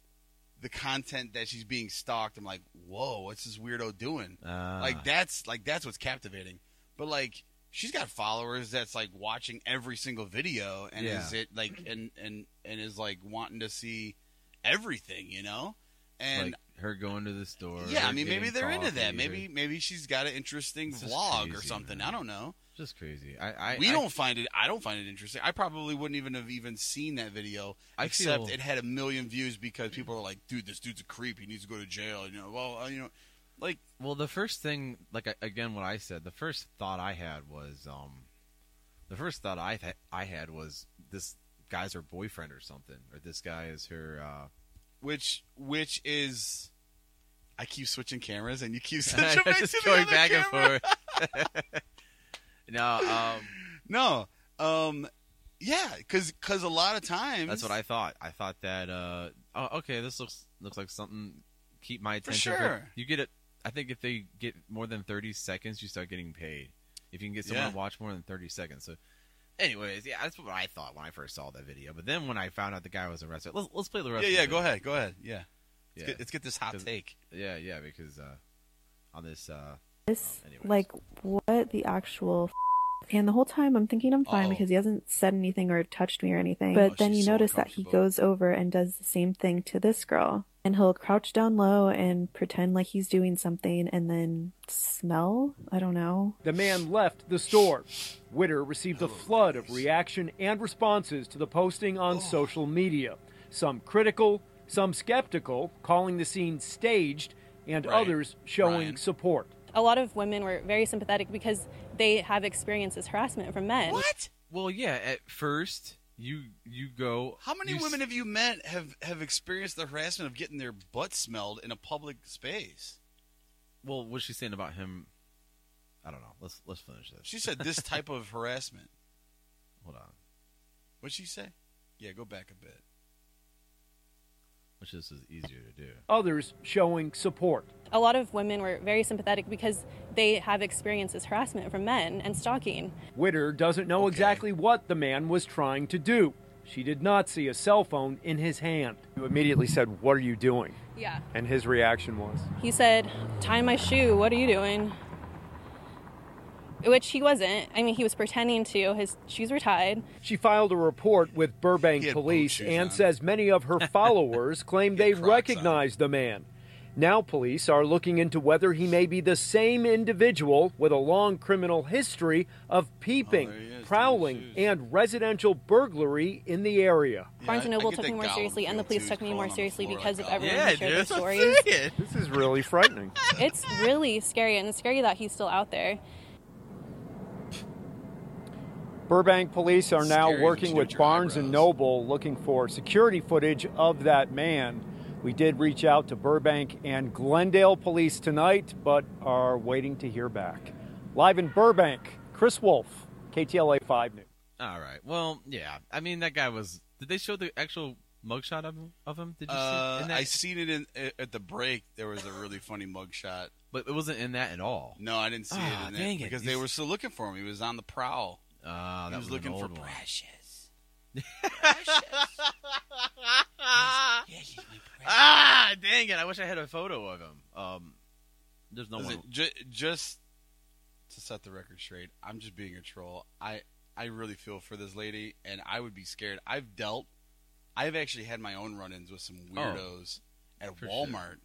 the content that she's being stalked. I'm like, whoa, what's this weirdo doing? Uh, like that's like that's what's captivating. But like she's got followers that's like watching every single video and Yeah. is it like and and and is like wanting to see everything, you know? And like her going to the store. yeah, her I mean maybe getting they're into coffee, her- that. Maybe maybe she's got an interesting This is vlog or crazy, something. man. I don't know. just crazy. I, I we I- don't find it I don't find it interesting. I probably wouldn't even have even seen that video I except feel, it had a million views because people are like, "Dude, this dude's a creep. He needs to go to jail." You know, well, uh, you know, like Well, the first thing, like I- again, what I said, the first thought I had was, um, the first thought I th- I had was this guy's her boyfriend or something, or this guy is her. Uh, which which is, I keep switching cameras and you keep switching back just to the going other back camera. and forth. no, um, No, um, yeah, because a lot of times that's what I thought. I thought that, uh, oh, okay, this looks looks like something keep my For attention. sure. you get it. I think if they get more than thirty seconds, you start getting paid. If you can get someone Yeah. to watch more than thirty seconds, so. Anyways, yeah, that's what I thought when I first saw that video. But then when I found out the guy was arrested, let's, let's play the rest. Yeah, of yeah. the Go video. ahead, go ahead. Yeah, Yeah, Let's, get, let's get this hot 'Cause- take. yeah, yeah, because uh, on this, uh, This, Anyways. like, what the actual. F- and the whole time I'm thinking I'm fine Uh-oh. because he hasn't said anything or touched me or anything. Oh, But then she's you so notice that he uncomfortable. goes over and does the same thing to this girl. And he'll crouch down low and pretend like he's doing something and then smell? I don't know. The man left the store. Witter received a flood of reaction and responses to the posting on social media. Some critical, some skeptical, calling the scene staged, and Right. others showing Ryan. support. A lot of women were very sympathetic because they have experienced this harassment from men. What? well, yeah, at first you you go. How many you s- women have you met have have experienced the harassment of getting their butt smelled in a public space? well, what's she saying about him? I don't know. Let's let's finish this. She said this type of harassment. Hold on. What'd she say? Yeah, go back a bit. Which this is easier to do. Others showing support. A lot of women were very sympathetic because they have experienced this harassment from men and stalking. Witter doesn't know Okay. exactly what the man was trying to do. She did not see a cell phone in his hand. You immediately said, What are you doing? Yeah. And his reaction was, He said, Tie my shoe, what are you doing? which he wasn't. I mean, he was pretending to. His shoes were tied. She filed a report with Burbank He had boat police shoes and on. says many of her followers claim they Crocs on. recognize the man. Now, police are looking into whether he may be the same individual with a long criminal history of peeping, Oh, there he is, tied prowling, shoes. and residential burglary in the area. Barnes and I- I Noble get took that me more Gollum seriously, and the feel, police too, took me crawling more on the seriously floor because like oh. of Gollum. everyone Yeah, who dude, shared their that's what I'm stories. saying. This is really frightening. It's really scary, and it's scary that he's still out there. Burbank police are now Scary working looking with at your Barnes and eyebrows. Noble looking for security footage of that man. We did reach out to Burbank and Glendale police tonight, but are waiting to hear back. Live in Burbank, Chris Wolf, KTLA 5 News. All right. Well, yeah. I mean, that guy was. Did they show the actual mugshot of him? Of him? Did you see? it Uh, In that? I seen it in at- at the break. There was a really funny mugshot. But it wasn't in that at all. No, I didn't see Ah, it in dang that it. because You they s- were still looking for him. He was on the prowl. Ah, he that was was looking an for old one. precious. Ah, dang it! I wish I had a photo of him. Um, there's no Listen, one. ju- just to set the record straight, I'm just being a troll. I I really feel for this lady, and I would be scared. I've dealt. I've actually had my own run-ins with some weirdos at Oh. for Walmart.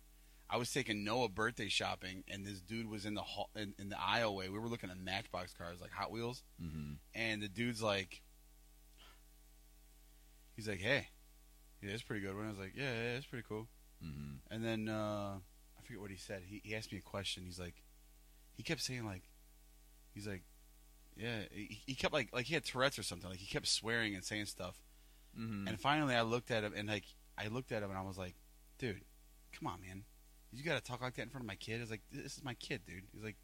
I was taking Noah birthday shopping, and this dude was in the hall, in, in the aisleway. We were looking at Matchbox cars, like Hot Wheels, Mhm. and the dude's like, he's like, "Hey, yeah, that's pretty good." one." I was like, "Yeah, yeah, that's pretty cool." Mhm. And then uh, I forget what he said. He, he asked me a question. He's like, he kept saying like, he's like, yeah. He, he kept like like he had Tourette's or something. Like he kept swearing and saying stuff. Mhm. And finally, I looked at him and like I looked at him and I was like, dude, come on, man. You gotta talk like that in front of my kid. I was like, this is my kid, dude. He's like,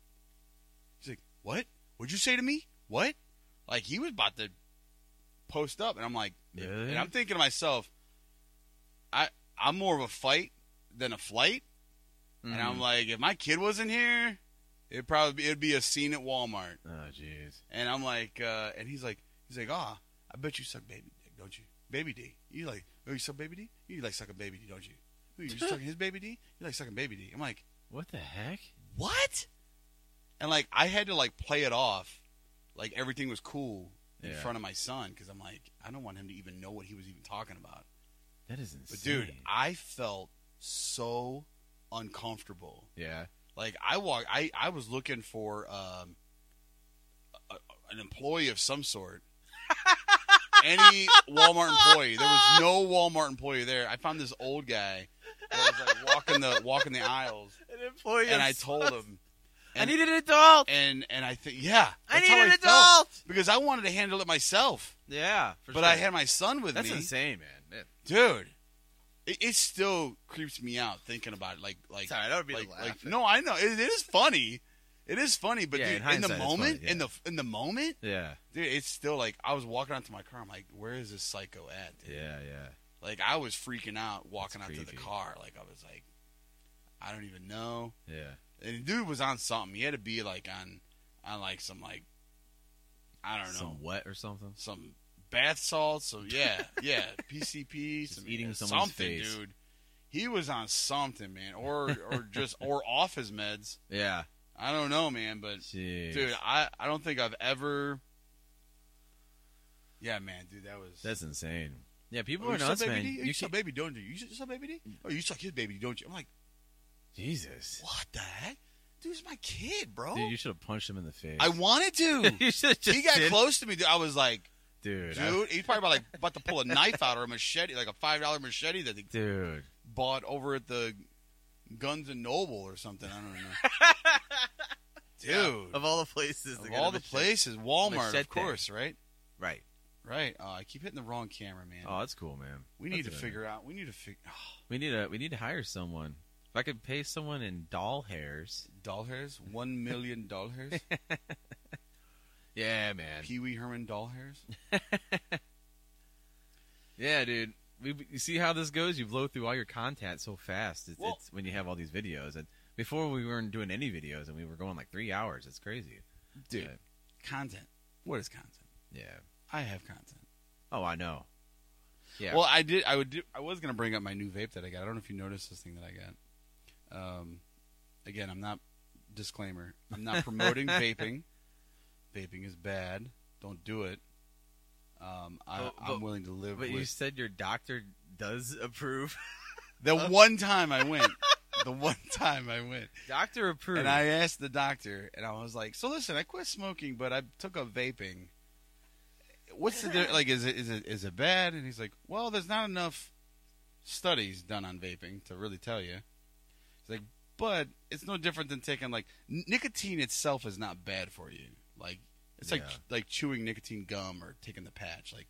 he's like, what? What'd you say to me? What? Like he was about to post up, and I'm like, Really? and I'm thinking to myself, I I'm more of a fight than a flight, and Mm-hmm. I'm like, if my kid wasn't here, it'd probably be, it'd be a scene at Walmart. Oh, jeez. And I'm like, uh, and he's like, he's like, ah, I bet you suck baby dick, don't you? Baby D. You like, oh, you suck baby D? You like sucking baby D, don't you? Ooh, you sucking his baby D? You like sucking baby D? I'm like, What the heck? what? And like, I had to like play it off, like everything was cool in Yeah. front of my son, because I'm like, I don't want him to even know what he was even talking about. That is But insane. dude, I felt so uncomfortable. yeah. Like I walk, I I was looking for um, a, a- an employee of some sort. Any Walmart employee. There was no Walmart employee there. I found this old guy that was like walking the walking the aisles, An employee. and I told him, I needed an adult. and and I think yeah, I that's how need an felt, adult. because I wanted to handle it myself, Yeah. for but I sure. had my son with That's me, insane, man. man. dude. It, it still creeps me out thinking about it. Like like It's all right. That would be like, the like laugh. no, I know it, it is funny. It is funny, but Yeah, dude, in, in the hindsight, it's moment, funny, in the in the moment, Yeah. dude, it's still like I was walking out to my car. I'm like, where is this psycho at? Dude? Yeah. Yeah. Like I was freaking out walking out That's to the creepy. car. Like I was like, I don't even know. Yeah. And the dude was on something. He had to be like on on like some like I don't know Some wet or something. some bath salts. Some yeah yeah PCP. Just some eating someone's something, face. dude. He was on something, man, or or just or off his meds. Yeah. I don't know, man, but Jeez. dude, I, I don't think I've ever. Yeah, man, dude, that was. That's insane. Yeah, Oh, people you are saw nuts, baby man. D? Oh, You, You saw can't- baby, don't you? You saw baby D? Oh, you suck his baby, don't you? I'm like, Jesus. what the heck, dude? It's my kid, bro. Dude, you should have punched him in the face. I wanted to. you should have just he got did- close to me, dude. I was like, Dude. I- dude, he's probably about, like about to pull a knife out or a machete, like a five dollar machete that he Dude. bought over at the Guns and Noble or something. I don't know, dude. Of all the places. of all the places, Walmart, machete. of course, right? Right. Right. Uh, I keep hitting the wrong camera, man. Oh, that's cool, man. we That's need to a good figure out. We need to figure. Oh, idea. We need a. We need to hire someone. If I could pay someone in doll hairs. doll hairs. One million doll hairs. Yeah, man. Pee Wee Herman doll hairs. Yeah, dude. We, you see how this goes? You blow through all your content so fast. It's, Well- it's when you have all these videos. And before we weren't doing any videos, and we were going like three hours. It's crazy, Dude, Uh, content. What is content? yeah. I have content. Oh, I know. Yeah. Well, I did. I would. Do, I was gonna bring up my new vape that I got. I don't know if you noticed this thing that I got. Um, again, I'm not. Disclaimer: I'm not promoting vaping. Vaping is bad. Don't do it. Um, I, But- I'm but- willing to live But with. you said your doctor does approve. the oh. one time I went, the one time I went, doctor approved. and I asked the doctor, and I was like, "So listen, I quit smoking, but I took up vaping. What's the di- like? Is it is it is it bad?" And he's like, "Well, there's not enough studies done on vaping to really tell you." He's like, "But it's no different than taking like n- nicotine itself is not bad for you. Like it's like Yeah. like chewing nicotine gum or taking the patch. Like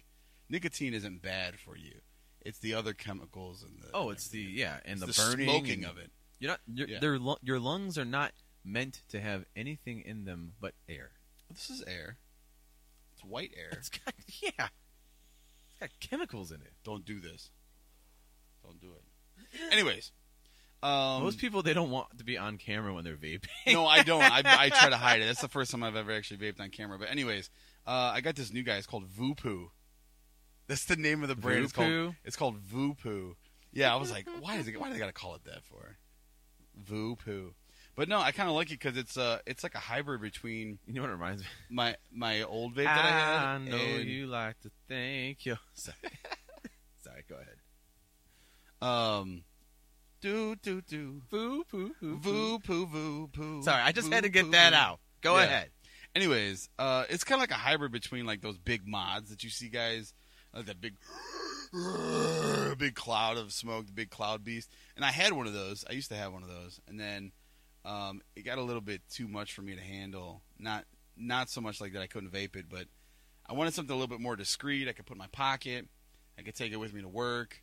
nicotine isn't bad for you. It's the other chemicals and the oh, it's the yeah, and it's the, burning smoking and- of it. You're not. Your, Yeah. their lu- your lungs are not meant to have anything in them but air. This is air. It's white air. It's got yeah. It's got chemicals in it. don't do this. Don't do it. Anyways, um, Most people they don't want to be on camera when they're vaping. no, I don't. I, I try to hide it. That's the first time I've ever actually vaped on camera. But anyways, uh, I got this new guy. It's called Voopoo. That's the name of the brand. It's called, Voopoo? it's called Voopoo. Yeah, I was like, why is it? Why do they gotta call it that for? Voopoo. But no, I kind of like it because it's uh, it's like a hybrid between You know what it reminds me? my my old vape that I had. know and- you like to thank you. Sorry. Sorry, go ahead. Um, do do do. Boo, poo, poo, Voo poo voo poo. Sorry, I just had to Voo, get poo, that voo. out. Go Yeah. ahead. Anyways, uh, it's kind of like a hybrid between like those big mods that you see guys, like that big, big cloud of smoke, the big cloud beast. And I had one of those. I used to have one of those, and then um, it got a little bit too much for me to handle. Not not so much like that I couldn't vape it, but I wanted something a little bit more discreet. I could put in my pocket. I could take it with me to work.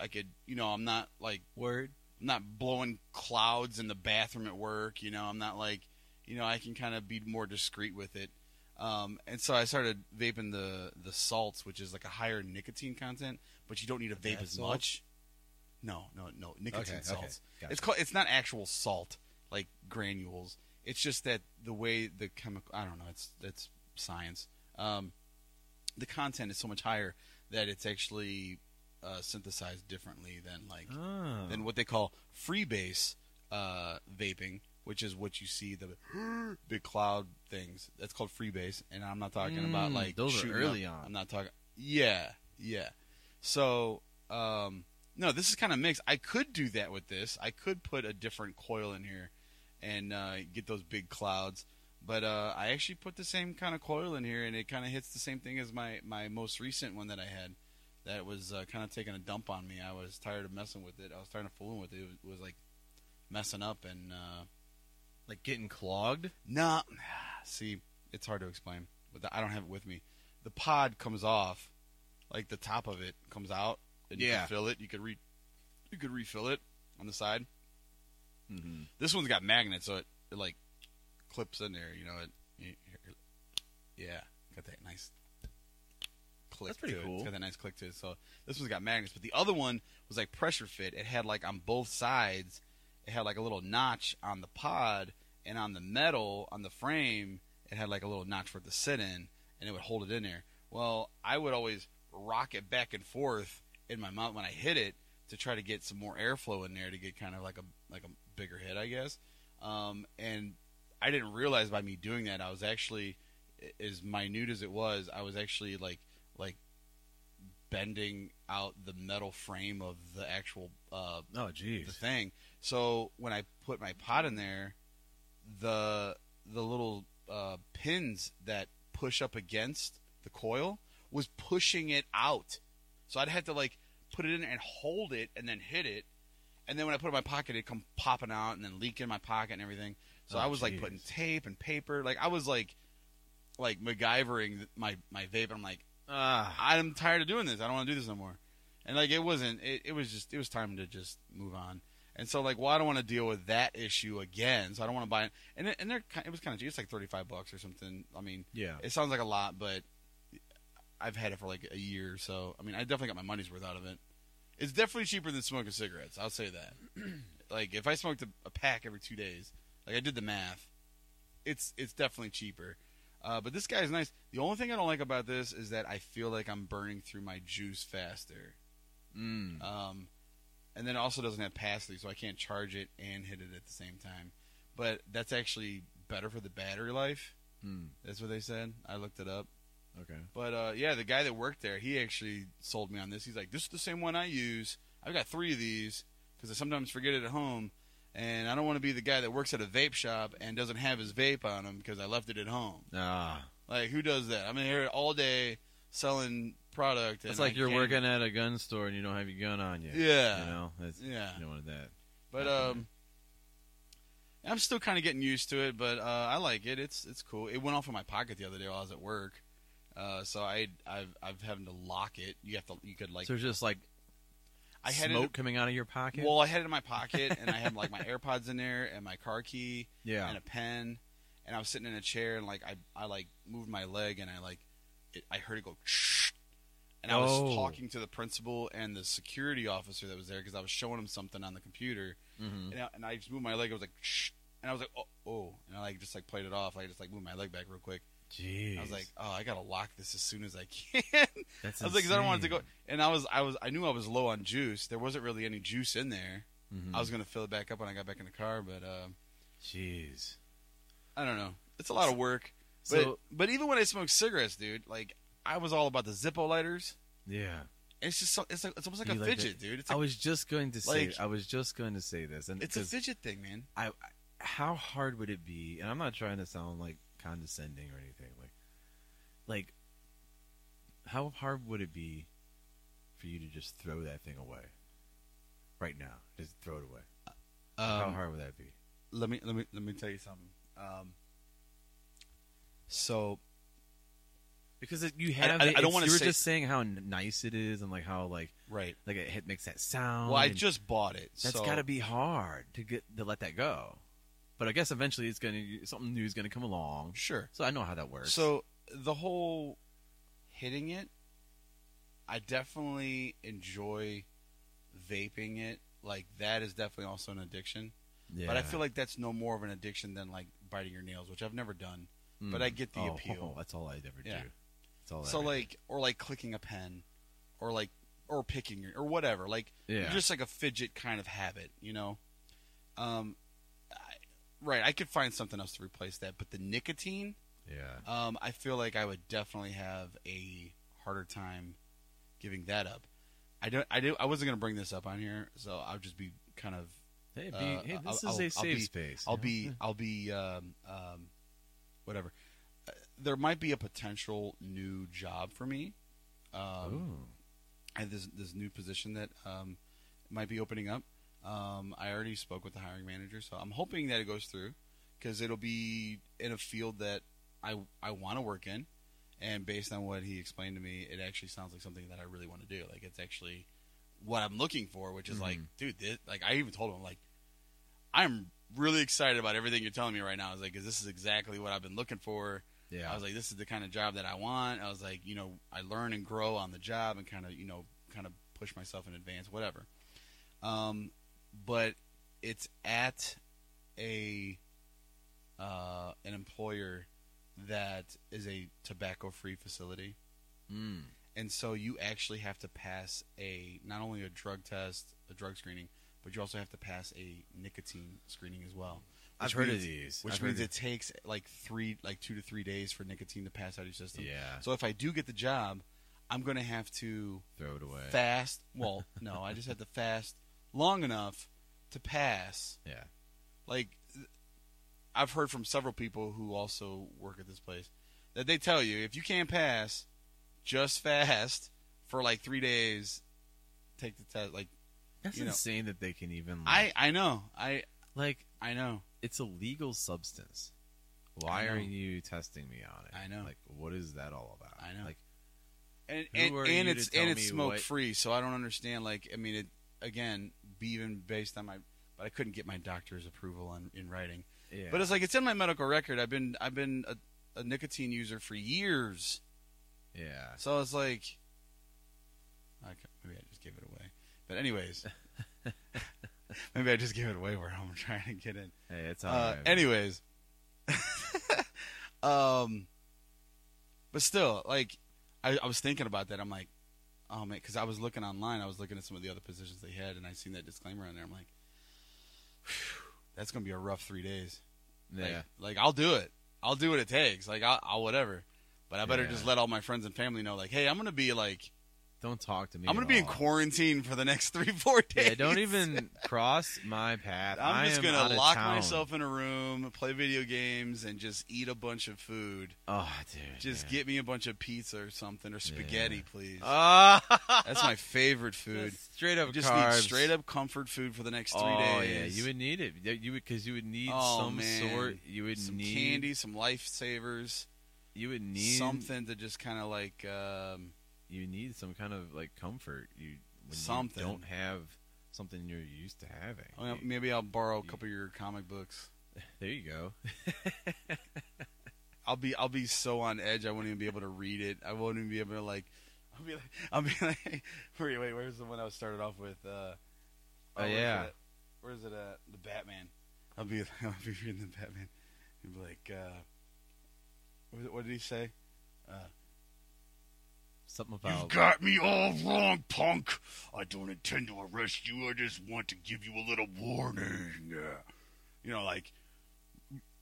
I could, you know, I'm not like Word. I'm not blowing clouds in the bathroom at work. You know, I'm not like, you know, I can kind of be more discreet with it. Um, and so I started vaping the the salts, which is like a higher nicotine content, but you don't need to vape Bath as salts? much. No, no, no, nicotine okay, salts. gotcha. It's called. It's not actual salt like granules. It's just that the way the chemical. I don't know. It's that's science. Um, the content is so much higher that it's actually uh, synthesized differently than like Oh. than what they call freebase uh, vaping, which is what you see the big cloud things. That's called freebase, and I'm not talking about Mm, like those are shooting early up. on. I'm not talking. Yeah, yeah. So um, no, this is kind of mixed. I could do that with this. I could put a different coil in here and uh, get those big clouds. But uh, I actually put the same kind of coil in here, and it kind of hits the same thing as my, my most recent one that I had. That was uh, kind of taking a dump on me. I was tired of messing with it. I was tired of fooling with it. It was, was like messing up, and uh, Like getting clogged. no, see, it's hard to explain. But the, I don't have it with me. The pod comes off, like the top of it comes out, and you Yeah. can fill it. You could re, you could refill it on the side. Mm-hmm. This one's got magnets, so it, it like clips in there. You know it. you- you- Yeah, got that nice click. That's pretty to it. cool. It's got that nice click to it. So this one's got magnets, but the other one was like pressure fit. It had like on both sides, it had like a little notch on the pod and on the metal on the frame. It had like a little notch for it to sit in, and it would hold it in there. Well, I would always rock it back and forth in my mouth when I hit it to try to get some more airflow in there to get kind of like a like a bigger hit, I guess. Um, and I didn't realize by me doing that I was actually a- as minute as it was, I was actually like like bending out the metal frame of the actual uh, Oh, the jeez. thing. So when I put my pot in there, the the little uh, pins that push up against the coil was pushing it out. So I'd have to like put it in and hold it and then hit it. And then when I put it in my pocket, it'd come popping out and then leak in my pocket and everything. So Oh, I was like jeez. putting tape and paper. Like I was like like MacGyvering my my vape. I'm like Ah. I'm tired of doing this. I don't want to do this no more. And like it wasn't. It, it was just. It was time to just move on. And so like, well, I don't want to deal with that issue again. So I don't want to buy it. And it, and they're ki- it was kind of cheap. It's like thirty five bucks or something. I mean, Yeah. it sounds like a lot, but I've had it for like a year. So I mean, I definitely got my money's worth out of it. It's definitely cheaper than smoking cigarettes. I'll say that. like if I smoked a, a pack every two days, like I did the math, it's it's definitely cheaper. Uh, but this guy's nice. The only thing I don't like about this is that I feel like I'm burning through my juice faster. Mm. Um, and then it also doesn't have pass through, so I can't charge it and hit it at the same time. But that's actually better for the battery life. That's what they said. I looked it up. Okay. But uh, yeah, the guy that worked there, he actually sold me on this. He's like, "This is the same one I use. I've got three of these because I sometimes forget it at home, and I don't want to be the guy that works at a vape shop and doesn't have his vape on him because I left it at home. Ah, Like, who does that? I'm in here all day selling product. it's and like I you're can't- working at a gun store and you don't have your gun on you. Yeah. You know. That's, Yeah. You don't want that. But um, I'm still kind of getting used to it. But uh, I like it. It's it's cool. It went off in my pocket the other day while I was at work. Uh, so I I've I've having to lock it. You have to you could like so it's just like I had it- smoke coming out of your pocket. Well, I had it in my pocket, and I had like my AirPods in there, and my car key, Yeah. and a pen, and I was sitting in a chair, and like I, I like moved my leg, and I like, it, I heard it go, and I was Oh. talking to the principal and the security officer that was there because I was showing him something on the computer, Mhm. and, I, and I just moved my leg. I was like, and I was like, oh, oh, and I like just like played it off. I just like moved my leg back real quick. Jeez. I was like, oh, I gotta lock this as soon as I can. That's I was like, 'cause I don't want it to go. insane. And I was, I was, I knew I was low on juice. There wasn't really any juice in there. Mhm. I was gonna fill it back up when I got back in the car, but uh, Jeez. I don't know. It's a lot of work. But, So- but even when I smoked cigarettes, dude, like I was all about the Zippo lighters. Yeah. It's just, so, it's like, it's almost like a You like fidget, that? dude. It's I like, was just going to say. like- I was just going to say this, and it's a 'cause fidget thing, man. I, I- how hard would it be? And I'm not trying to sound like condescending or anything. Like, like, how hard would it be for you to just throw that thing away right now? Just throw it away. how hard would that be? Um, let me let me let me tell you something. Um, so Because it, you have. I- it, I don't it's- wanna You were say- just saying how n- nice it is, and like how like right. like it, hit- makes that sound. Well, I and just bought it. Um, That's so- got to be hard to get to let that go. But I guess eventually it's gonna something new is gonna come along. sure. So I know how that works. So the whole hitting it, I definitely enjoy vaping it. Like that is definitely also an addiction. yeah. But I feel like that's no more of an addiction than like biting your nails, which I've never done. But I get the Oh, appeal. that's all I ever Yeah. do. That's all. I So ever like or like clicking a pen or like or picking your or whatever. Like Yeah. you're just like a fidget kind of habit, you know. Um I, right, I could find something else to replace that, but the nicotine do. yeah. um, I feel like I would definitely have a harder time giving that up. I don't. I do. I wasn't gonna bring this up on here, so I'll just be kind of. Hey, be, uh, hey, I'll- this I'll- is I'll a safe be- space. I'll you know? be. I'll be. Um, um, whatever. Uh, There might be a potential new job for me. Um, Ooh. I have this this new position that um, might be opening up. Um, I already spoke with the hiring manager, so I'm hoping that it goes through because it'll be in a field that I I want to work in, and based on what he explained to me, it actually sounds like something that I really want to do. Like it's actually what I'm looking for, which is like, dude, this, like I even told him like I'm really excited about everything you're telling me right now. I was like, 'Cause this is exactly what I've been looking for. Yeah. I was like, this is the kind of job that I want. I was like, you know, I learn and grow on the job and kind of, you know, kind of push myself in advance, whatever. Um, but it's at a uh, an employer that is a tobacco-free facility, Mm. and so you actually have to pass a not only a drug test, a drug screening, but you also have to pass a nicotine screening as well. I've Which heard of means- these. Which I've heard means of- it takes like three, like two to three days for nicotine to pass out of your system. Yeah. So if I do get the job, I'm going to have to Throw it away. fast. Well, no, I just have to fast long enough to pass yeah. like th- I've heard from several people who also work at this place that they tell you if you can't pass, just fast for like three days, take the test. Like That's you know. insane that they can even. I, Like, I know, I, like I know. it's a legal substance. Why know. are you testing me on it? I know. Like, what is that all about? I know. Like, and Who and, are and you it's to tell and it's me smoke what- free, so I don't understand. Like, I mean, it again, be even based on my, but I couldn't get my doctor's approval on in writing. yeah. But it's like it's in my medical record. I've been I've been a, a nicotine user for years. yeah. So I was like, I c- maybe I just gave it away. But anyways, maybe I just gave it away where I'm trying to get in. Hey, it's all Uh, right. anyways, um, but still, like, I, I was thinking about that. I'm like, oh man, because I was looking online. I was looking at some of the other positions they had, and I seen that disclaimer on there. I'm like, "Phew, that's gonna be a rough three days. Yeah. Like, like I'll do it. I'll do what it takes. Like I'll, I'll whatever. But I better Yeah. just let all my friends and family know. Like, hey, I'm gonna be like, Don't talk to me. I'm gonna at be in all. quarantine for the next three, four days. Yeah, don't even cross my path. I'm I just am out gonna of lock town. myself in a room, play video games, and just eat a bunch of food. Oh, dude. Just man. get me a bunch of pizza or something or spaghetti, please. Ah, That's my favorite food. straight up just carbs. need straight up comfort food for the next three oh, days. yeah, you would need it. Yeah, You would because you would need Oh, some man. sort. You would some need candy, some lifesavers, You would need something to just kind of like. Um, You need some kind of like comfort. You when Something. You don't have something you're used to having. well, You- Oh, maybe I'll borrow a couple of your comic books. there you go. I'll be I'll be so on edge. I won't even be able to read it. I won't even be able to like. I'll be like I'll be like. Wait, wait. Where's the one I was started off with? Uh, oh, Oh, where's yeah. it at? Where's it at? The Batman. I'll be I'll be reading the Batman. And be like, uh, what, was it- what did he say? Something about You've got me all wrong, punk. I don't intend to arrest you. I just want to give you a little warning. You know, like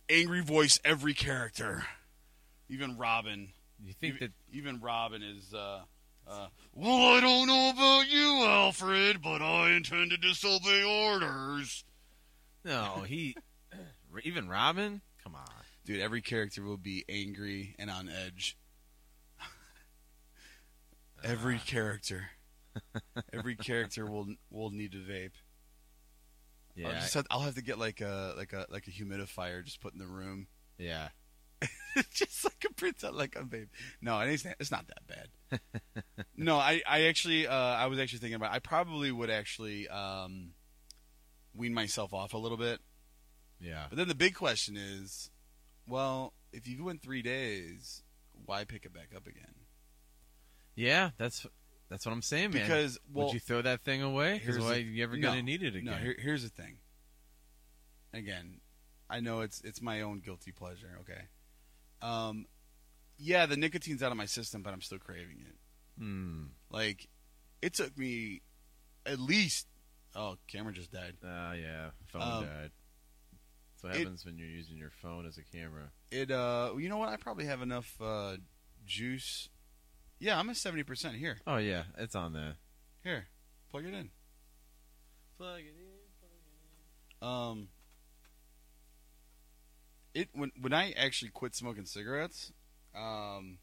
angry voice every character, even Robin. you think that even, even Robin is. Uh, uh, Well, I don't know about you, Alfred, but I intend to disobey orders. no he even Robin. Come on. dude, every character will be angry and on edge. every character, every character will will need to vape. Yeah. I'll, just have, I'll have to get like a like a like a humidifier just put in the room, yeah. just like a pretend like a vape. No, it ain't, it's not that bad. no, I I actually uh, I was actually thinking about I probably would actually um, wean myself off a little bit. Yeah. But then the big question is, well, if you went three days, why pick it back up again? Yeah. That's that's what I'm saying, man. Because well, would you throw that thing away? Because here's why the- are you ever no, gonna need it again? No, here, here's the thing. Again, I know it's it's my own guilty pleasure. Okay. Um, yeah, the nicotine's out of my system, but I'm still craving it. Hmm. Like, it took me at least. Oh, camera just died. Ah, yeah. Phone Um, died. That's what it- happens when you're using your phone as a camera. It uh, you know what? I probably have enough uh, juice. Yeah, I'm at seventy percent here. Oh yeah, it's on there. Here, plug it in. Plug it Um, it when when I actually quit smoking cigarettes, um,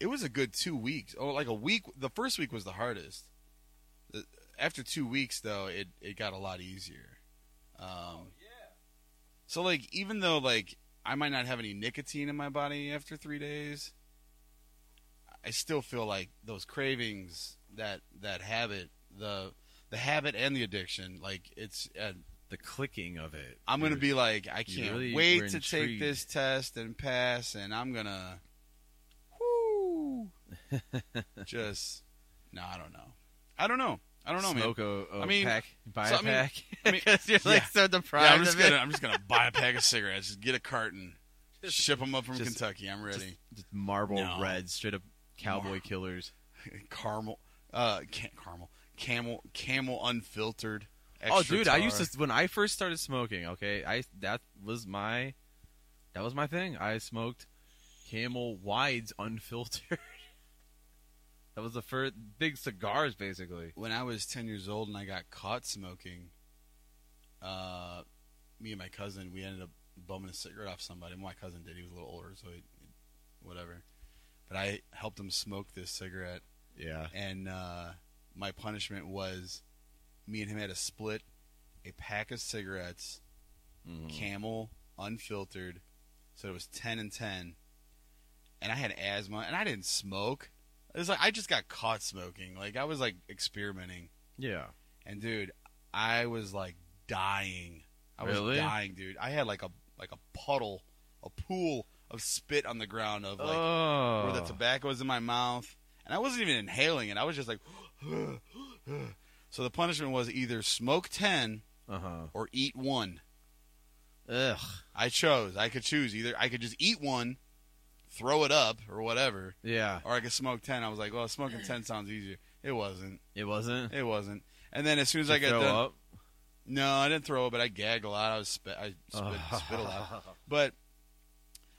it was a good two weeks. Oh, like a week. The first week was the hardest. The- After two weeks, though, it it got a lot easier. Um, Oh, yeah. So like, even though like I might not have any nicotine in my body after three days, I still feel like those cravings that that habit the the habit and the addiction like it's uh, The clicking of it. I'm gonna You're- be like, I you can't really wait were to take intrigued. this test and pass, and I'm gonna, whoo, just no, I don't know, I don't know, I don't know, smoke man. a, a I mean, pack, buy so, a I mean- pack. I mean, Because you're like yeah. so Yeah, deprived I'm just of it. gonna, I'm just gonna buy a pack of cigarettes, just get a carton, ship them up from just- Kentucky. I'm ready. Just marble No. red, straight up cowboy Mar- killers. Caramel, uh, can caramel, camel, camel unfiltered. oh, extra dude, I used tar. to when I first started smoking. Okay, I that was my that was my thing. I smoked Camel Wides unfiltered. that was the first big cigars, basically. when I was 10 years old and I got caught smoking, uh, me and my cousin, we ended up bumming a cigarette off somebody. My cousin did. He was a little older, so he, whatever. But I helped him smoke this cigarette, Yeah. and uh, my punishment was me and him had to split a pack of cigarettes, camel, unfiltered. So it was 10 and 10. And I had asthma, and I didn't smoke. It was like I just got caught smoking. Like I was like experimenting. Yeah. And dude, I was like dying. I Really? was dying, dude. I had like a like a puddle, a pool of spit on the ground of like oh. where the tobacco was in my mouth, and I wasn't even inhaling it. I was just like, so the punishment was either smoke ten uh huh. or eat one. Ugh. I chose. I could choose either. I could just eat one, throw it up or whatever, Yeah. or I could smoke ten. I was like, well, smoking ten sounds easier. It wasn't. It wasn't. It wasn't. And then as soon as I Did you got throw done, up? Oh. No, I didn't throw up, but I gagged a lot. I was spit, I spit, spit a lot. But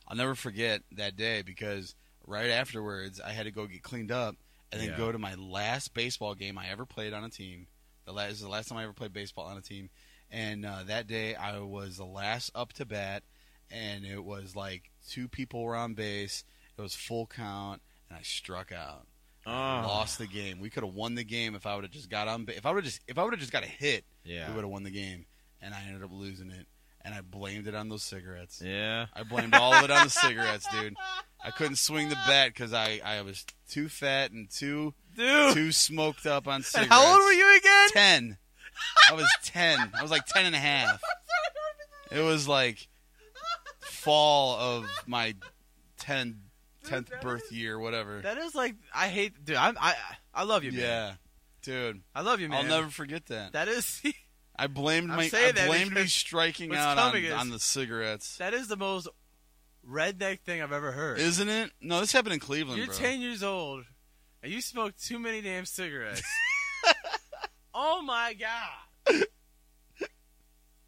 I'll never forget that day because right afterwards I had to go get cleaned up and then Yeah. go to my last baseball game I ever played on a team. The last this is the last time I ever played baseball on a team, and uh, that day I was the last up to bat, and it was like two people were on base. It was full count, and I struck out. Ah. Lost the game. We could have won the game if I would have just got on. ba- If I would have just if I would have just got a hit, Yeah. we would have won the game. And I ended up losing it, and I blamed it on those cigarettes. Yeah. I blamed all of it on the cigarettes, dude. I couldn't swing the bat because I, I was too fat and too Dude. too smoked up on And cigarettes. how old were you again? Ten. I was ten. I was like ten and a half. It was like fall of my 10, 10th birth year, whatever. That is like I hate, dude. I I I love you, man. Yeah, dude. I love you, man. I'll never forget that. That is I blamed I'm my I saying that blamed me because striking what's out on, coming is- on the cigarettes, that is the most redneck thing I've ever heard. isn't it? No, this happened in Cleveland, You're bro. 10 years old and you smoked too many damn cigarettes. oh my god.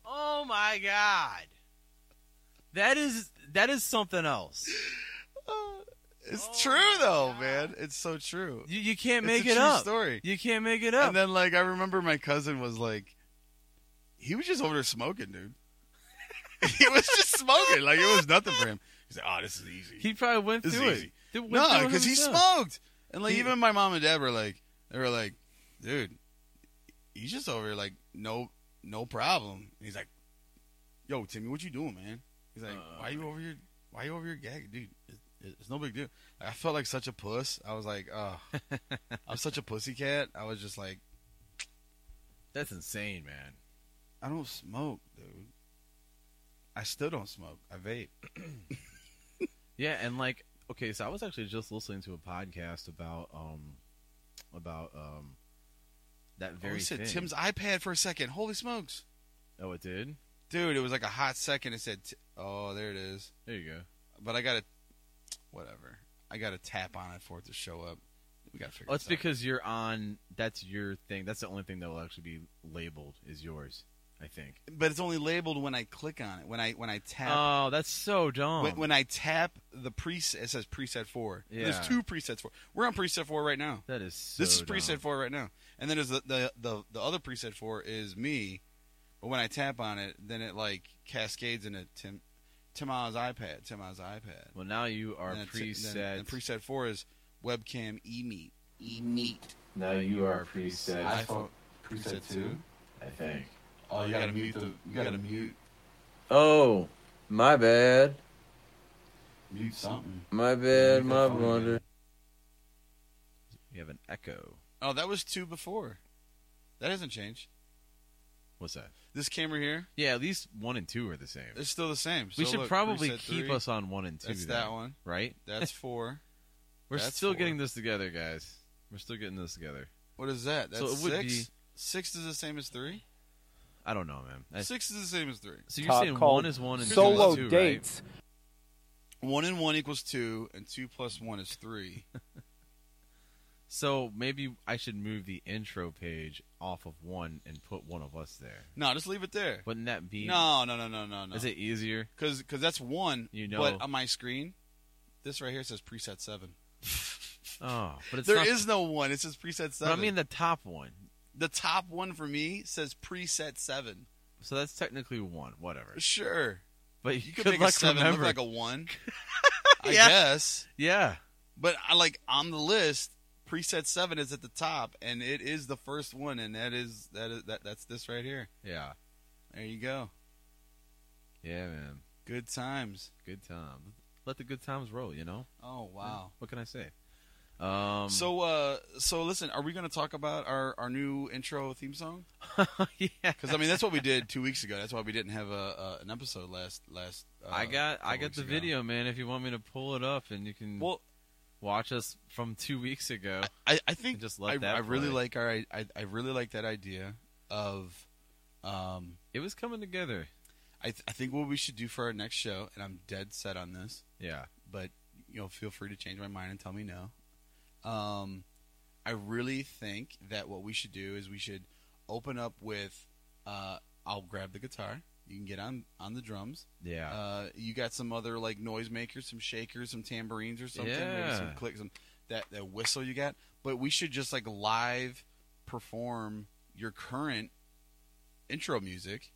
Oh my god. That is that is something else. It's Oh, true though, man. It's so true. You, you can't It's make a it true up. story. You can't make it up. And then like I remember my cousin was like he was just over there smoking, dude. he was just smoking. Like it was nothing for him. He's like, Oh, this is easy. he probably went This is through easy. it. Did- went no, through it because he himself. smoked. And like He- even my mom and dad were like they were like, dude, he's just over here like no no problem. And he's like, Yo, Timmy, what you doing, man? He's Uh, like, Why you over here why you over here gagging, dude? It, it, it's no big deal. Like, I felt like such a puss. I was like, oh, I'm such a pussy cat. I was just like, That's insane, man. I don't smoke, dude. I still don't smoke. I vape. Yeah, and like okay, so I was actually just listening to a podcast about um about um that Oh, very we said thing. Tim's iPad for a second. Holy smokes, Oh, it did. dude! It was like a hot second. It said, t- "Oh, there it is." There you go. But I gotta, whatever. I gotta tap on it for it to show up. We gotta figure. Well, Oh, it's this out. because you're on. That's your thing. That's the only thing that will actually be labeled is yours. I think. but it's only labeled when I click on it. When I when I tap. Oh, that's so dumb. when, when I tap the preset, it says preset four. And There's Yeah. two presets four. We're on preset four right now. that is. So this is dumb. preset four right now, and then there's the, the the the other preset four is me, but when I tap on it, then it like cascades into Tim Tim's iPad, Tim's iPad. Well, now you are And then it's- preset. then- then preset four is webcam e meet e meet now you are preset. iPhone preset two. I think. Oh, you gotta mute the you gotta mute Oh, my bad. mute something. My bad, my blunder. You have an echo. Oh, that was two before. That hasn't changed. What's that? This camera here Yeah, at least one and two are the same. is still the same. we So should look, probably preset keep three, us on one and two. That's then, that one. right? That's four. We're that's still four. getting this together, guys. We're still getting this together. What is that? That's So it would six. be- Six is the same as three. I don't know, man. That's- Six is the same as three. so you're Todd saying called one is one and Solo two is two, right? dates. One and one equals two, and two plus one is three. So maybe I should move the intro page off of one and put one of us there. No, just leave it there. Wouldn't that be? No, no, no, no, no, no. Is it easier? Because that's one. You know. But on my screen, this right here says preset seven. Oh, but it's There is not. no one. It says preset But seven. I mean the top one. the top one for me says preset seven. So that's technically one. Whatever. Sure, But you could good make luck a seven remembering. look like a one. I Yeah. guess. yeah. But I like on the list, preset seven is at the top, and it is the first one, and that is that is that that's this right here. Yeah. There you go. Yeah, man. Good times. Good time. Let the good times roll. You know. Oh wow. What can I say? Um. So uh, so listen, are we going to talk about our our new intro theme song? yeah. Because I mean, that's what we did two weeks ago. That's why we didn't have a, a an episode last last. Uh, I got couple I got weeks the ago. video, man. If you want me to pull it up, and you can Well, watch us from two weeks ago. I, I think And just let I, that I really play. like our I, I really like that idea of um It was coming together. I th- I think what we should do for our next show, and I'm dead set on this, Yeah. but you know, feel free to change my mind and tell me no. Um, I really think that what we should do is we should open up with uh, I'll grab the guitar You can get on on the drums. Yeah. Uh, you got some other like noisemakers, some shakers, some tambourines or something, maybe some Yeah. clicks, some that that whistle you got. But we should just like live perform your current intro music.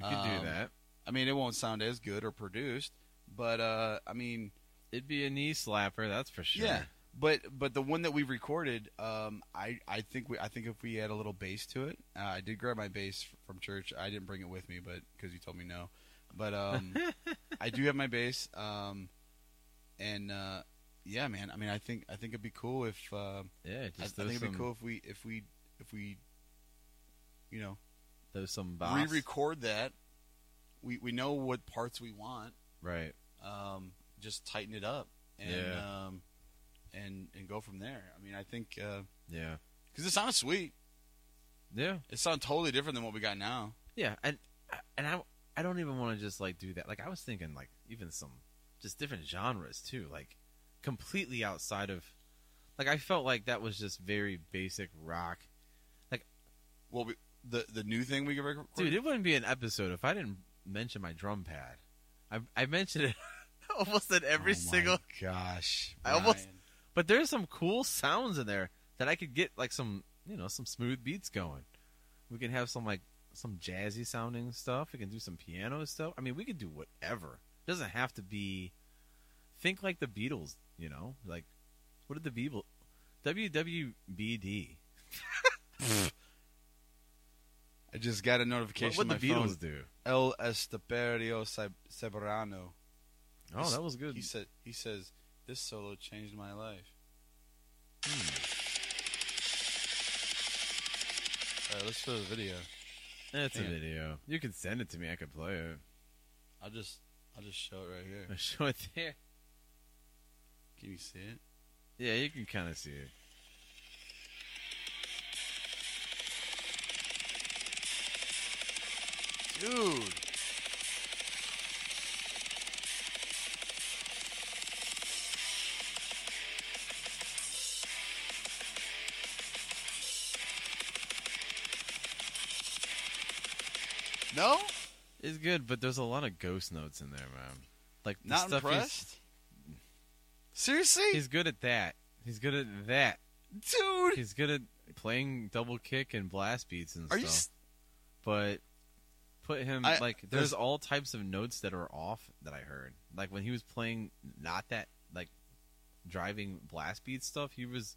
We could do Um, that. I mean, it won't sound as good or produced, but uh, I mean, It'd be a knee slapper, that's for sure. yeah. But but the one that we recorded, um, I I think we I think if we had a little bass to it, uh, I did grab my bass f- from church. I didn't bring it with me, but because you told me no. But um, I do have my bass. Um, and uh, yeah, man. I mean, I think I think it'd be cool if um, Yeah, I, I just think throw it'd some, be cool if we if we if we you know throw some boss. re-record that. We we know what parts we want Right. um, just tighten it up and Yeah. um, and and go from there. I mean, I think because Yeah. it sounds sweet. Yeah. It sounds totally different than what we got now. Yeah, and and I I don't even want to just like do that. Like I was thinking like even some just different genres too, like completely outside of like I felt like that was just very basic rock. Well, we, the the new thing we could record. Dude, it wouldn't be an episode if I didn't mention my drum pad. I I mentioned it almost in every Oh my single gosh, I almost- Brian. but there's some cool sounds in there that I could get like some, you know, some smooth beats going. We can have some like some jazzy sounding stuff. We can do some piano stuff. I mean, we could do whatever. It doesn't have to be think like the Beatles, you know? Like what did the Beatles WWBD. I just got a What notification would the on my phone. Beatles do? El Esteperio Se- Severano. Oh, that was good. He said he says this solo changed my life. Hmm. All right, let's show the video. That's a Damn. video. You can send it to me. I could play it. I'll just I'll just show it right here. I'll show it there. Can you see it? Yeah, you can kind of see it. Dude. No? It's good, but there's a lot of ghost notes in there, man. Like the Not stuff he's- impressed? Seriously? He's good at that. He's good at that. Dude. He's good at playing double kick and blast beats and Are stuff. you s- But put him I- like there's- there's all types of notes that are off that I heard. Like when he was playing not that like driving blast beat stuff, he was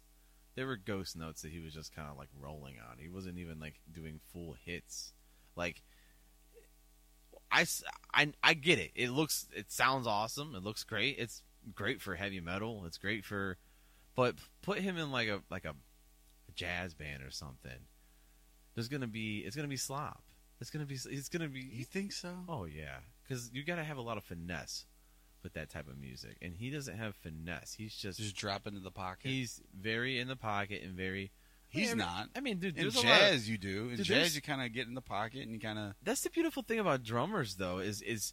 there were ghost notes that he was just kind of like rolling on. He wasn't even like doing full hits. Like I, s- I- I get it. It looks it sounds awesome. It looks great. It's great for heavy metal. It's great for but put him in like a like a jazz band or something. There's going to be it's going to be slop. It's going to be it's going to You be think so? Oh yeah, cuz you got to have a lot of finesse with that type of music. And he doesn't have finesse. He's just Just drop into the pocket. he's very in the pocket and very He's I mean, not. I mean, dude, In there's a lot of- jazz, you do. In Dude, jazz, there's- you kind of get in the pocket and you kind of. that's the beautiful thing about drummers though is is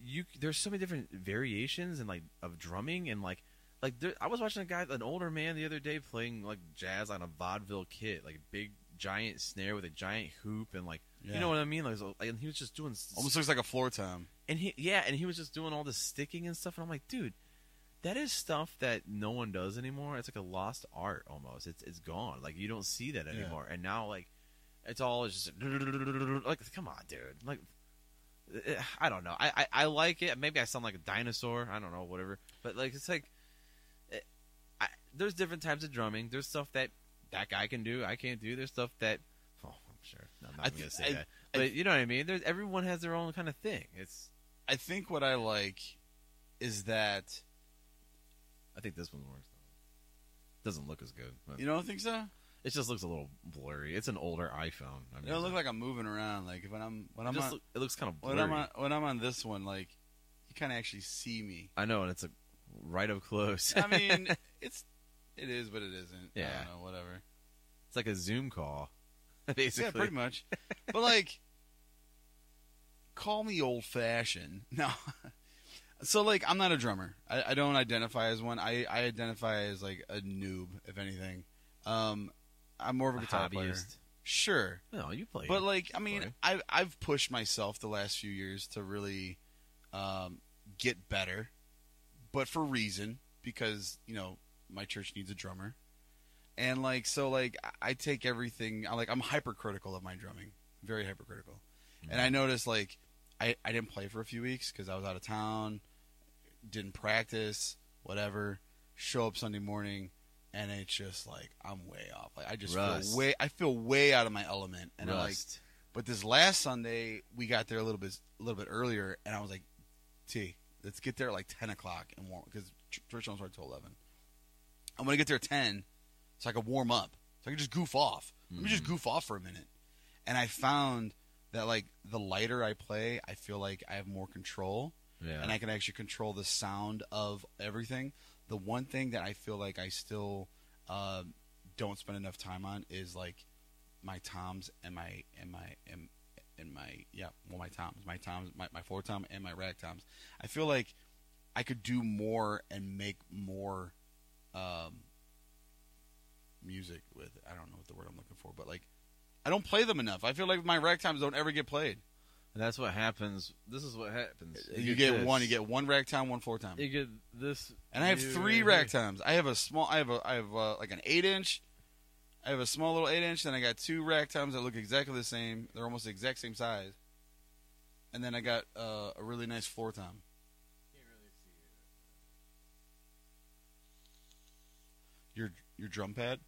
you there's so many different variations and like of drumming and like like there, I was watching a guy an older man the other day playing like jazz on a vaudeville kit like a big giant snare with a giant hoop and like Yeah. you know what I mean like, so- like, and he was just doing s- Almost looks like a floor tom. and he yeah and he was just doing all this sticking and stuff and I'm like dude that is stuff that no one does anymore it's like a lost art almost it's it's gone like you don't see that Yeah. anymore and now like it's all just like come on dude like eh, I don't know I, I I like it maybe I sound like a dinosaur I don't know whatever but like it's like eh, I, there's different types of drumming there's stuff that that guy can do I can't do there's stuff that oh I'm sure I'm not I gonna th- say I- that I- but you know what I mean there's everyone has their own kind of thing it's I think what I like is that I think this one works. Doesn't look as good. But you don't think so. it just looks a little blurry. It's an older iPhone. I mean, It don't look like I'm moving around. Like when I'm when it, I'm just on, look- it looks kind of blurry. when I'm on when I'm on this one, like you kind of actually see me. I know, and it's a right up close. I mean, it's it is, but it isn't. I Yeah. don't know, whatever. it's like a Zoom call, basically. Yeah, pretty much. But like, call me old fashioned. No. So like, I'm not a drummer. I, I don't identify as one. I, I identify as like a noob, if anything. Um, I'm more of a A guitar player. hobbyist. Sure. No, you play. But like, I mean, Right. I've I've pushed myself the last few years to really um, get better, but for reason because you know my church needs a drummer, and like so like I- I take everything. I like I'm hypercritical of my drumming, very hypercritical, and I noticed like I I didn't play for a few weeks because I was out of town, didn't practice, whatever. Show up Sunday morning, and it's just like I'm way off. Like I just Rust. feel way I feel way out of my element, and I'm like, Rust. but this last Sunday we got there a little bit a little bit earlier, and I was like, T, let's get there at like ten o'clock and warm because church don't start till eleven. I'm gonna get there at ten, so I can warm up, so I can just goof off. Let me just goof off for a minute, and I found that like the lighter I play, I feel like I have more control Yeah. and I can actually control the sound of everything. The one thing that I feel like I still um, don't spend enough time on is like my toms and my and my and, and my yeah, well my toms, my toms, my my floor tom and my rack toms. I feel like I could do more and make more um, music with. I don't know what the word I'm looking for, but like I don't play them enough. I feel like my rack toms don't ever get played. And that's what happens. This is what happens. You, get, this. one, you get one rack tom, one floor tom. You get this. and I have you- three rack times. I have a small. I have a. I have uh like an eight inch. I have a small little eight inch. Then I got two rack times that look exactly the same. They're almost the exact same size. And then I got uh, a really nice floor time. Your your drum pad.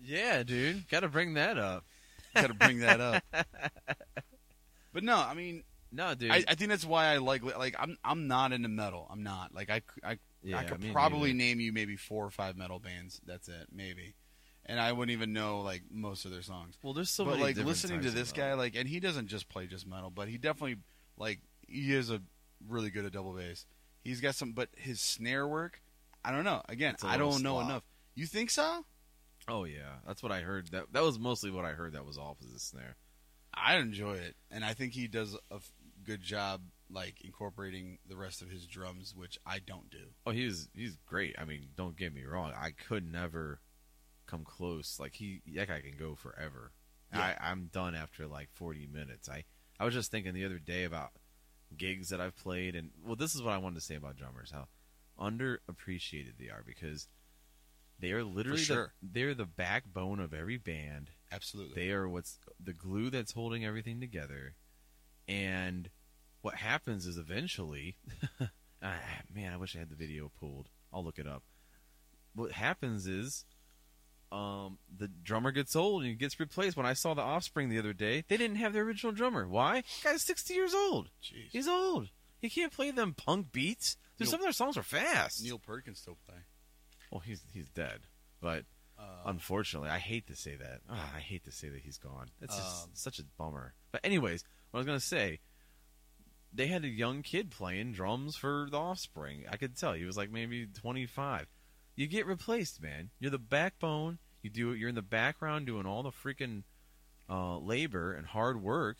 Yeah, dude. Got to bring that up. Got to bring that up. But no, I mean, No, dude. I, I think that's why I like like I'm I'm not into metal. I'm not like I c- I, Yeah, I could me probably neither. name you maybe four or five metal bands. That's it, maybe. And I wouldn't even know like most of their songs. well, there's so but many like different listening to types of this guy, metal. like, and he doesn't just play just metal, but he definitely like he is a really good at double bass. He's got some, but his snare work, I don't know. Again, It's a I little don't know slop. enough. You think so? Oh yeah, that's what I heard. That that was mostly what I heard. That was off of the snare. I enjoy it, and I think he does a f- good job like incorporating the rest of his drums, which I don't do. Oh, he's he's great. I mean, don't get me wrong. I could never come close. Like he, that guy can go forever. Yeah. I, I'm done after like 40 minutes. I I was just thinking the other day about gigs that I've played, and well, this is what I wanted to say about drummers: how underappreciated they are because they are literally sure. the, they're the backbone of every band. Absolutely. They are what's the glue that's holding everything together. And what happens is eventually, ah, man, I wish I had the video pulled. I'll look it up. What happens is, um, the drummer gets old and he gets replaced. When I saw the Offspring the other day, they didn't have their original drummer. Why? Guy's sixty years old. Jeez. He's old. He can't play them punk beats. Dude, Neil- some of their songs are fast. Neil Peart can still play. Well, he's he's dead, but Uh, Unfortunately, I hate to say that. Ah, I hate to say that he's gone. That's just Um, such a bummer. But anyways, what I was gonna say, they had a young kid playing drums for the Offspring. I could tell he was like maybe twenty five. You get replaced, man. You're the backbone. You do. You're in the background doing all the freaking uh, labor and hard work,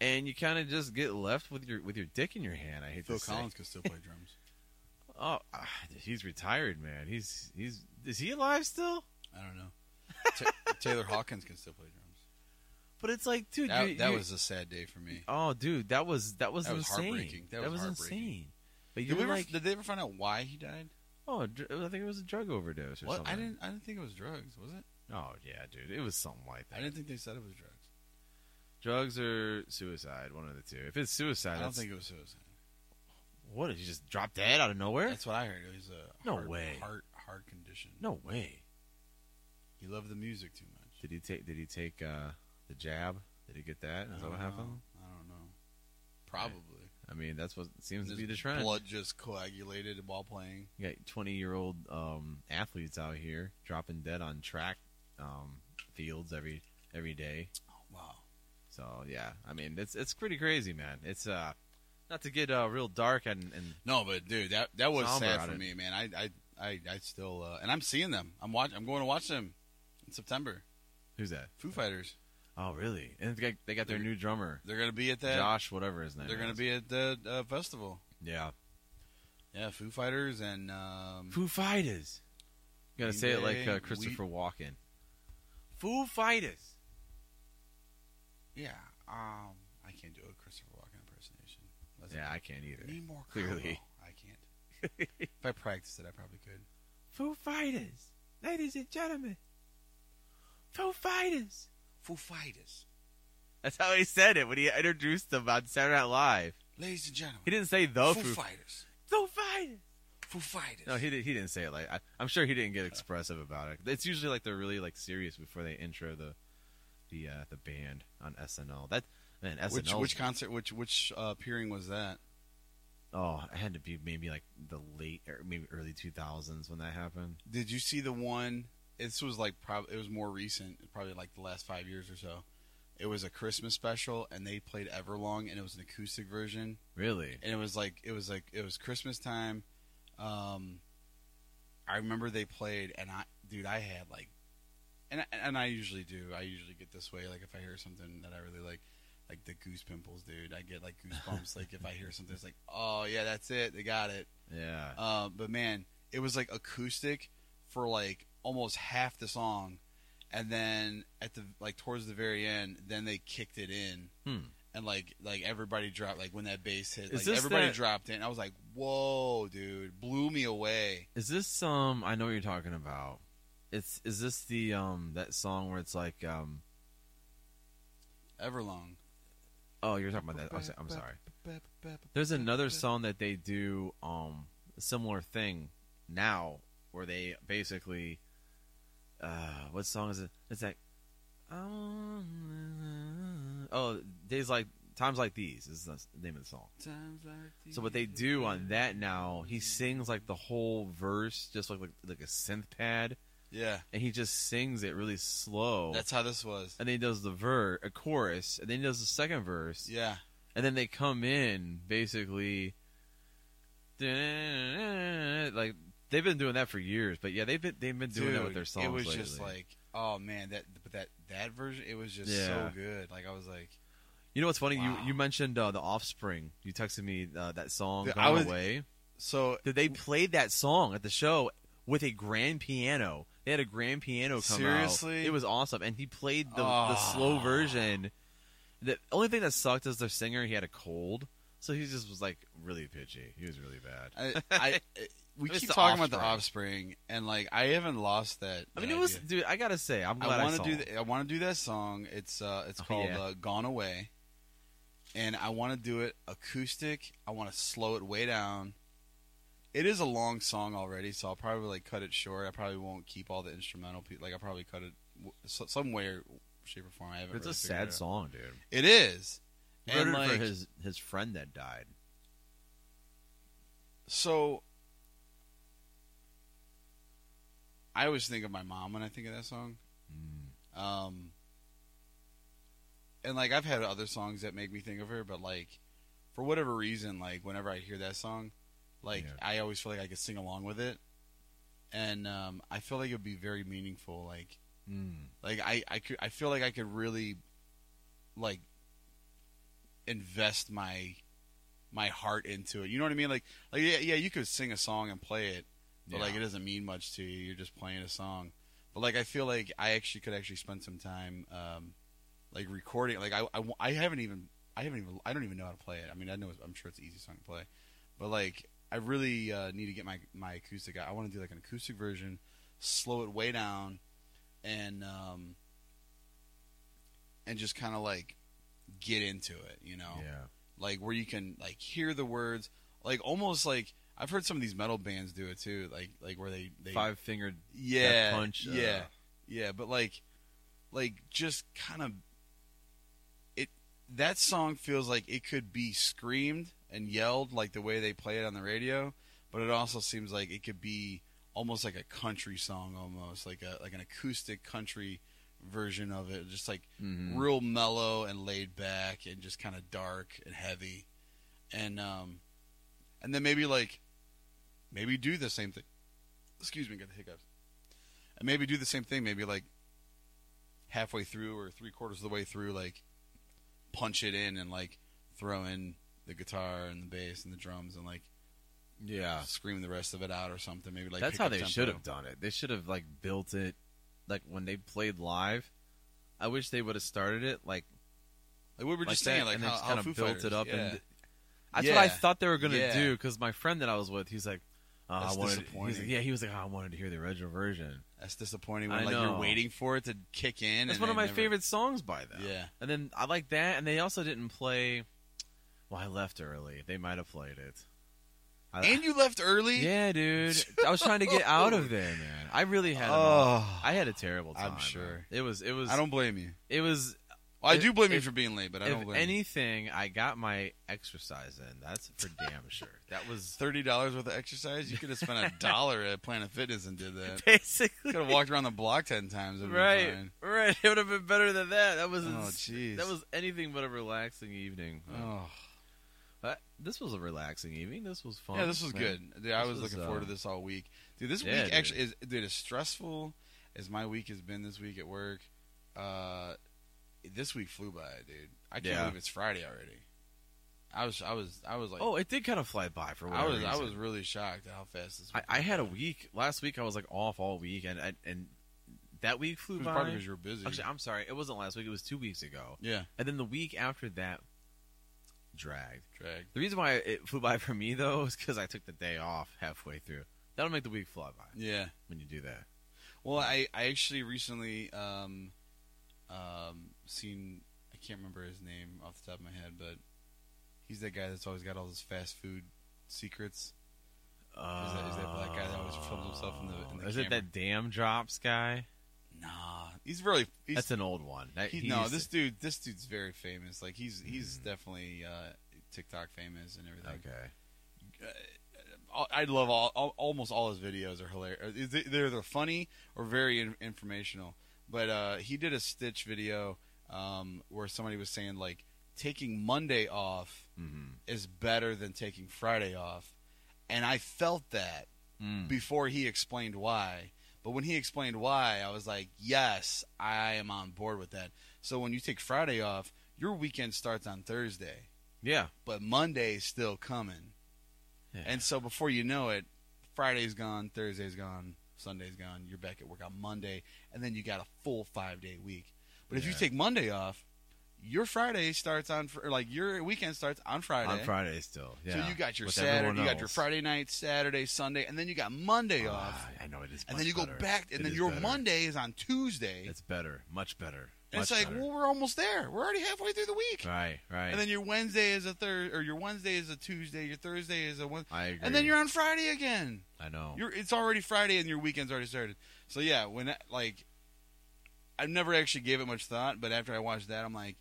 and you kind of just get left with your with your dick in your hand. I hate Phil to say. Collins can still play drums. Oh, ah, he's retired, man. He's he's is he alive still? I don't know. Ta- Taylor Hawkins can still play drums. But it's like, dude, That, you- that you- was a sad day for me. Oh, dude, that was that was That was insane. heartbreaking. That was heartbreaking. insane. But Did, you we were ever, like, did they ever find out why he died? oh, dr- I think it was a drug overdose or What? something. I didn't. I didn't think it was drugs. Was it? Oh yeah, dude, it was something like I that. didn't think they said it was drugs. Drugs or suicide, one of the two. If it's suicide, I don't that's- think it was suicide. What did you just drop dead out of nowhere? That's what I heard. It was a No heart, way. heart heart condition. no way. he loved the music too much. Did he take? Did he take uh, the jab? Did he get I that? Is that what don't know. happened? I don't know. Probably. I mean, that's what seems to His be the trend. Blood just coagulated while playing. You got twenty-year-old um, athletes out here dropping dead on track um, fields every every day. Oh, wow. So yeah, I mean it's it's pretty crazy, man. It's uh not to get uh real dark and and No, but dude, that that was Somber sad on for it. me, man. I I I, I still uh, and I'm seeing them. I'm watch. I'm going to watch them in September. who's that? Foo Fighters. Oh really? And they got, they got their They're- new drummer, They're gonna be at that. Josh, whatever his name. they're gonna is. be at the uh, festival. yeah. Yeah, Foo Fighters and um, Foo Fighters. You gotta Green say it like Day, uh, Christopher Walken. Foo Fighters. Yeah. Um, I can't do a Christopher Walken impersonation. That's Yeah, I can't either. Need more Clearly. combo. I can't. if I practiced it, I probably could. Foo Fighters, ladies and gentlemen. Foo Fighters. Foo Fighters, That's how he said it when he introduced them on Saturday Night Live. ladies and gentlemen. He didn't say the Foo, Foo, Fighters, Foo Fighters. Foo Fighters. No, he did, he didn't say it like. I, I'm sure he didn't get expressive about it. It's usually like they're really like serious before they intro the the uh, the band on SNL. That man SNL. which which concert? Which which uh, appearing was that? oh, it had to be maybe like the late or maybe early 2000s when that happened. Did you see the one? This was like probably it was more recent, probably like the last five years or so. It was a Christmas special, and they played Everlong, and it was an acoustic version, Really? and it was like it was like it was Christmas time. Um, I remember they played, and I dude, I had like, and I, and I usually do. I usually get this way, like if I hear something that I really like, like the goose pimples, dude. I get like goosebumps, like if I hear something, it's like, oh yeah, that's it, they got it. Yeah. Uh, but man, it was like acoustic for like almost half the song, and then at the like towards the very end, then they kicked it in, Hmm. and like like everybody dropped like when that bass hit, Is like this everybody that- dropped in. I was like, whoa, dude, blew me away. Is this um? I know what you're talking about. It's is this the um that song where it's like um? Everlong. Oh, you're talking about that. I'm, so- I'm sorry. There's another song that they do um a similar thing now where they basically uh what song is it? It's like um oh days like times like these is the name of the song. So what they do on that now, he sings like the whole verse just like like, like a synth pad, Yeah, and he just sings it really slow. that's how this was. and then he does the ver a chorus, and then he does the second verse, Yeah, and then they come in basically like they've been doing that for years but yeah they've been they've been doing that with Dude, their songs It was lately. just like, oh man, that but that that version, it was just so Yeah. good. Like I was like, you know what's funny Wow. you you mentioned uh, the offspring you texted me uh, that song Dude, Gone I was- away so Dude, they played that song at the show with a grand piano they had a grand piano come out Seriously? it was awesome and he played the, the Ah. slow version the only thing that sucked is their singer he had a cold so he just was like really pitchy he was really bad I, I uh, we It's keep the talking about the offspring, and like I haven't lost that. I mean, that it was, idea. dude. I gotta say, I'm I glad I want to saw do. it. th- I want to do that song. It's uh, it's Oh, called yeah. uh, "Gone Away," and I want to do it acoustic. I want to slow it way down. It is a long song already, so I'll probably like cut it short. I probably won't keep all the instrumental. Pe- like I will probably cut it w- so, some way, or shape, or form. I haven't. It's really a figured it sad out. song, dude. It is. He wrote And, it like, for his his friend that died. So I always think of my mom when I think of that song. Um, and like I've had other songs that make me think of her, but like for whatever reason, like whenever I hear that song, like Yeah. I always feel like I could sing along with it, and um, I feel like it would be very meaningful. Like like I I could I feel like I could really like invest my my heart into it. You know what I mean? Like like yeah, yeah, you could sing a song and play it, but Yeah. like it doesn't mean much to you. You're just playing a song. But like I feel like I actually could actually spend some time um like recording like I I, w- I haven't even I haven't even I don't even know how to play it. I mean, I know it's, I'm sure it's an easy song to play. But like I really uh, need to get my my acoustic out. I want to do like an acoustic version, slow it way down and um and just kind of like get into it, you Oh, know? like where you can like hear the words like almost like i've heard some of these metal bands do it too like like where they they five fingered. yeah Death Punch, uh, yeah yeah but like like just kind of it that song feels like it could be screamed and yelled like the way they play it on the radio but it also seems like it could be almost like a country song almost like a like an acoustic country version of it just like Mhm. real mellow and laid back and just kind of dark and heavy and um and then maybe like maybe do the same thing excuse me got the hiccups and maybe do the same thing maybe like halfway through or three quarters of the way through like punch it in and like throw in the guitar and the bass and the drums and like Yeah, scream the rest of it out or something maybe like Ah. that's pick how up they tempo. should have done it. They should have like built it like when they played live. I wish they would have started it like Like we were like just that, saying, like and how, then just how kind Foo of built Fighters, it up. yeah. And that's what I Yeah. thought they were gonna Yeah. do because my friend that I was with, he's like, oh, I That's wanted. He was like, disappointing. yeah, he was like, oh, I wanted to hear the original version. That's disappointing I when like you're know. waiting for it to kick in. That's and one of they my never- favorite songs by them. Yeah. And then I like that, and they also didn't play. Well, I left early. They might have played it. I- And you left early. yeah, dude. I was trying to get out of there, man. I really had. an Oh. I had a terrible time. I'm sure. man. it was. It was. I don't blame you. It was. Well, I If- do blame you if- for being late, but I don't If blame you. anything, I got my exercise in. That's for damn sure. That was Thirty dollars worth of exercise. You could have spent a dollar at Planet Fitness and did that. basically Could have walked around the block ten times. it'd been right. fine. Right. It would have been better than that. That was. Oh, ins- jeez. That was anything but a relaxing evening. Oh. But this was a relaxing evening. This was fun. Yeah, this was man. good. Dude, I This was, was, looking uh, forward to this all week. Dude, this Yeah, week dude. actually is dude as stressful as my week has been this week at work. Uh, this week flew by, dude. I can't Yeah. believe it's Friday already. I was, I was, I was like, Oh, it did kind of fly by for I whatever was, I reason. was really shocked at how fast this. I, Week I had a week last week. I was like off all week, and and, and that week flew It was by. probably because you were busy. Actually, I'm sorry, it wasn't last week. It was two weeks ago, yeah, and then the week after that dragged. drag. The reason why it flew by for me though is because I took the day off halfway through. That'll make the week fly by Yeah. when you do that. Well, I, I actually recently um, um, seen I can't remember his name off the top of my head, but he's that guy that's always got all those fast food secrets. Is that, is that black guy that always films himself in the, in the is it camera? that damn drops guy? Nah, he's really he's, That's an old one. That- he, he no used this to- Mm-hmm. dude this dude's very famous. Like he's he's definitely uh, TikTok famous and everything. Okay. All- I love all, all almost all his videos are hilarious. They're they're either funny or very in, informational. But uh, he did a Stitch video um, where somebody was saying like taking Monday off is better than taking Friday off, and I felt that Mm. before he explained why. But when he explained why, I was like, yes, I am on board with that. So when you take Friday off, your weekend starts on Thursday Yeah. but Monday's still coming. Yeah. And so before you know it, Friday's gone, Thursday's gone, Sunday's gone. You're back at work on Monday, and then you got a full five day week. But if you Yeah. take Monday off, your Friday starts on fr- or like your weekend starts on Friday. On Friday still. Yeah. So you got your With everyone Saturday, you got your else. Friday night, Saturday, Sunday, and then you got Monday off. Ah, I know it is. And much then you go better. back, and It then is your better. Monday is on Tuesday. It's better, much better. and it's much like, better. well, we're almost there. We're already halfway through the week. right, right. And then your Wednesday is a third, or your Wednesday is a Tuesday, your Thursday is a Wednesday, I agree. Oh. and then you're on Friday again. I know. You're it's already Friday and your weekend's already started. So yeah, when that, like, I never actually gave it much thought, but after I watched that, I'm like,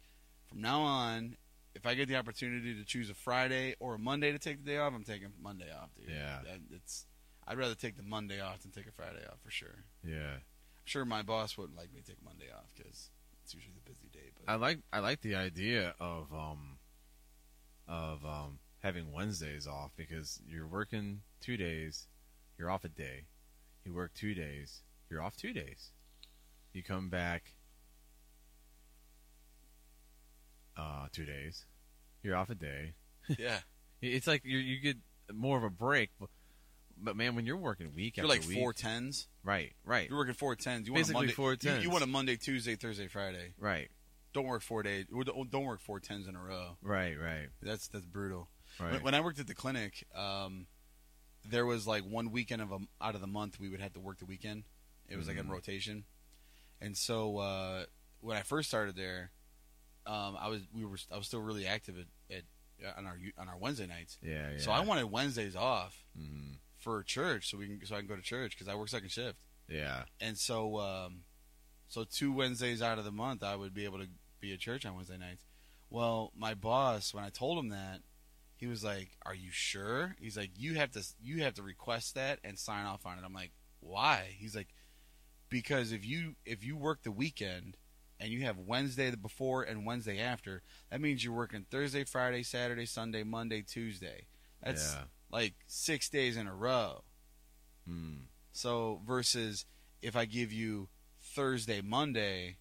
from now on, if I get the opportunity to choose a Friday or a Monday to take the day off, I'm taking Monday off, dude. Yeah. That- it's I'd rather take the Monday off than take a Friday off for sure. yeah. I'm sure my boss wouldn't like me to take Monday off because it's usually the busy day. But I like I like the idea of um of um having Wednesdays off because you're working two days, you're off a day, you work two days, you're off two days. You come back uh two days, you're off a day. yeah, It's like you you get more of a break, but, but man, when you're working week you're after like week, four tens. right, right, You're working four tens. You Basically want a Monday, four you- You, tens. want a Monday, Tuesday, Thursday, Friday. right, Don't work four days. well, Don't don't work four tens in a row. right, right, That's that's brutal. right. When, when I worked at the clinic, um, there was like one weekend of a, out of the month we would have to work the weekend. It was Mm-hmm. like in rotation, and so uh, when I first started there, um, I was we were I was still really active at, at on our on our Wednesday nights. yeah, yeah. So I wanted Wednesdays off Mhm. for church, so we can so I can go to church because I work second shift. Yeah. and so um, so two Wednesdays out of the month, I would be able to be at church on Wednesday nights. Well, my boss, when I told him that, he was like, "Are you sure?" He's like, "You have to you have to request that and sign off on it." I'm like, "Why?" He's like, "Because if you if you work the weekend." And you have Wednesday the before and Wednesday after. That means you're working Thursday, Friday, Saturday, Sunday, Monday, Tuesday. That's Yeah. like six days in a row. Mm. Mm-hmm. So versus if I give you Thursday, Monday,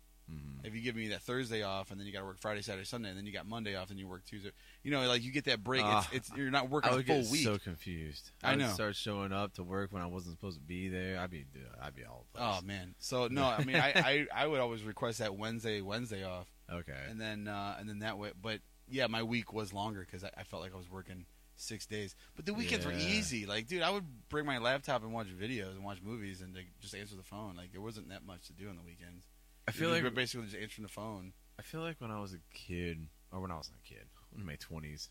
if you give me that Thursday off and then you got to work Friday, Saturday, Sunday, and then you got Monday off and you work Tuesday, you know, like you get that break. Ah, it's, it's you're not working I a would full get week. so confused. I would know. start showing up to work when I wasn't supposed to be there. I'd be, I'd be all. oh man. So no, I mean, I, I I would always request that Wednesday Wednesday off, Okay. and then uh, and then that way. But yeah, my week was longer because I, I felt like I was working six days. But the weekends were Yeah. easy. Like, dude, I would bring my laptop and watch videos and watch movies and like, just answer the phone. Like, there wasn't that much to do on the weekends. I feel you were like basically just answering the phone. I feel like when I was a kid, or when I was not a kid, in my twenties.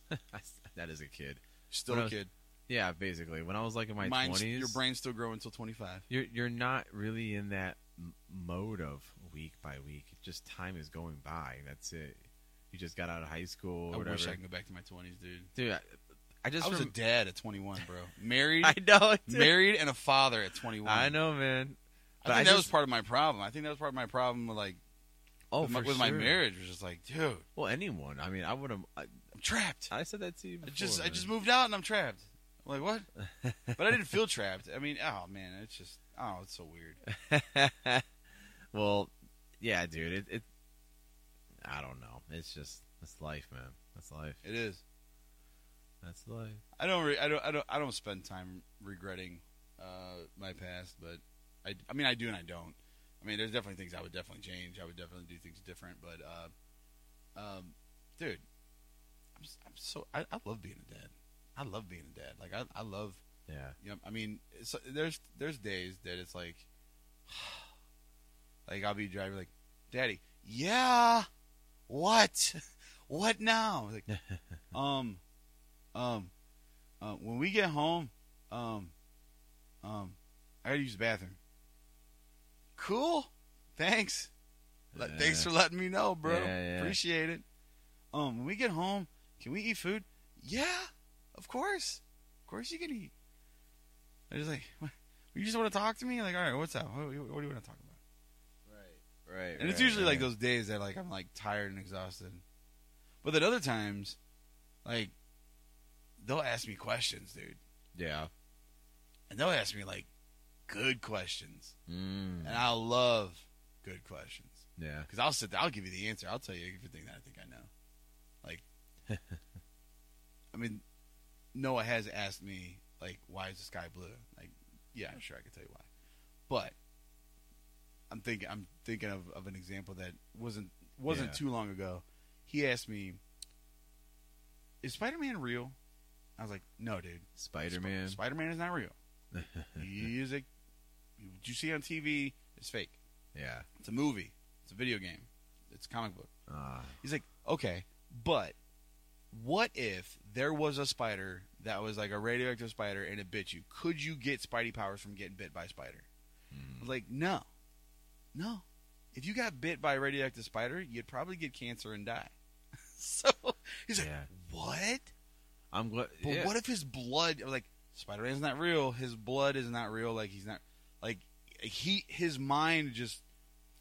that is a kid. Still When I a was- kid. Yeah, basically. When I was like in my Mine's- twenties, Your brain's still growing until 25. you're you're not really in that m- mode of week by week. It Just time is going by. That's it. You just got out of high school. Or I whatever. wish I could go back to my 20s, dude. Dude, I, I just I was a rem- dad at 21, bro. Married, I know. dude. married, and a father at 21. I know, man. I think I that was just- part of my problem. I think that was part of my problem with like Oh, with, my, for with my sure. marriage. Was just like, dude, I'm Well, anyone. I mean, I would have. I, trapped. I said that to you. I Before, just I man. just moved out and I'm trapped. I'm like what? but I didn't feel trapped. I mean, oh man, it's just oh, it's so weird. well, yeah, dude. It, it. I don't know. It's just that's life, man. That's life. It is. That's life. I don't re- I don't I don't I don't spend time regretting uh, my past, but I, I mean I do and I don't. I mean, there's definitely things I would definitely change. I would definitely do things different, but uh, um, dude, I'm, s- I'm so I, I love being a dad. I love being a dad. Like I, I love Yeah. you know, I mean, it's, there's there's days that it's like, like I'll be driving, like, Daddy, yeah, what, what now? Like, um, um, uh, when we get home, um, um, I gotta use the bathroom. Cool, thanks, Le- Yeah. thanks for letting me know, bro. Yeah, yeah. Appreciate it. Um, when we get home, can we eat food? Yeah, of course, of course you can eat. I just like, what? you just want to talk to me? Like, all right, what's up? What, what, what do you want to talk about? Right. And it's usually like those days that like I'm like tired and exhausted, but then other times, like, they'll ask me questions, dude, Yeah. and they'll ask me like good questions, Mm, and I love good questions yeah. because I'll sit there, I'll give you the answer, I'll tell you everything that I think I know. Like, I mean, Noah has asked me like, why is the sky blue? Like, yeah, I'm sure I could tell you why, but I'm thinking I'm thinking of, of an example that wasn't wasn't Yeah. too long ago. He asked me, "Is Spider-Man real?" I was like, "No, dude. Spider Man. Spider Man is not real. he is a. What you see on TV is fake. yeah. It's a movie. It's a video game. It's a comic book." Uh, He's like, okay, but what if there was a spider that was like a radioactive spider and it bit you? Could you get Spidey powers from getting bit by a spider? I Hmm. was like, no, no. If you got bit by a radioactive spider, you'd probably get cancer and die. so he's like, Yeah. what? I'm glad. But yeah. what if his blood? I was Like Spider Man's not real. His blood is not real. Like he's not. Like he, his mind just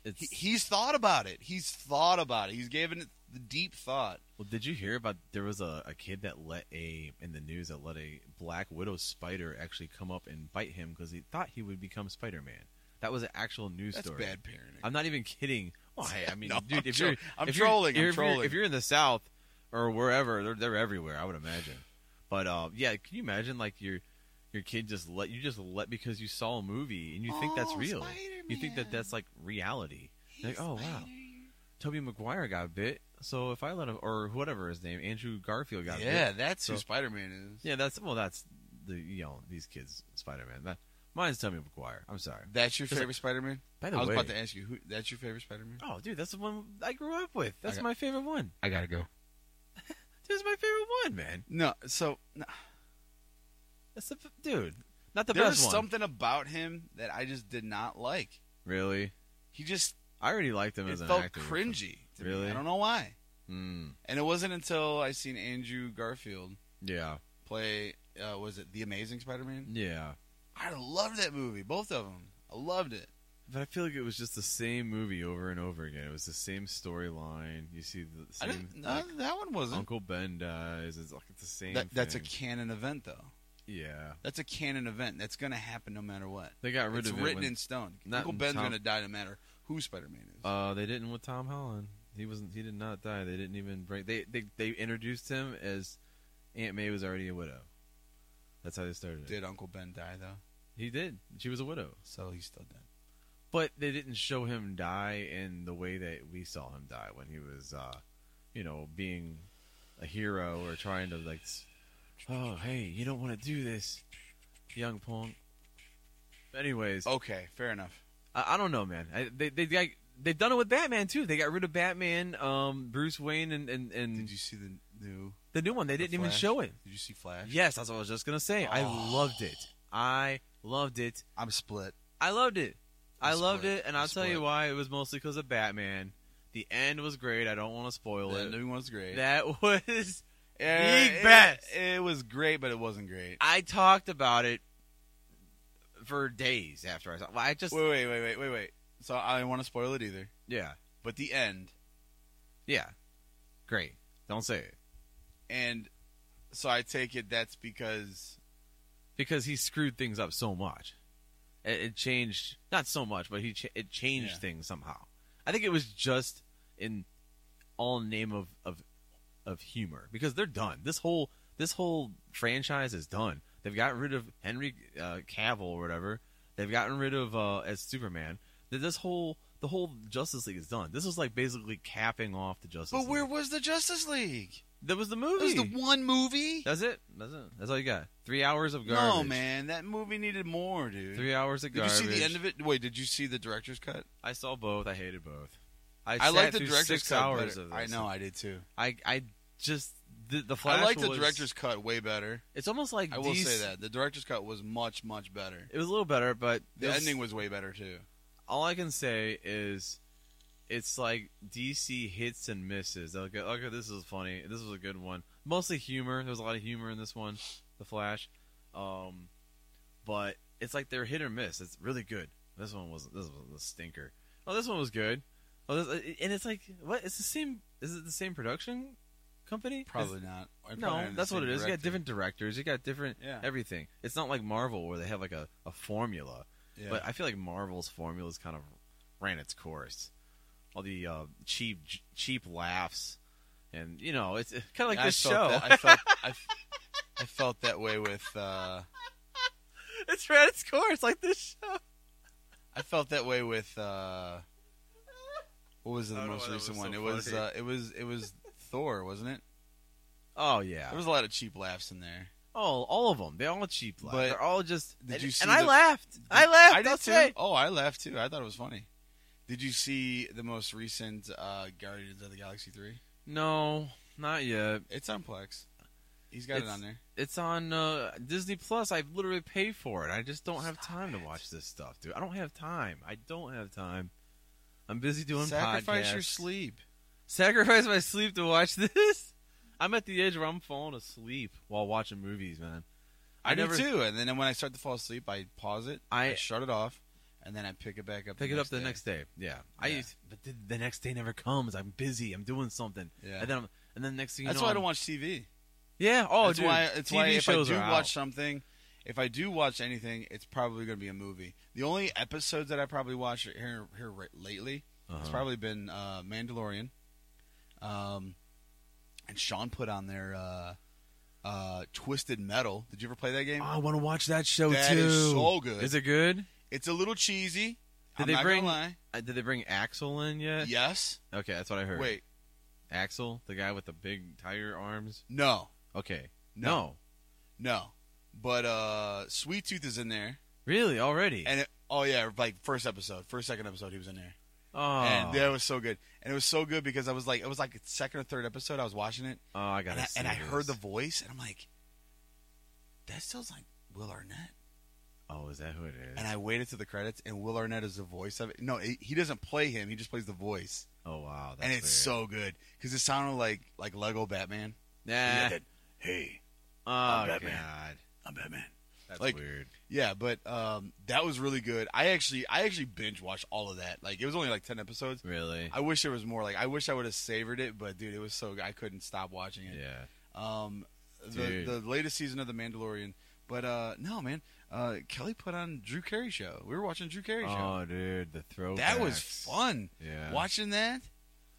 It's, he, he's thought about it. He's thought about it. He's given it the deep thought. well, did you hear about there was a, a kid that let a in the news that let a black widow spider actually come up and bite him because he thought he would become Spider Man. That was an actual news That's story. bad parenting. I'm not even kidding. Well, hey, I mean, No, dude, I'm if tro- you're I'm if trolling, you're, I'm if you're- trolling. if you're in the South or wherever, they're they're everywhere. I would imagine. But uh, yeah, can you imagine like your your kid just let you just let because you saw a movie and you think that's Oh, real. You think that Spider-Man. that's like reality. like, oh wow, Toby Maguire got bit. So if I let him or whatever his name, Andrew Garfield got bit. yeah, that's who So- Spider Man is. Yeah, that's well, that's the you know these kids Spider Man. That mine's Toby Maguire. I'm sorry. That's your Just like- favorite Spider Man. By I the was way, about to ask you who. That's your favorite Spider Man. oh dude, that's the one I grew up with. That's got- my favorite one. I gotta go. Dude, it's my favorite one, man. No, so no, That's the f- dude. Not the there was best one. something about him that I just did not like. Really, He just I already liked him it as an felt actor. cringy. To Really? me. I don't know why. Mm, And it wasn't until I seen Andrew Garfield yeah, play. Uh, was it The Amazing Spider Man? yeah. I loved that movie. Both of them. I loved it. But I feel like it was just the same movie over and over again. It was the same storyline. You see the I same. didn't. No, like, that one wasn't. Uncle Ben dies. It's like the same. That, that's a thing. canon event, though. yeah. That's a canon event. That's going to happen no matter what. They got rid it's of it written when- in stone. not Uncle in Ben's Tom- going to die no matter who who Spider Man is. Uh, they didn't with Tom Holland. He wasn't. He did not die. They didn't even bring. They they they introduced him as Aunt May was already a widow. That's how they started. it. Did Uncle Ben die though? He did. She was a widow, So he's still dead. but they didn't show him die in the way that we saw him die when he was, uh, you know, being a hero or trying to like, s- oh hey, you don't want to do this, young punk. Anyways, Okay, fair enough. I, I don't know, man. I, they they got, they've done it with Batman too. They got rid of Batman, um, Bruce Wayne, and and, and Did you see the new? the new one. They didn't even Flash? show it. Did you see Flash? Oh. Yes, that's what I was just gonna say. I loved it. I loved it. I'm split. I loved it. I I'm loved split. it, and I'll I'm tell you split. why. It was mostly because of Batman. The end was great. I don't want to spoil The it. new one's great. That was. Eh, the it- best. It, was great, but it wasn't great. I talked about it for days after I saw. I just Wait, wait, wait, wait, wait, wait. So I don't want to spoil it either. yeah But the end, yeah, great. Don't say it and so I take it that's because because he screwed things up so much. It, it changed not so much, but he ch- it changed Yeah. things somehow. I think it was just in all name of of of humor because they're done. This whole this whole franchise is done. They've gotten rid of Henry uh, Cavill or whatever. They've gotten rid of uh, as Superman. Th- This whole the whole Justice League is done. This is like basically capping off the Justice. But where League. was the Justice League? that was the It movie. was the one movie. That's it. That's it. That's all you got. Three hours of garbage. No, man, that movie needed more, dude. Three hours of did you garbage. see the end of it? Wait, did you see the director's cut? I saw both. I hated both. I, I sat like the through director's six cut. hours better. of this. I know, I did too. I I just the, the Flash. I like the was- director's cut way better. It's almost like I will DC say that the director's cut was much much better. It was a little better, but The it was- ending was way better too. all I can say is it's like DC hits and misses. They'll go, okay, this is funny. This was a good one. Mostly humor. There was a lot of humor in this one, The Flash. Um, but it's like they're hit or miss. It's really good. This one wasn't. This was a stinker. Oh, this one was good. Oh, this, and it's like what? It's the same. Is it the same production company? Probably Is- not. Or probably no, the that's same what it is. You got director. different directors. You got different Yeah. everything. It's not like Marvel where they have like a, a formula. Yeah. But I feel like Marvel's formula's kind of ran its course. All the uh, cheap cheap laughs, and you know, it's kind of like I this felt show. That, I felt I, f- I felt that way with uh, it's ran its course like this show. I felt that way with uh, what was the I don't know most why that recent was one? so it was funny. uh, it was it was Thor, wasn't it? Oh yeah, There was a lot of cheap laughs in there. all all of them. They all cheap laugh. But They're all just. did and, you see and I the- laughed. I laughed. I did I'll too. say. Oh, I laughed too. I thought it was funny. Did you see the most recent uh, Guardians of the Galaxy three? No, not yet. It's on Plex. He's got it It's- on there. It's on uh, Disney Plus. I literally pay for it. I just don't have time to watch this stuff, dude. I don't have time. I don't have time. I'm busy doing Sacrifice your podcasts. sleep. sacrifice my sleep to watch this. I'm at the edge where I'm falling asleep while watching movies, man. I, never do too. And then when I start to fall asleep, I pause it. I, I- shut it off, and then I pick it back up. pick it up the day. next day. Yeah, I Yeah. used, but the, the next day never comes. I'm busy. I'm doing something. Yeah. and then I'm, and then next thing you That's know, why I I'm- don't watch TV. Yeah. Oh, that's dude, why. It's TV why if I shows do are watch out. something, if I do watch anything, it's probably going to be a movie. The only episodes that I probably watched here here ri- lately, it's Uh-huh. probably been uh, Mandalorian. Um, and Sean put on their uh, uh, Twisted Metal. Did you ever play that game? Oh, I want to watch that show That too. is so good. Is it good? Did It's a little cheesy. I'm they not bring? Gonna lie. uh, did they bring Axel in yet? Yes. Okay, that's what I heard. Wait. Axel, the guy with the big tiger arms. No. Okay. No. No. But uh, Sweet Tooth is in there, Really? Already? and it, oh yeah, like first episode, first second episode, he was in there. oh. and that was so good. And it was so good because I was like, it was like the second or third episode. I was watching it, oh, I got and I, it. and I heard the voice, and I'm like, that sounds like Will Arnett. Oh, is that who it is? And I waited to the credits, and Will Arnett is the voice of it. No, he he doesn't play him; he just plays the voice, oh wow, that's and it's weird. so good because it sounded like like Lego Batman. nah. that- Hey, Oh Batman. god, I'm Batman. that's Like- weird. Yeah, but um, that was really good. I actually I actually binge watched all of that. Like it was only like ten episodes. Really? I wish there was more. Like I wish I would have savored it, but dude, it was so good. I couldn't stop watching it. yeah. Um, the Dude. the latest season of The Mandalorian But uh, no, man. Uh, Kelly put on Drew Carey show. We were watching Drew Carey show. Oh, dude, the throwback. That was fun. Yeah. Watching that,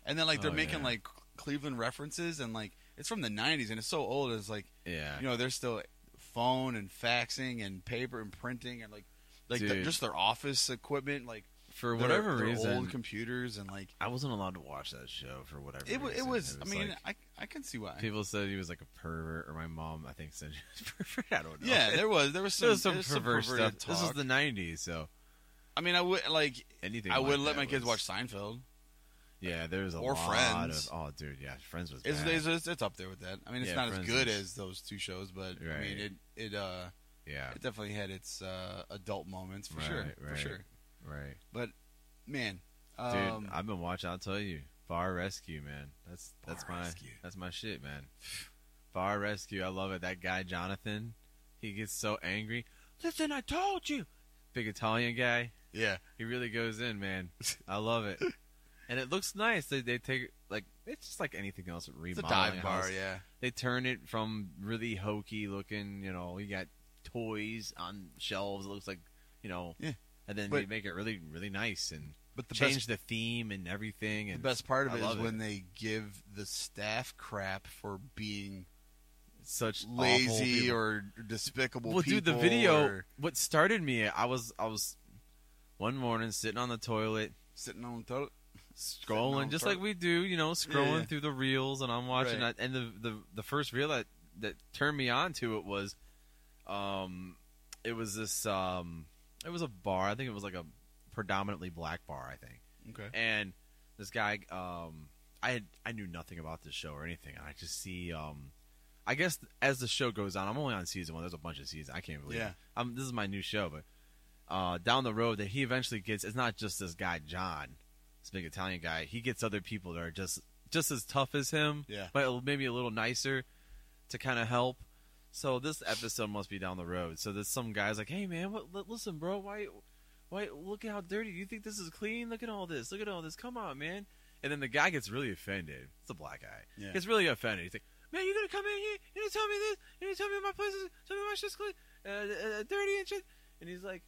and then like they're Oh, making yeah. like Cleveland references, and like it's from the '90s, and it's so old. It's like Yeah. you know they're still phone and faxing and paper and printing and like like the- Dude. just their office equipment, like for their- whatever their reason, old computers and like I wasn't allowed to watch that show for whatever. it, wa- reason. it was. I mean, like- I I can see why. people said he was like a pervert, or my mom, I think, said he was a pervert. I don't know. Yeah, there was there was some, There was some there's perverse stuff. perverted This talk. is the '90s, so I mean, I would like anything. I like would let that my kids watch was- Seinfeld. Yeah, there's a or lot Friends. of. Oh, dude, yeah, Friends was. It's, bad. it's, it's, it's up there with that. I mean, it's Yeah, not for as good instance. as those two shows, but I Right. mean, it it uh yeah, it definitely had its uh, adult moments for Right, sure, for right. sure. right. But man, Dude, um, I've been watching. I'll tell you, Bar Rescue, man. That's that's Bar my Rescue. that's my shit, man. Bar Rescue, I love it. That guy Jonathan, he gets so angry. Listen, I told you. Big Italian guy. yeah, He really goes in, man. I love it. And it looks nice. They, they take like it's just like anything else. Remodeling it's a dive a bar, house. yeah. They turn it from really hokey looking. You know, you got toys on shelves. It looks like you know. Yeah. And then But- they make it really really nice and But the change the theme and everything. best And the best part of I it is love when they give the staff crap for being such awful lazy people. or despicable. well, dude, the people video. or What started me? I was I was one morning sitting on the toilet sitting on the toilet. scrolling on just Tor- like we do, you know, scrolling yeah. through the reels and I'm watching Right. that and the, the the first reel that that turned me on to it was um it was this um it was a bar, I think it was like a predominantly black bar, I think. Okay. And this guy um I had I knew nothing about this show or anything and I just see um I guess as the show goes on, I'm only on season one. There's a bunch of seasons. I can't believe Yeah. it. I'm, this is my new show, but uh, down the road that he eventually gets, it's not just this guy John, this big Italian guy. He gets other people that are just just as tough as him, Yeah. but a- maybe a little nicer to kind of help. So this episode must be down the road. So there's some guys like, hey man, what, li- listen, bro, why, why? Look at how dirty. You think this is clean? Look at all this. Look at all this. Come on, man. And then the guy gets really offended. It's a black guy. Yeah. Gets really offended. He's like, man, you're gonna come in here? You're gonna tell me this? You're gonna tell me my place is? Tell me my shit's clean? Uh, uh, dirty and shit? And he's like,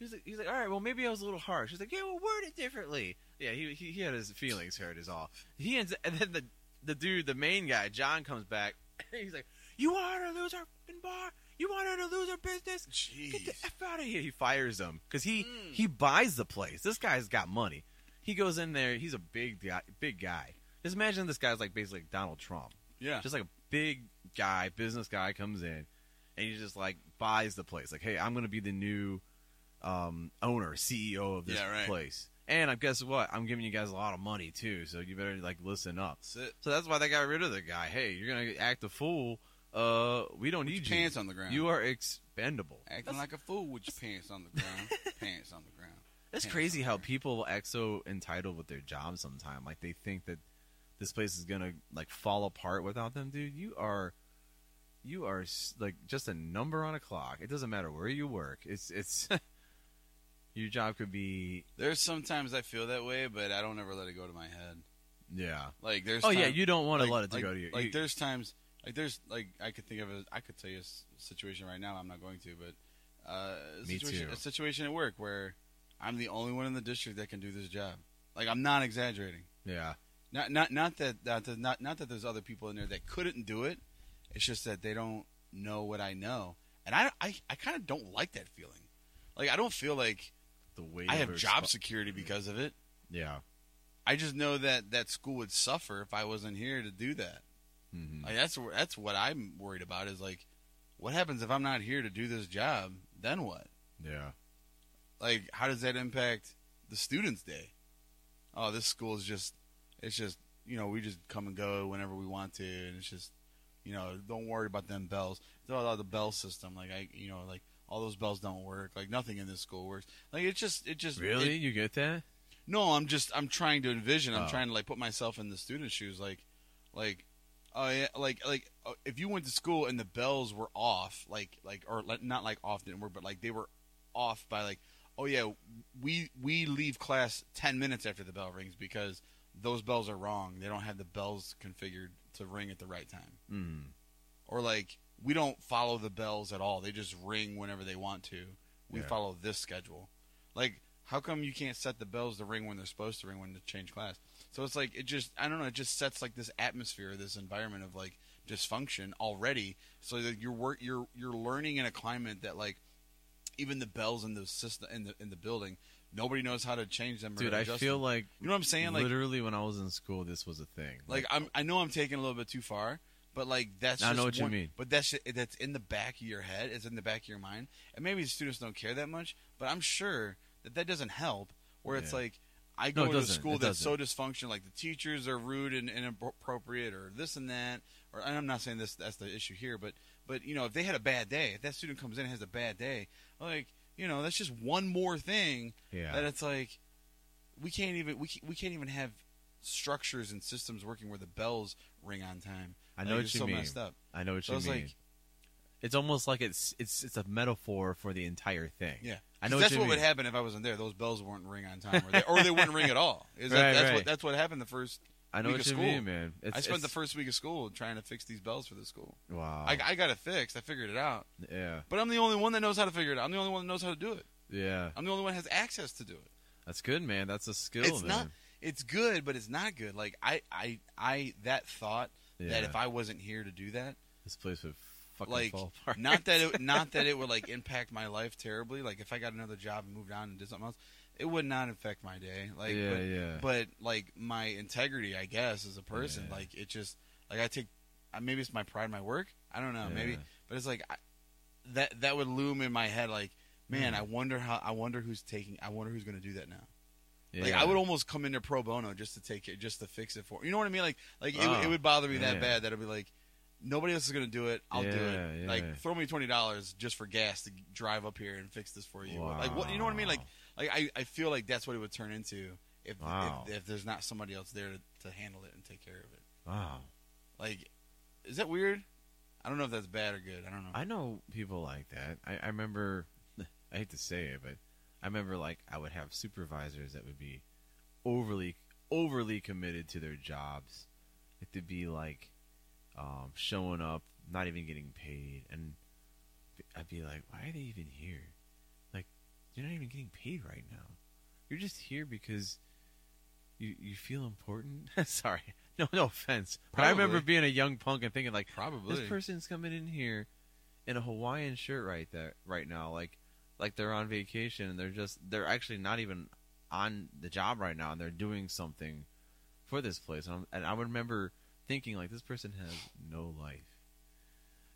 He's like, he's like, all right, well, maybe I was a little harsh. He's like, yeah, well, word it differently. Yeah, he, he, he had his feelings hurt, is all. He ends, and then the the dude, the main guy, John, comes back. he's like, you want her to lose her fucking bar? You want her to lose her business? Get the f out of here! He fires him because he he buys the place. This guy's got money. He goes in there. He's a big guy. Big guy. Just imagine this guy's like basically Donald Trump. Yeah. Just like a big guy, business guy comes in, and he just like buys the place. Like, hey, I'm gonna be the new um, owner, CEO of this Yeah, right. place. And I guess what? I'm giving you guys a lot of money too, so you better like listen up. That's it. So that's why they got rid of the guy. Hey, you're gonna act a fool. Uh, we don't need With you. your pants on the ground. You are expendable. Acting like a fool with your pants on the ground. pants on the ground. It's Yeah, crazy how people act so entitled with their job sometimes. Like they think that this place is gonna like fall apart without them, dude. You are, you are s- like just a number on a clock. It doesn't matter where you work. It's it's your job could be There's sometimes I feel that way, but I don't ever let it go to my head. yeah. Like there's Oh yeah, time- you don't want like, to let it to like- go to you. Like you there's times like there's like I could think of a I could tell you a s- situation right now. I'm not going to, but uh, a Me situation, too. a situation at work where I'm the only one in the district that can do this job. Like I'm not exaggerating. yeah, Not not not that not that not, not that there's other people in there that couldn't do it. It's just that they don't know what I know, and I I, I kind of don't like that feeling. Like I don't feel like the way I have job security because of it. Yeah, I just know that that school would suffer if I wasn't here to do that. hmm Like that's wh- that's what I'm worried about is like, what happens if I'm not here to do this job? Then what? yeah, Like, how does that impact the students' day? Oh, this school is just, it's just you know we just come and go whenever we want to, and it's just you know don't worry about them bells. It's all about the bell system. Like I you know like all those bells don't work. Like nothing in this school works. Like it's just it just really? it- you get that? no, I'm just I'm trying to envision. I'm Oh. trying to like put myself in the student's shoes. Like, like, oh yeah, like like uh, if you went to school and the bells were off, like like or like, not like off didn't work, but like they were off by like, oh yeah, we we leave class ten minutes after the bell rings because those bells are wrong. They don't have the bells configured to ring at the right time. Mm. Or like we don't follow the bells at all. They just ring whenever they want to. We Yeah. follow this schedule. Like, how come you can't set the bells to ring when they're supposed to ring when to change class? So it's like it just I don't know. It just sets like this atmosphere, this environment of like dysfunction already. So that you're work you're you're learning in a climate that like even the bells in the system in the in the building, nobody knows how to change them. Or Dude, I adjust feel them. like you know what I'm saying. Like literally when I was in school, this was a thing. like I'm, I know I'm taking a little bit too far, but like that's. I just know what you one- mean. But that's that's in the back of your head. It's in the back of your mind, and maybe the students don't care that much. But I'm sure that that doesn't help. Where it's Yeah. like I go No, it to a doesn't. school It that's so dysfunctional, like the teachers are rude and inappropriate, or this and that. Or and I'm not saying this that's the issue here, but but you know if they had a bad day, if that student comes in and has a bad day, like you know that's just one more thing Yeah. that it's like we can't even we can't, we can't even have structures and systems working where the bells ring on time. I know Like, what it's you so mean. Messed up. I know what So you it's mean. like- it's almost like it's it's it's a metaphor for the entire thing. Yeah, I know what that's you what mean. would happen if I wasn't there. Those bells wouldn't ring on time, or they, or they wouldn't ring at all. Is that, Right, that's right. what that's what happened the first. I know week what of you school. mean, man. It's- I spent it's- Oh. the first week of school trying to fix these bells for the school. Wow. I, I got it fixed. I figured it out, yeah, but I'm the only one that knows how to figure it out. I'm the only one that knows how to do it. yeah. I'm the only one that has access to do it. That's good, man. That's a skill, it's man. not it's good but it's not good like i i i that thought that Yeah. if i wasn't here to do that This place would fucking like fall apart. not that it not that it would like impact my life terribly like if i got another job and moved on and did something else it would not affect my day like Yeah, but, yeah. but like my integrity i guess as a person Yeah. like it just like i take uh, maybe it's my pride in my work i don't know maybe Yeah. but it's like I, that that would loom in my head like man Hmm. i wonder how i wonder who's taking i wonder who's going to do that now like Yeah. I would almost come in there pro bono just to take it, just to fix it for you know what I mean. Like like it, would- Oh, it would bother me man. that bad that I'd be like, nobody else is gonna do it. I'll do Yeah, it. yeah. Like throw me twenty dollars just for gas to drive up here and fix this for you. Like what you know what I mean? Like like I, I feel like that's what it would turn into if Wow. if, if there's not somebody else there to, to handle it and take care of it. wow. Like is that weird? I don't know if that's bad or good. I don't know. I know people like that. I, I remember, I hate to say it, but I remember like I would have supervisors that would be overly overly committed to their jobs. It would be like um, showing up, not even getting paid, and I'd be like, why are they even here? Like, you're not even getting paid right now. You're just here because you you feel important. Sorry, no, no offense. But I remember Probably. being a young punk and thinking like, Probably. this person's coming in here in a Hawaiian shirt right there right now, like like they're on vacation and they're just they're actually not even on the job right now and they're doing something for this place. And, I'm, and I remember thinking like this person has no life.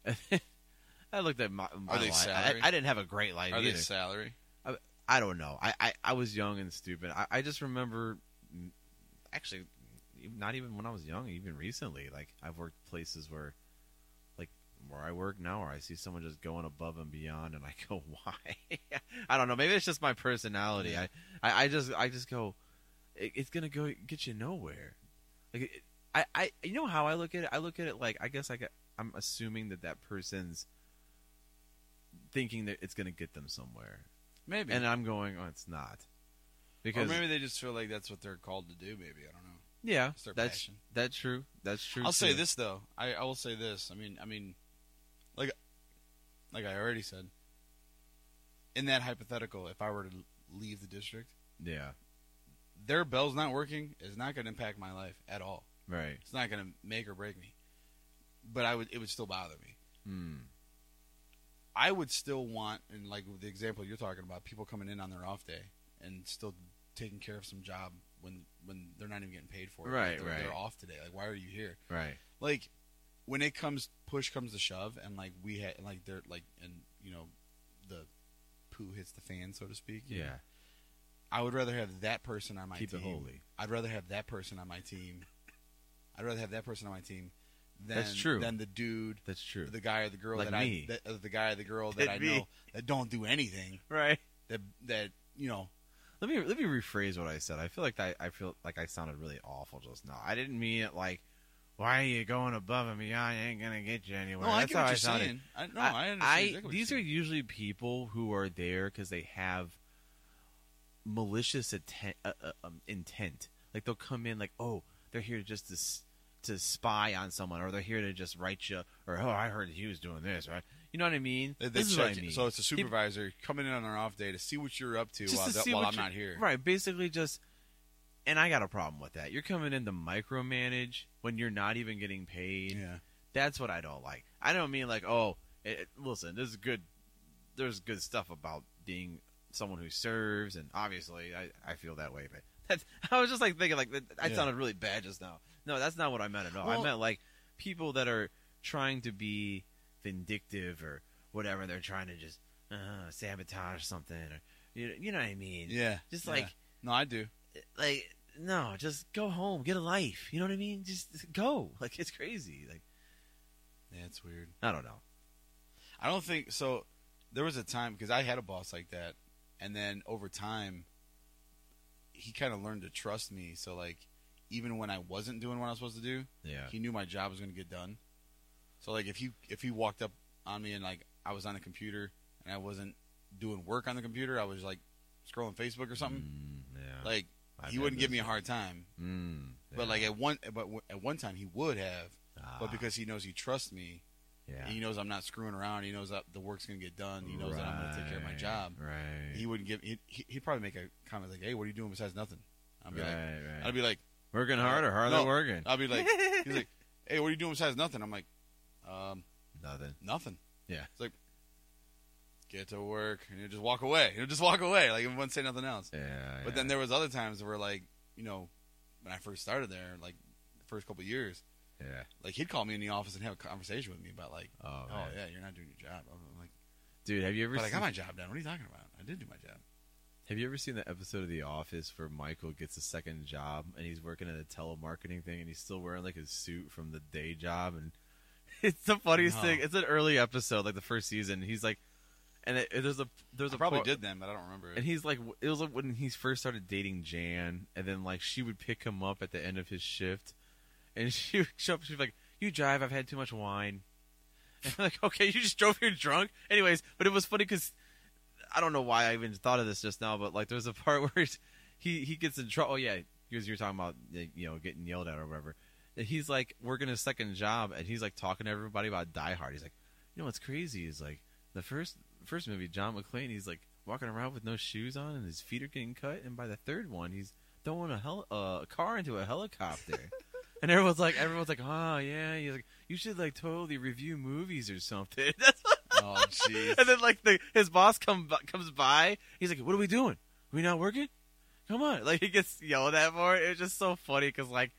And then I looked at my, my Are they life. I, salary? I didn't have a great life Are either. they salary? I, I don't know. I, I, I was young and stupid. I, I just remember, mm, actually, even- not even when I was young, even recently. Like I've worked places where, like where I work now, where I see someone just going above and beyond, and I go, why? I don't know. Maybe it's just my personality. I, I, I just I just go, it, it's gonna go get you nowhere. Like it, I, I you know how I look at it. I look at it like I guess I got, I'm assuming that that person's thinking that it's gonna get them somewhere Maybe. and I'm going, oh, it's not. Because or maybe they just feel like that's what they're called to do. Maybe I don't know. yeah, it's their that's passion. that's true. That's true. I'll say too. this though. I, I will say this. I mean, I mean, like, like I already said. In that hypothetical, if I were to leave the district, Yeah, their bell's not working is not going to impact my life at all. right. It's not going to make or break me. But I would, it would still bother me. Hmm. I would still want, and like with the example you're talking about, people coming in on their off day and still taking care of some job when when they're not even getting paid for it. Like, Right, they're- They're right. off today. Like, why are you here? Right. like when it comes push comes to shove and like we had like they're like and you know the poo hits the fan so to speak you know, Yeah. i would rather have that person on my Keep it team holy. i'd rather have that person on my team i'd rather have that person on my team than, That's true. than the dude That's true. or the guy or the girl Like that me. i that, uh, the guy or the girl that i Like me. know that don't do anything right. that that you know Let me let me rephrase what I said. I feel like I, I feel like I sounded really awful just now. I didn't mean it like, why are you going above and beyond? It ain't gonna get you anywhere. no i That's get what how you're sounded. saying i no i, understand exactly what you're these are saying. usually people who are there because they have malicious atten- uh, uh, um, intent. Like they'll come in like, oh, they're here just to s- to spy on someone, or they're here to just write you, or oh, I heard he was doing this, right? You know what I mean? They, they this is check what I you. mean. So it's a They- supervisor coming in on our off day to see what you're up to just while, to the- see while what I'm you- not here. Right, basically just and I got a problem with that. You're coming in to micromanage when you're not even getting paid. Yeah. That's what I don't like. I don't mean like, oh, it, it- listen, this is good. There's good stuff about being someone who serves, and obviously, I, I feel that way. But that's I was just like thinking like that. I Yeah. sounded really bad just now. No, that's not what I meant at all. I Well- meant like people that are trying to be vindictive or whatever. They're trying to just uh, sabotage something, or you, you know what I mean? Yeah. Just yeah. like No, I do. like no, just go home, get a life. You know what I mean? Just go. Like it's crazy. Like Yeah, it's weird. I don't know. I don't think so. There was a time because I had a boss like that, and then over time, he kind of learned to trust me. So like, even when I wasn't doing what I was supposed to do, Yeah. he knew my job was going to get done. So like, if he if he walked up on me and like I was on the computer and I wasn't doing work on the computer, I was like scrolling Facebook or something. Mm, yeah. Like he wouldn't give me a hard time. Mm, But like at one but w- at one time he would have, Ah, but because he knows he trusts me, yeah. he knows I'm not screwing around. He knows that the work's gonna get done. He knows that I'm gonna take care of my job. Right. He wouldn't give. He'd, he'd probably make a comment like, "Hey, what are you doing besides nothing?" I'd be right, like, right. I'd be like, uh, working harder, harder No. Uh, working. I'd be like, he's like, "Hey, what are you doing besides nothing?" I'm like, um, Nothing. nothing. Yeah. It's like, get to work and you just walk away. You just walk away. Like, he wouldn't say nothing else. Yeah. But then there was other times where like, you know, when I first started there, like the first couple of years, yeah. like he'd call me in the office and have a conversation with me about like, Oh, "Oh, man. yeah, you're not doing your job." I'm like. dude, have you ever But I seen, got my job done. What are you talking about? I did do my job. have you ever seen the episode of The Office where Michael gets a second job and he's working at a telemarketing thing and he's still wearing like his suit from the day job and it's the funniest No. thing. It's an early episode, like the first season. He's like, and it, there's a there's I a probably part- did then, but I don't remember it. And he's like, it was like when he first started dating Jan, and then like she would pick him up at the end of his shift, and she would show up. She'd be like, "You drive. I've had too much wine." And I'm like, okay, you just drove here drunk. Anyways, but it was funny because I don't know why I even thought of this just now, but like there's a part where he's- he he gets in trouble. Oh yeah, because you're talking about like, you know getting yelled at or whatever. And he's like working his second job, and he's like talking to everybody about Die Hard. He's like, you know what's crazy is like the first first movie, John McClane, he's like walking around with no shoes on, and his feet are getting cut. And by the third one, he's throwing a hel- uh, a car into a helicopter. and everyone's like, everyone's like, oh yeah, he's like, you should like totally review movies or something. That's what- oh, jeez. and then like the, his boss come bu- comes by, he's like, what are we doing? we not working? Come on! Like he gets yelled at for it. It was just so funny because like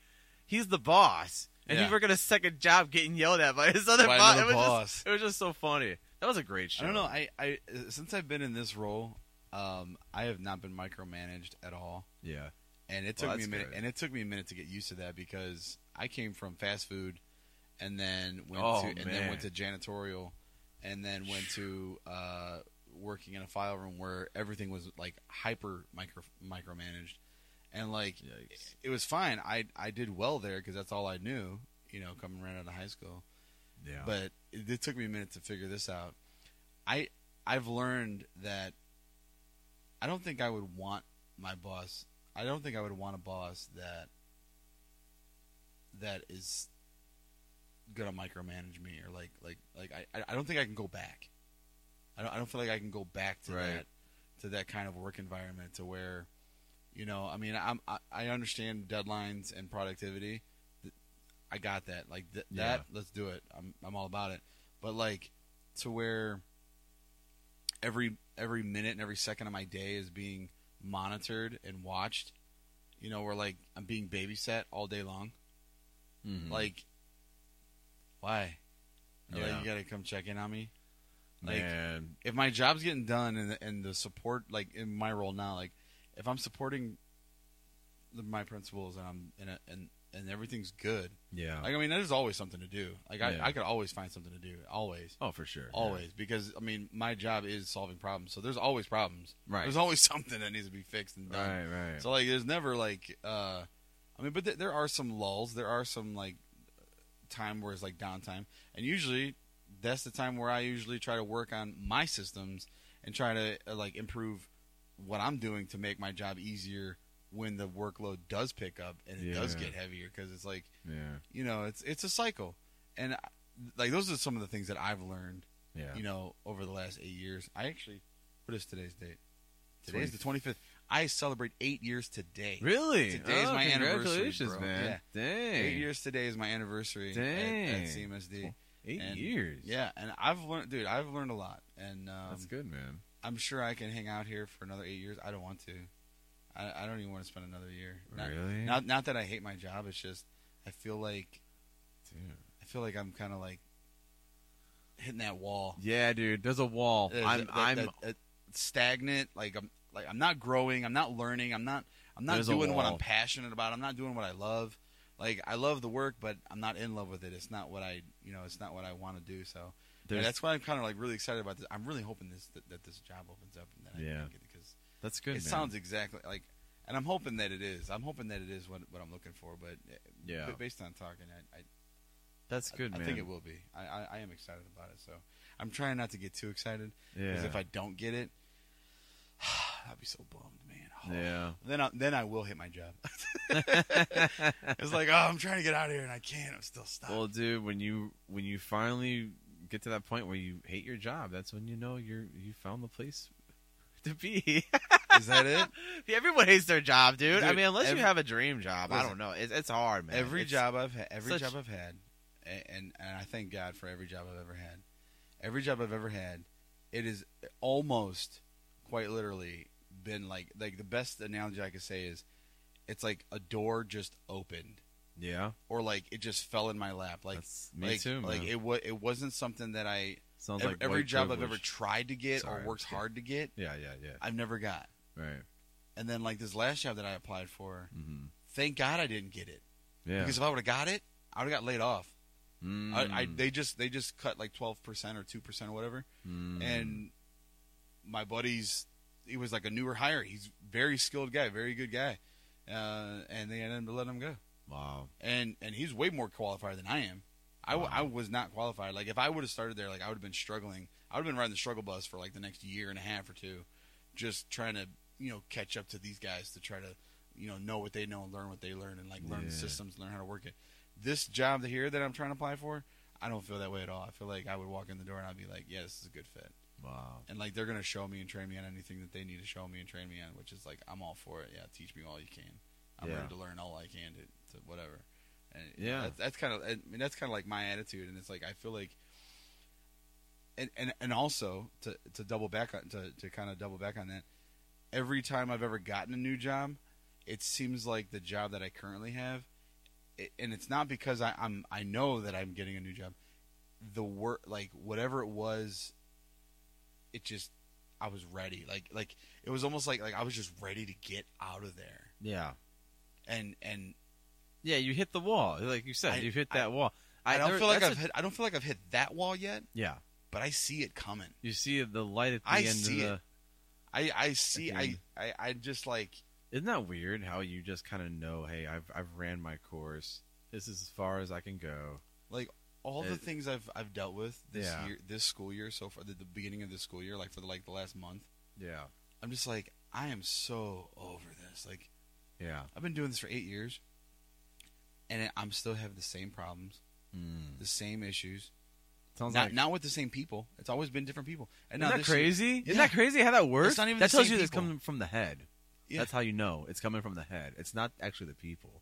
he's the boss, and Yeah. he's working a second job getting yelled at by his other By boss. another it was boss. Just, it was just so funny. That was a great show. I don't know. I, I uh, since I've been in this role, um, I have not been micromanaged at all, yeah. and it Well, took me that's a minute. good. And it took me a minute to get used to that because I came from fast food, and then went Oh, to and then went to man. janitorial, and then went to uh, working in a file room where everything was like hyper micro micromanaged, and like Yikes. it was fine. I I did well there because that's all I knew, you know, coming right out of high school. Yeah. But it, it took me a minute to figure this out. I I've learned that I don't think I would want my boss. I don't think I would want a boss that that is gonna micromanage me or like like like I I- I don't think I can go back. I don't I don't feel like I can go back to Right. that to that kind of work environment to where you know I mean I'm I, I understand deadlines and productivity. Th- I got that like th- that let's do it. I'm I'm all about it. But like to where every every minute and every second of my day is being monitored and watched. You know, where like I'm being babysat all day long. Mhm. Like, why? Or, Yeah. Like, you gotta come check in on me. Like, man, if my job's getting done and the, and the support, like in my role now, like if I'm supporting the, my principals and I'm and and and everything's good. yeah. Like, I mean, there's always something to do. Like, I, Yeah. I could always find something to do. Always. oh, for sure. Always, because I mean, my job is solving problems, so there's always problems. Right. There's always something that needs to be fixed and Yeah. done. Right, right. So like, there's never like, uh, I mean, but th- there are some lulls. There are some like time where it's like downtime, and usually that's the time where I usually try to work on my systems and try to uh, like improve what I'm doing to make my job easier when the workload does pick up and it does Yeah. get heavier because it's like Yeah. you know it's it's a cycle and I, like those are some of the things that I've learned Yeah. you know over the last eight years. I actually what is today's date? Today's the twenty fifth. I celebrate eight years today. Really? Today's Oh, my anniversary, congratulations, bro. man. Yeah. Dang. Eight years today is my anniversary at- At, Dang. CMSD. Eight And- years. Yeah, and I've learned, dude. I've learned a lot, and um, That's good, man. I'm sure I can hang out here for another eight years. I don't want to. I, I don't even want to spend another year. Not, Really? Not not that I hate my job. It's just I feel like Dude. I feel like I'm kind of like hitting that wall. Yeah, dude. There's a wall. There's I'm. a- that- I'm. that- that stagnant. Like I'm like I'm not growing. I'm not learning. I'm not I'm not There's a doing what wall. I'm passionate about. I'm not doing what I love. Like I love the work, but I'm not in love with it. It's not what I you know. It's not what I want to do. So and There's- that's why I'm kind of like really excited about this. I'm really hoping this that, that this job opens up and that I Yeah. can get it because that's good. it man. sounds exactly like, and I'm hoping that it is. I'm hoping that it is what, what I'm looking for. But uh, Yeah. b- based on talking, I, I That's good, I, man. I think it will be. I, I, I am excited about it. So I'm trying not to get too excited because Yeah. if I don't get it, I'll be so bummed, man. Oh. Yeah. Then I, then I will hit my job. it's like oh, I'm trying to get out of here and I can't. I'm still stuck. Well, dude, when you when you finally get to that point where you hate your job, that's when you know you're you found the place to be. is that it? Everyone hates their job, dude. I Dude, mean, unless every- you have a dream job, I Listen, don't know. It's, it's hard, man. every It's- job I've had, every such- job I've had, a- and and I thank God for every job I've ever had. Every job I've ever had, it is almost, quite literally, been like like the best analogy I could say is, it's like a door just opened, Yeah, or like it just fell in my lap. Like That's- me like, too, Like man. it was it wasn't something that I sounds ev- every, like white job I've ever privilege. tried to get Sorry, or worked I'm kidding. hard to get, Yeah, yeah, yeah. I've never got. Right. And then like this last job that I applied for, Mhm. thank God I didn't get it Yeah. because if I would have got it, I would have got laid off. Mm. I, I they just they just cut like twelve percent or two percent or whatever. Mm. And my buddies, he was like a newer hire. He's very skilled guy, very good guy, uh, and they ended up letting him go. wow. And and he's way more qualified than I am. I, w- I was not qualified. Like if I would have started there, like I would have been struggling. I would have been riding the struggle bus for like the next year and a half or two, just trying to you know catch up to these guys to try to you know know what they know and learn what they learn and like learn the Yeah. systems, learn how to work it. This job here that I'm trying to apply for, I don't feel that way at all. I feel like I would walk in the door and I'd be like, yeah, this is a good fit. Wow. And like they're gonna show me and train me on anything that they need to show me and train me on, which is like I'm all for it. Yeah, teach me all you can. I'm Yeah. ready to learn all I can to, to whatever. And Yeah. that's, that's kind of I mean that's kind of like my attitude, and it's like I feel like. And, and, and also to, to double back on to, to kind of double back on that, every time I've ever gotten a new job, it seems like the job that I currently have, it, and it's not because I, I'm I know that I'm getting a new job. The work like whatever it was, it just I was ready. Like like it was almost like like I was just ready to get out of there. Yeah. And and Yeah, you hit the wall, like you said. I- you hit I- that wall. I, don't there- feel like that's I've a- hit I don't feel like I've hit that wall yet, Yeah. but I see it coming. You see the light at the I end see of the. it. I I see I, Agreed. I I just like Isn't that weird? How you just kind of know, hey, I've I've ran my course. This is as far as I can go. like all the It- things I've I've dealt with this Yeah. year this school year so far the, the beginning of this school year like for the, like the last month Yeah. I'm just like I am so over this like Yeah. I've been doing this for eight years, and I'm still having the same problems, Mm. the same issues. Sounds Not like not with the same people. It's always been different people. And now Isn't that this year- crazy? Isn't Yeah. that crazy how that works? It's not even that the tells same you it's people. coming from the head. Yeah. That's how you know it's coming from the head. It's not actually the people.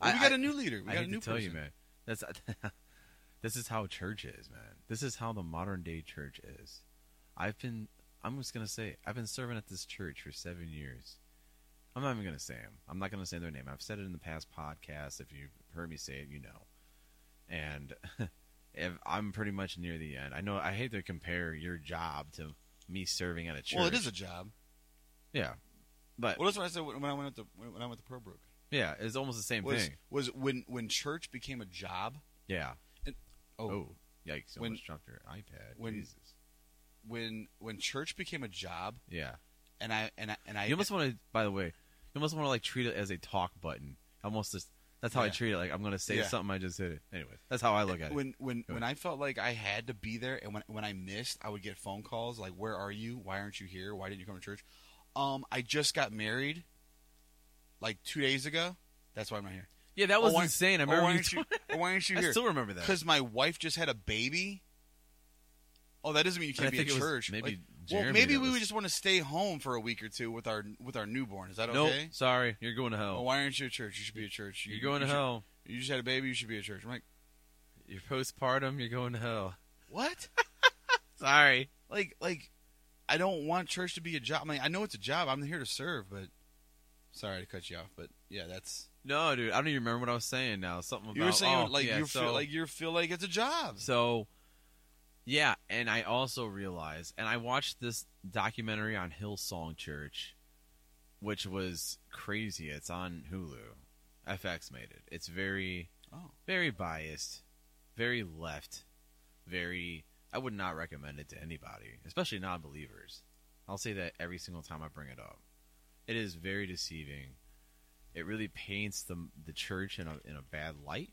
Well, we I- got I- a new leader. We I got hate a new to tell person. you, man. That's this is how church is, man. This is how the modern day church is. I've been. I'm just gonna say I've been serving at this church for seven years. I'm not even gonna say 'em. I'm not gonna say their name. I've said it in the past podcast. If you've heard me say it, you know. And if I'm pretty much near the end. I know I hate to compare your job to me serving at a church. Well, it is a job. yeah, but Well, that's what I said when I went up to when I went to Pro Brook. yeah, it's almost the same Was thing. was when when church became a job. Yeah. Oh, Oh, yikes! When- Almost dropped your iPad. when- Jesus. when when church became a job, Yeah. and I and I and I You almost want to. By the way, you almost want to like treat it as a talk button. Almost just. That's how I Yeah. treat it. Like I'm gonna say Yeah. something. I just hit it. Anyway, that's how I look at it. when when Go when I felt like I had to be there, and when when I missed, I would get phone calls like, "Where are you? Why aren't you here? Why didn't you come to church?" Um, I just got married. like two days ago. That's why I'm not here. Yeah, that was Oh, why- insane. I oh, remember why you aren't you, told- oh, why aren't you I here? still remember that. Because my wife just had a baby. Oh, that doesn't mean you But I can't be at think it was church. maybe Like, Jeremy well, maybe that we was- would just want to stay home for a week or two with our with our newborn. Is that Nope. okay? Sorry, you're going to hell. Oh, why aren't you at church? You should be at church. You, You're going to you should- hell. you just had a baby. You should be at church. I'm like, You're postpartum. You're going to hell. what? Sorry. like, like, I don't want church to be a job. I mean, I know it's a job. I'm here to serve, but sorry to cut you off. But yeah, that's No, dude. I don't even remember what I was saying now. Something about you were saying oh, like yeah, you so, feel like you feel like it's a job. So, yeah, and I also realized, and I watched this documentary on Hillsong Church, which was crazy. It's on Hulu. FX made it. It's very, Oh. very biased, very left, very. I would not recommend it to anybody, especially non-believers. I'll say that every single time I bring it up. It is very deceiving. It really paints the the church in a in a bad light.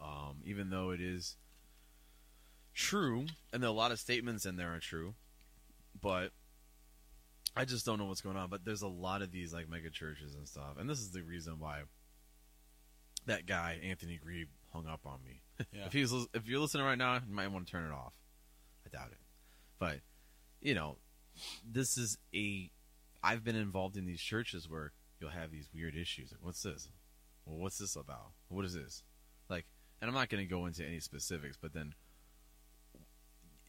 Um, even though it is true, and there are a lot of statements in there are true, but I just don't know what's going on. But there's a lot of these like mega churches and stuff, and this is the reason why that guy Anthony Grebe hung up on me. Yeah. if he's lis- if you're listening right now, you might want to turn it off. I doubt it, but you know, this is a. I've been involved in these churches where you'll have these weird issues. Like, what's this? Well, what's this about? What is this? Like, and I'm not going to go into any specifics, but then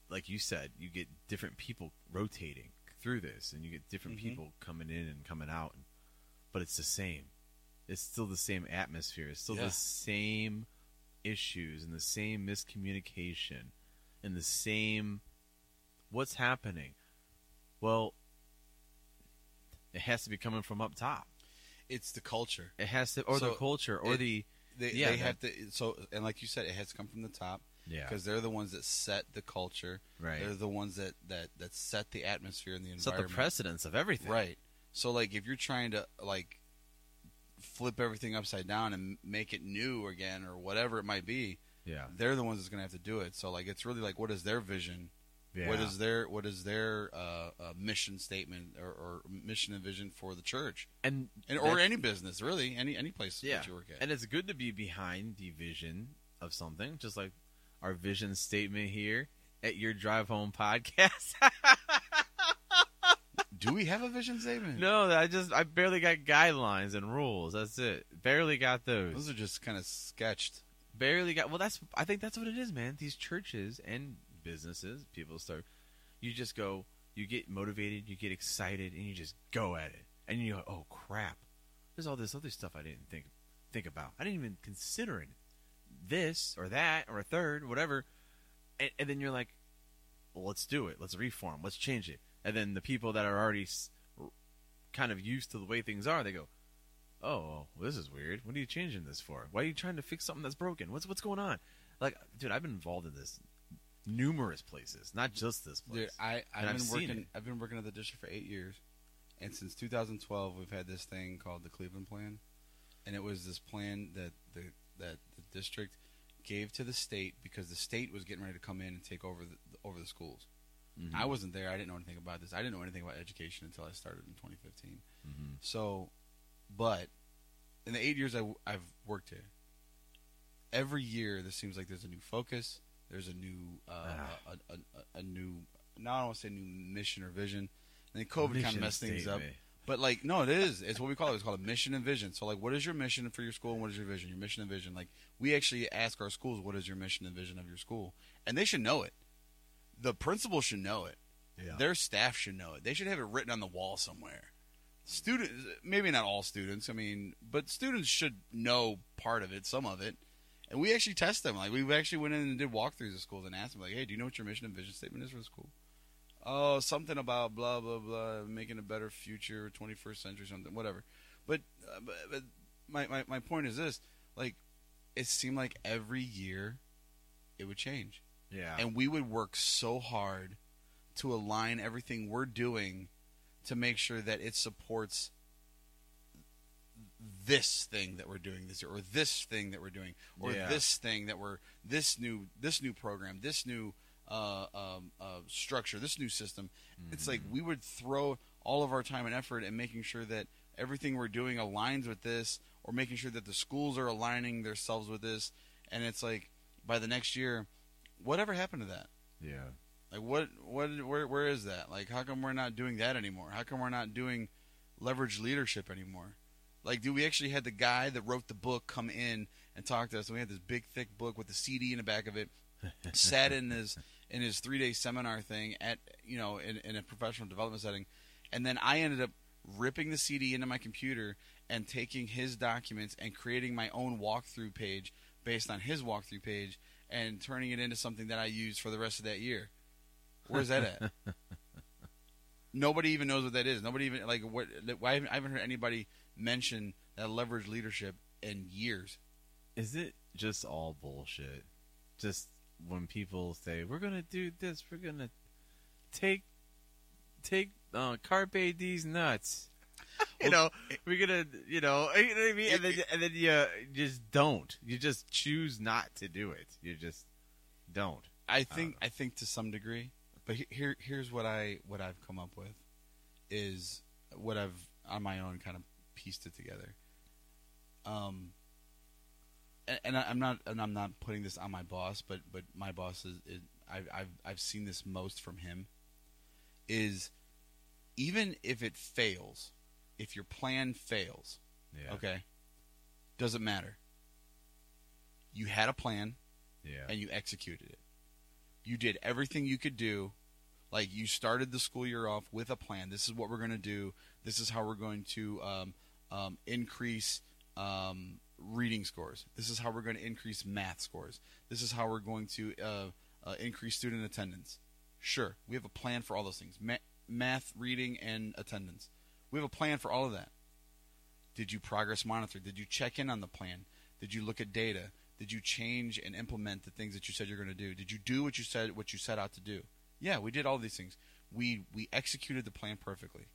like you said, you get different people rotating through this, and you get different people coming in and coming out. But it's the same. It's still the same atmosphere. It's still Yeah. the same issues and the same miscommunication and the same what's happening. Well, it has to be coming from up top. It's the culture. It has to, or the So, culture, or it- the They, Yeah, they that- have to. So, and like you said, it has to come from the top. Yeah. Because they're the ones that set the culture. Right. They're the ones that that that set the atmosphere and the set the environment. precedence of everything. Right. So, like, if you're trying to like flip everything upside down and make it new again or whatever it might be, Yeah. they're the ones that's going to have to do it. So, like, it's really like, what is their vision? Yeah. What is their what is their uh, uh, mission statement or, or mission and vision for the church and and or that- any business really any any place that you work at? And it's good to be behind the vision of something, just like our vision statement here at your drive home podcast. Do we have a vision statement? no, I just I barely got guidelines and rules. That's it. Barely got those. Those are just kind of sketched. Barely got. Well, that's I think that's what it is, man. These churches and businesses, people start. You just go. You get motivated. You get excited, and you just go at it. And you go, oh crap, there's all this other stuff I didn't think think about. I didn't even consider it. This or that or a third, whatever. And, and then you're like, well, let's do it. Let's reform. Let's change it. And then the people that are already s- r- kind of used to the way things are, they go, oh, well, this is weird. What are you changing this for? Why are you trying to fix something that's broken? What's what's going on? Like, dude, I've been involved in this numerous places, not just this place. Dude, I I've, And I've been seen working. it. I've been working at the district for eight years, and since 2012, we've had this thing called the Cleveland Plan, and it was this plan that the that the district gave to the state because the state was getting ready to come in and take over the over the schools. Mm-hmm. I wasn't there. I didn't know anything about this. I didn't know anything about education until I started in 2015. Mm-hmm. So, but in the eight years I, have worked here, every year there seems like there's a new focus. There's a new, uh, Ah. a, a, a, a new. No, I don't want to say new mission or vision. And then COVID kind Mission of messed things up. statement. But like, no, it is. It's what we call it. It's called a mission and vision. So like, what is your mission for your school and what is your vision? Your mission and vision. Like, we actually ask our schools, what is your mission and vision of your school, and they should know it. The principal should know it. Their staff should know it. They should have it written on the wall somewhere. Students, maybe not all students. I mean, but students should know part of it, some of it. And we actually test them. Like we actually went in and did walkthroughs of schools and asked them, like, "Hey, do you know what your mission and vision statement is for the school?" oh, something about blah blah blah, making a better future, 21st century, something, whatever. But, uh, but, but my, my my point is this: like, it seemed like every year it would change, yeah. and we would work so hard to align everything we're doing to make sure that it supports this thing that we're doing this year or this thing that we're doing or Yeah. this thing that we're this new this new program this new uh, um, uh, structure this new system it's like we would throw all of our time and effort in making sure that everything we're doing aligns with this, or making sure that the schools are aligning themselves with this. And it's like by the next year, whatever happened to that? Yeah. Like what what where where is that? Like how come we're not doing that anymore? How come we're not doing leverage leadership anymore? Like dude, we actually had the guy that wrote the book come in and talk to us. And we had this big thick book with the CD in the back of it. sat in his in his 3-day seminar thing at you know in, in a professional development setting. And then I ended up ripping the CD into my computer and taking his documents and creating my own walkthrough page based on his walkthrough page and turning it into something that I use for the rest of that year. Where's that at? Nobody even knows what that is. Nobody even like what. Why haven't, I haven't heard anybody mention that leverage leadership in years. Is it just all bullshit? Just when people say we're gonna do this, we're gonna take take uh, carpe die's nuts. You know, we're gonna, you know, eh, you know what I mean, and then and then you uh, just don't. You just choose not to do it. You just don't. I think I think to some degree, but he- here here's what I what I've come up with is what I've on my own kind of pieced it together. Um, and, and I, I'm not and I'm not putting this on my boss, but but my boss is, is I've I've I've seen this most from him is even if it fails, if your plan fails, Yeah. okay, doesn't matter. You had a plan Yeah. and you executed it. You did everything you could do. Like you started the school year off with a plan. This is what we're going to do. This is how we're going to um, um, increase um, reading scores. This is how we're going to increase math scores. This is how we're going to uh, uh, increase student attendance. Sure, we have a plan for all those things: Ma- math, reading, and attendance. We have a plan for all of that. Did you progress monitor? Did you check in on the plan? Did you look at data? Did you change and implement the things that you said you're going to do? Did you do what you said what you set out to do? Yeah, we did all these things. We we executed the plan perfectly.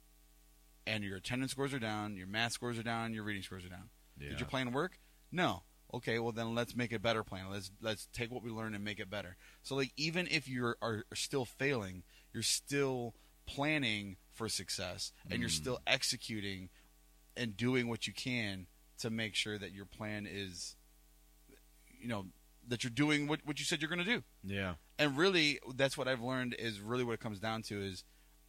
And your attendance scores are down, your math scores are down, your reading scores are down. Yeah. Did your plan work? No. Okay, well then let's make a better plan. Let's let's take what we learned and make it better. So like even if you are still failing, you're still planning for success and you're still executing and doing what you can to make sure that your plan is you know that you're doing what, what you said you're going to do Yeah. and really that's what i've learned is really what it comes down to is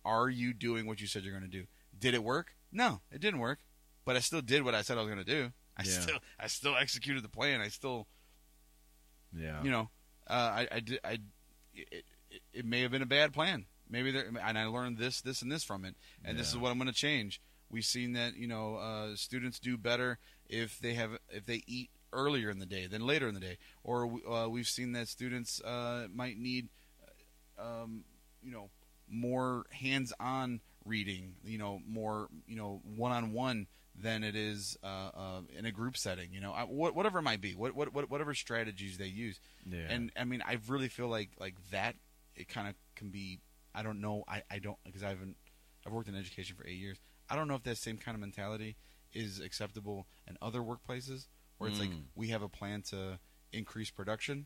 are you doing what you said you're going to do did it work no it didn't work but i still did what i said i was going to do i Yeah. still i still executed the plan i still Yeah. you know uh, i i did i it, it, it may have been a bad plan maybe there and i learned this this and this from it and this is what i'm going to change we've seen that you know uh, students do better if they have if they eat earlier in the day than later in the day or uh, we've seen that students uh, might need uh, um, you know more hands-on reading you know more you know one-on-one than it is uh, uh, in a group setting you know I, wha- whatever it might be what, what, what whatever strategies they use Yeah. and i mean i really feel like like that it kind of can be i don't know i, I don't because i haven't i've worked in education for eight years i don't know if that same kind of mentality is acceptable in other workplaces where it's Hmm. like we have a plan to increase production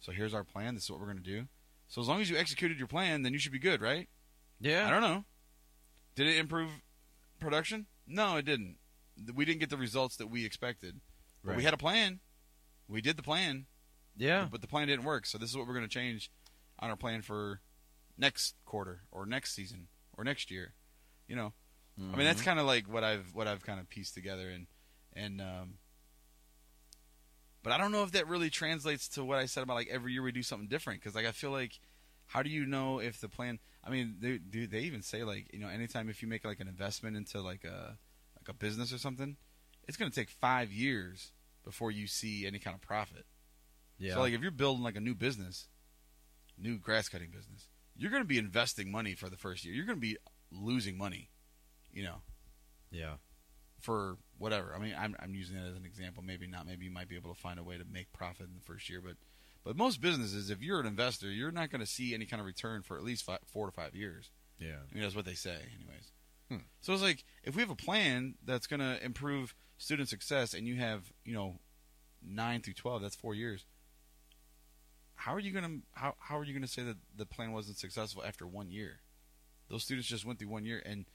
so here's our plan this is what we're going to do so as long as you executed your plan then you should be good right Yeah. I don't know. Did it improve production? No, it didn't. Th- We didn't get the results that we expected. But Right. we had a plan. We did the plan, yeah. but the plan didn't work. So this is what we're going to change on our plan for next quarter or next season or next year. You know, I mean that's kind of like what I've what I've kind of pieced together and and um, but I don't know if that really translates to what I said about like every year we do something different because like I feel like how do you know if the plan? I mean, they do they even say like you know anytime if you make like an investment into like a like a business or something, it's going to take five years before you see any kind of profit. yeah. So like if you're building like a new business, new grass cutting business, you're going to be investing money for the first year. You're going to be losing money, you know, yeah. for whatever. I mean, I'm I'm using that as an example. Maybe not. Maybe you might be able to find a way to make profit in the first year, but but most businesses, if you're an investor, you're not going to see any kind of return for at least five, four to five years. Yeah. I mean, that's what they say, anyways. So it's like if we have a plan that's going to improve student success, and you have you know nine through twelve, that's four years. How are you going to how how are you going to say that the plan wasn't successful after one year? Those students just went through one year, and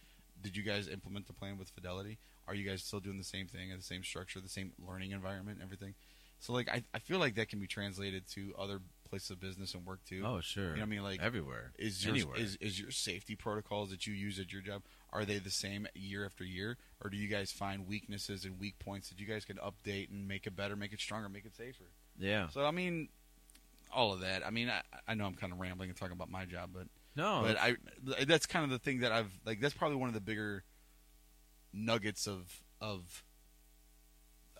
did you guys implement the plan with fidelity? Are you guys still doing the same thing and the same structure, the same learning environment, and everything? So like I, I feel like that can be translated to other places of business and work too. Oh, sure. You know what I mean? Like Everywhere. Is your Anywhere. is is your safety protocols that you use at your job are they the same year after year, or do you guys find weaknesses and weak points that you guys can update and make it better, make it stronger, make it safer? Yeah. So I mean, all of that. I mean, I, I know I'm kind of rambling and talking about my job, but No, but that's- I Oh, that's kind of the thing that I've like. That's probably one of the bigger nuggets of of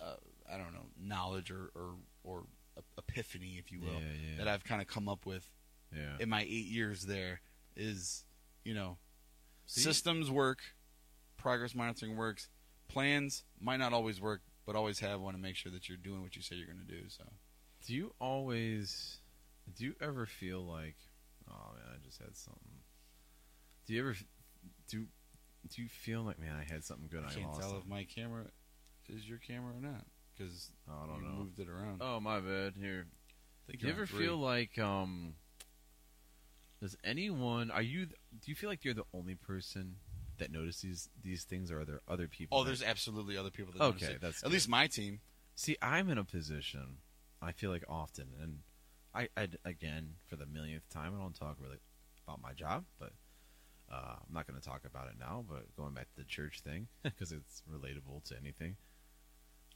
uh, I don't know knowledge or or, or epiphany, if you will, Yeah, yeah. that I've kind of come up with Yeah. in my eight years there is you know See- systems work, progress monitoring works, plans might not always work, but always have one to make sure that you're doing what you say you're going to do. So. Do you always? Do you ever feel like, oh man, I just had something. Do you ever f- do? Do you feel like, man, I had something good? I, I can't lost tell it? if my camera is your camera or not because I don't you know. moved it around. Oh my bad. Here. think Do you you're on ever three. feel like um? Does anyone? Are you? Do you feel like you're the only person that notices these things, or are there other people? Oh, that- there's absolutely other people that Okay, notice it. that's at good. least my team. See, I'm in a position. I feel like often, and I, I again for the millionth time, I don't talk really about my job, but uh, I'm not going to talk about it now. But going back to the church thing because it's relatable to anything.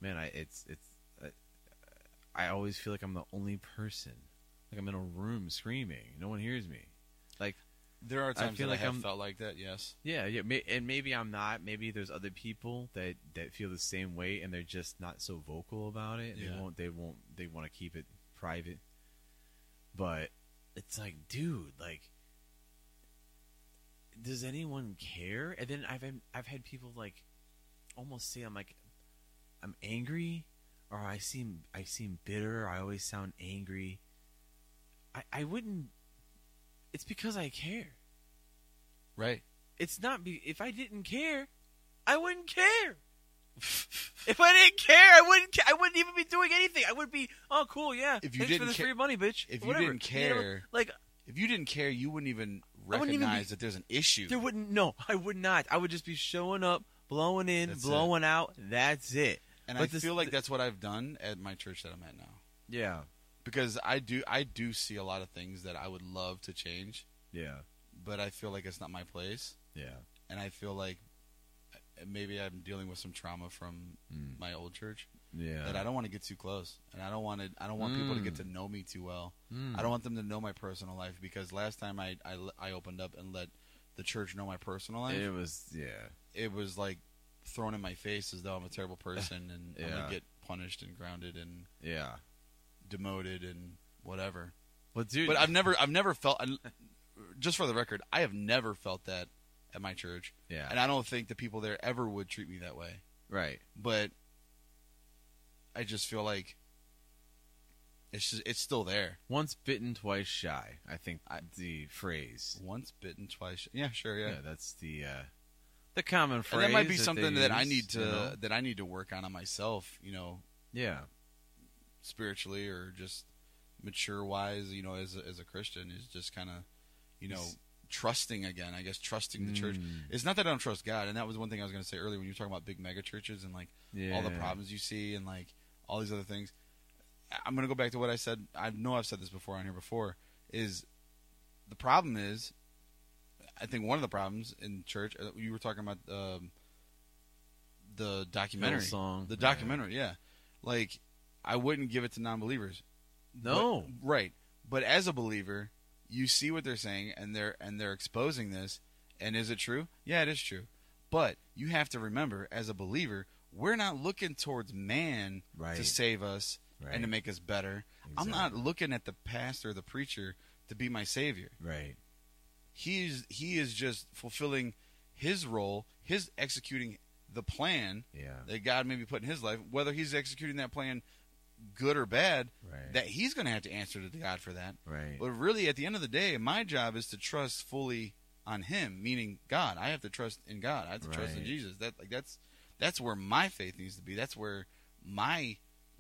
Man, I it's it's I, I always feel like I'm the only person. Like I'm in a room screaming, no one hears me. Like There are I times feel that like I have I'm- felt like that. Yes, yeah, yeah, may, and maybe I'm not. Maybe there's other people that that feel the same way, and they're just not so vocal about it. They Yeah. won't. They won't. They want to keep it private. But it's like, dude, like, does anyone care? And then I've had- I've had people like almost say I'm like I'm angry, or I seem I seem bitter. I always sound angry. I I wouldn't. It's because I care right. it's not be if I didn't care, I wouldn't care. if I didn't care, I wouldn't. Ca- I wouldn't even be doing anything. I would be, oh, cool, yeah. If you thanks didn't for this ca- free money, bitch. if you Whatever. didn't know, care- like If you didn't care, you wouldn't even I recognize wouldn't even be- that there's an issue. there wouldn't. No, I would not. I would just be showing up, blowing in, That's it. blowing out. That's it. and But I this- feel like that's what I've done at my church that I'm at now Yeah, because I do I do see a lot of things that I would love to change, yeah, but I feel like it's not my place. yeah. and I feel like uh, maybe I'm dealing with some trauma from Mm. my old church Yeah. that I don't want to get too close, and I don't want to. I don't want people to get Mm. to know me too well. Mm. I don't want them to know my personal life because last time I I, I opened up and let the church know my personal life, It it, was yeah. was like thrown in my face as though I'm a terrible person and I'm Yeah. gonna get punished and grounded and Yeah. demoted and whatever. But dude, But I've never I've never felt. Just for the record, I have never felt that at my church. Yeah. and I don't think the people there ever would treat me that way. right. but I just feel like it's just, it's still there. Once bitten, twice shy. I think the phrase. Once bitten, twice. Shy. Yeah, sure, yeah. Yeah, that's the uh, the common phrase. and that might be they something that I use, need to you know? that I need to work on on myself. You know, Yeah, spiritually or just mature wise. You know, as a, as a Christian, is just kind of you know trusting again. I guess trusting the church. Mm. It's not that I don't trust God, and that was one thing I was going to say earlier when you were talking about big mega churches and like all the Yeah. problems you see and like all these other things. I- I'm going to go back to what I said. I know I've said this before on here before. Is the problem is, I think one of the problems in church. uh, You were talking about um, the documentary, Hillsong, the yeah. documentary. Yeah, like I wouldn't give it to non-believers. No. But- right. But as a believer, you see what they're saying and they're and they're exposing this and is it true? Yeah, it is true. But you have to remember as a believer, we're not looking towards man to Right. save us and to Right. make us better. I'm not looking at the pastor or the preacher to be my savior. Right. He's he is just fulfilling his role, his executing the plan Yeah. that God may be put in his life, whether he's executing that plan good or bad, Right. that he's going to have to answer to God for that. Right. But really, at the end of the day, my job is to trust fully on Him, meaning God. I have to trust in God. I have to trust in Right. Jesus. That like that's that's where my faith needs to be. That's where my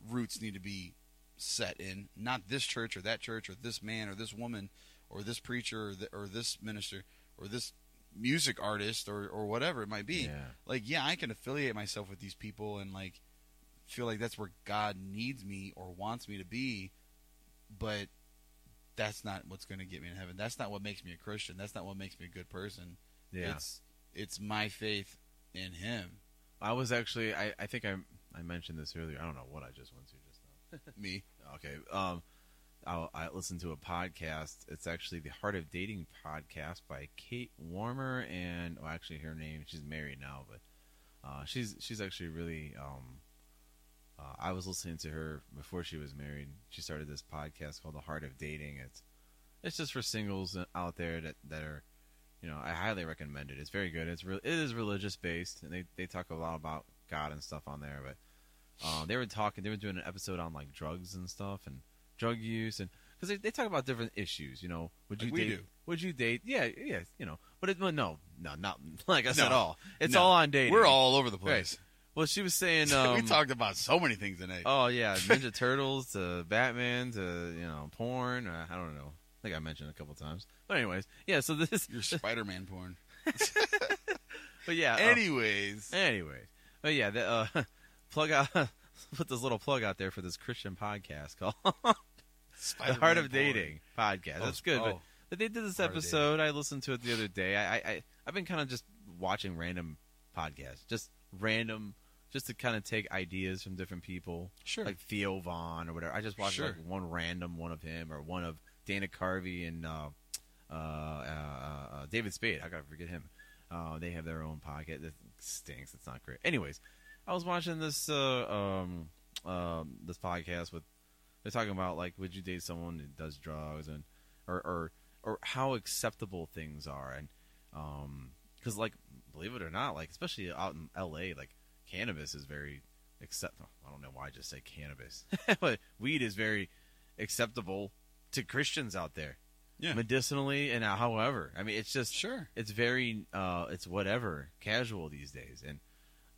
roots need to be set in, not this church or that church or this man or this woman or this preacher or, th- or this minister or this music artist or, or whatever it might be. Yeah. Like, yeah, I can affiliate myself with these people and like feel like that's where God needs me or wants me to be, but that's not what's going to get me in heaven. That's not what makes me a Christian. That's not what makes me a good person. Yeah. It's it's my faith in him. I was actually I, I think I I mentioned this earlier. I don't know what I just went to just now. Me. Okay. Um I I listened to a podcast. It's actually the Heart of Dating podcast by Kate Warmer and well, actually her name she's married now, but uh, she's she's actually really um uh, I was listening to her before she was married. She started this podcast called The Heart of Dating. It's it's just for singles out there that that are you know, I highly recommend it. It's very good. It's real. It is religious based, and they, they talk a lot about God and stuff on there. But uh, they were talking. They were doing an episode on like drugs and stuff and drug use, and because they, they talk about different issues. You know, would you Like we date? do. Would you date? Yeah, yeah. You know, but it, well, no, no, not like us No. at all. It's No. all on dating. We're all over the Right. place. Well, she was saying um, we talked about so many things tonight. Oh yeah, Ninja Turtles to Batman to you know porn. Uh, I don't know. I think I mentioned it a couple times. But anyways, yeah. So this, Your Spider-Man porn. but yeah. uh, Anyways, Anyway, but yeah, the, uh, plug out, put this little plug out there for this Christian podcast called The Spider-Man Heart of porn. Dating podcast. Oh, That's good. But, oh. but they did this Heart of episode. I listened to it the other day. I, I, I I've been kind of just watching random podcasts, just random, just to kind of take ideas from different people, Sure. like Theo Vaughn or whatever. I just watched Sure. like one random one of him or one of Dana Carvey and. Uh, uh, uh, uh, David Spade. How could I forget him? Uh, they have their own pocket. That stinks. It's not great. Anyways, I was watching this uh, um, um, this podcast with they're talking about like would you date someone that does drugs and or or, or how acceptable things are and because Um, like believe it or not like especially out in L.A. like cannabis is very accept. I don't know why I just say cannabis, but weed is very acceptable to Christians out there Yeah. medicinally and however. I mean, it's just Sure. It's very uh, it's whatever casual these days, and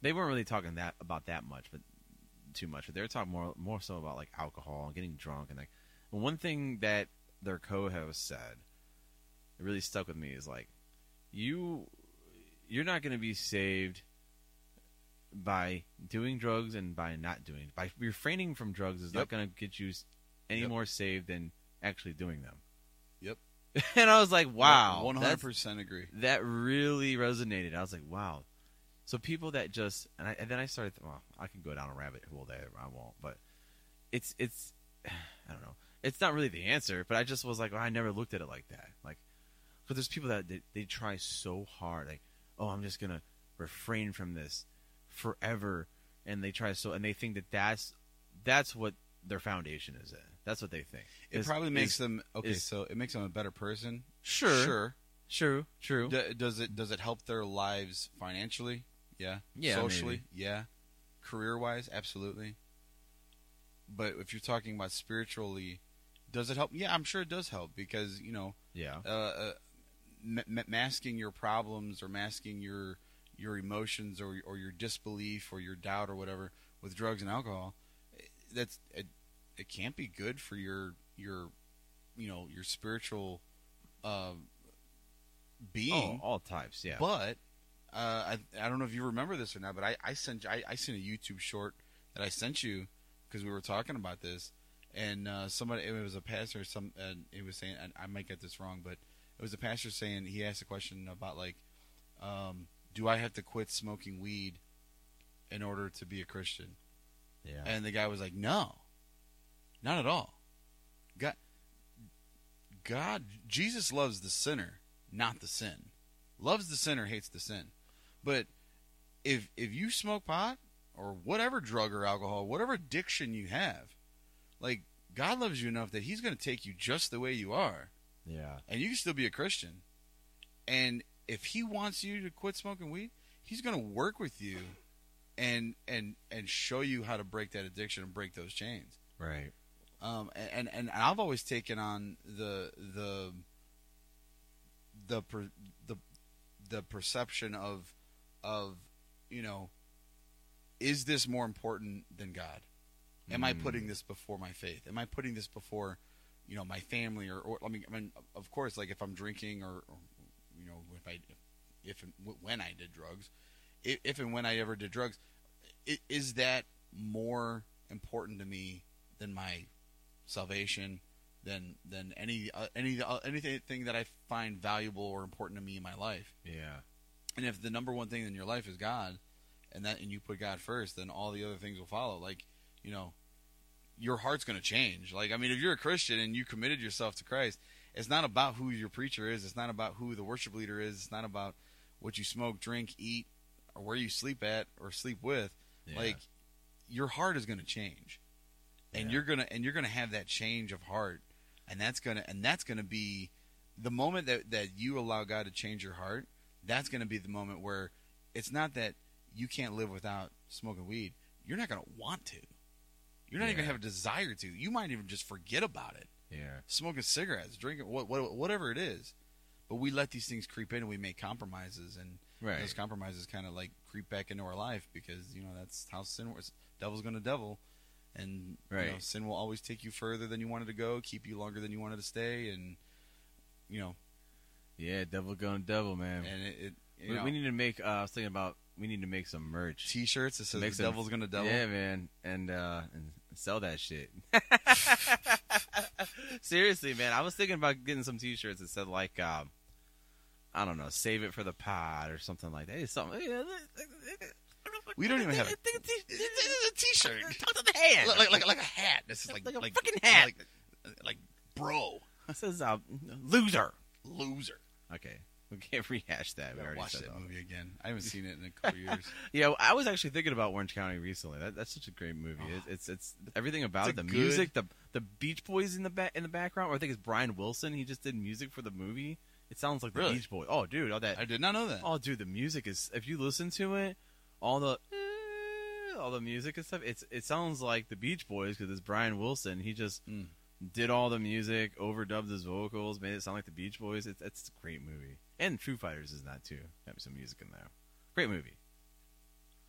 they weren't really talking that about that much, but too much. But they were talking more more so about like alcohol and getting drunk and like one thing that their co-host said it really stuck with me is like you you're not going to be saved by doing drugs and by not doing by refraining from drugs is not Yep. going to get you s- any Yep. more saved than actually doing them Yep. and i was like wow One hundred that's- percent agree. that really resonated i was like wow so people that just and, I, and then i started well i can go down a rabbit hole there i won't but it's it's i don't know it's not really the answer but i just was like well, i never looked at it like that like but there's people that they, they try so hard like oh i'm just gonna refrain from this forever and they try so and they think that that's that's what their foundation is in that's what they think It Is- probably makes is- them okay. is- so it makes them a better person. Sure. Sure. true true D- does it does it help their lives financially? Yeah. Yeah, Socially, maybe. yeah. Career wise, absolutely. But if you're talking about spiritually, does it help? Yeah, I'm sure it does help because you know yeah uh, uh, ma- ma- masking your problems or masking your your emotions or or your disbelief or your doubt or whatever with drugs and alcohol eh, that's it, it can't be good for your your you know your spiritual uh, oh, being all types yeah but uh, I, I don't know if you remember this or not, but I, I sent I, I sent a YouTube short that I sent you because we were talking about this, and uh, somebody it was a pastor some and it was saying and I might get this wrong, but it was a pastor saying he asked a question about like, um, do I have to quit smoking weed in order to be a Christian? yeah And the guy was like, "No, not at all. God, God, Jesus loves the sinner, not the sin. Loves the sinner, hates the sin. But if if you smoke pot or whatever drug or alcohol, whatever addiction you have, like God loves you enough that He's going to take you just the way you are, yeah and you can still be a Christian. And if He wants you to quit smoking weed, He's going to work with you." And, and and show you how to break that addiction and break those chains Right. um, and, and and I've always taken on the the the per, the the perception of of you know is this more important than God? Am I putting this before my faith? Am I putting this before you know my family or, or I mean I mean of course like if I'm drinking or, or you know if I if and w- when I did drugs, if, if and when I ever did drugs, i- is that more important to me than my salvation, than than any uh, any uh, anything that I find valuable or important to me in my life? Yeah. and if the number one thing in your life is God, and that and you put God first, then all the other things will follow. Like, you know, your heart's going to change. Like, I mean, if you're a Christian and you committed yourself to Christ, it's not about who your preacher is. It's not about who the worship leader is. It's not about what you smoke, drink, eat, or where you sleep at or sleep with. Yeah. Like, your heart is going to change, and you're gonna and you're gonna have that change of heart, and that's gonna and that's gonna be the moment that that you allow God to change your heart. That's gonna be the moment where it's not that you can't live without smoking weed. You're not gonna want to. You're not even Yeah. gonna have a desire to. You might even just forget about it. Yeah. Smoking cigarettes, drinking, what, what, whatever it is. But we let these things creep in, and we make compromises, and Right. those compromises kind of like creep back into our life because you know that's how sin works. Devil's gonna devil, and you know, Right. sin will always take you further than you wanted to go, keep you longer than you wanted to stay, and you know, Yeah, devil going devil, man. and it, it you we, know, we need to make. Uh, I was thinking about we need to make some merch. t-shirts that says Make the some- devil's gonna devil. Yeah, man, and uh, and sell that shit. Seriously, man, I was thinking about getting some T-shirts that said like, um, I don't know, save it for the pod or something like that. It's something. We don't even have a- uh, a T-shirt. Talk to the hand. Like, like, like, like a hat. This is like Like a like fucking hat. like, like bro, It says uh, loser. Loser. Okay, we can't rehash that. We gotta already watch said that that. movie again. I haven't seen it in a couple years. Yeah, I was actually thinking about Orange County recently. That, that's such a great movie. It's it's, it's everything about It's it. a The good- music, the the Beach Boys in the back in the background. Or I think it's Brian Wilson. He just did music for the movie. It sounds like the Really? Beach Boys. Oh, dude, all that. I did not know that. Oh, dude, the music is. If you listen to it, all the eh, all the music and stuff. It's it sounds like the Beach Boys because it's Brian Wilson. He just Mm. did all the music, overdubbed his vocals, made it sound like the Beach Boys. It's it's a great movie. And Foo Fighters is not too. Got some music in there. Great movie.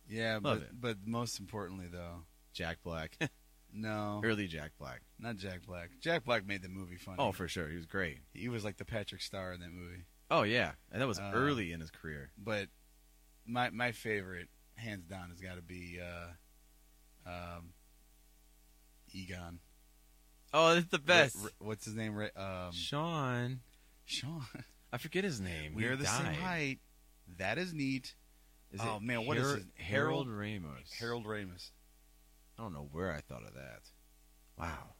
Yeah, Love but it. but most importantly though, Jack Black. no, early Jack Black. not Jack Black. Jack Black made the movie Oh. funny. Oh, for sure, he was great. he was like the Patrick Star in that movie. Oh yeah, and that was Uh, early in his career. But my my favorite, hands down, has got to be uh, um, Egon. Oh, that's the best. Ra- Ra- what's his name? Ra- Um, Sean, Sean. I forget his name. We He are the same died. height. That is neat. Is Oh, it man, what is Har- his- Harold Harold- Ramos? Harold Ramis. I don't know where I thought of that. Wow,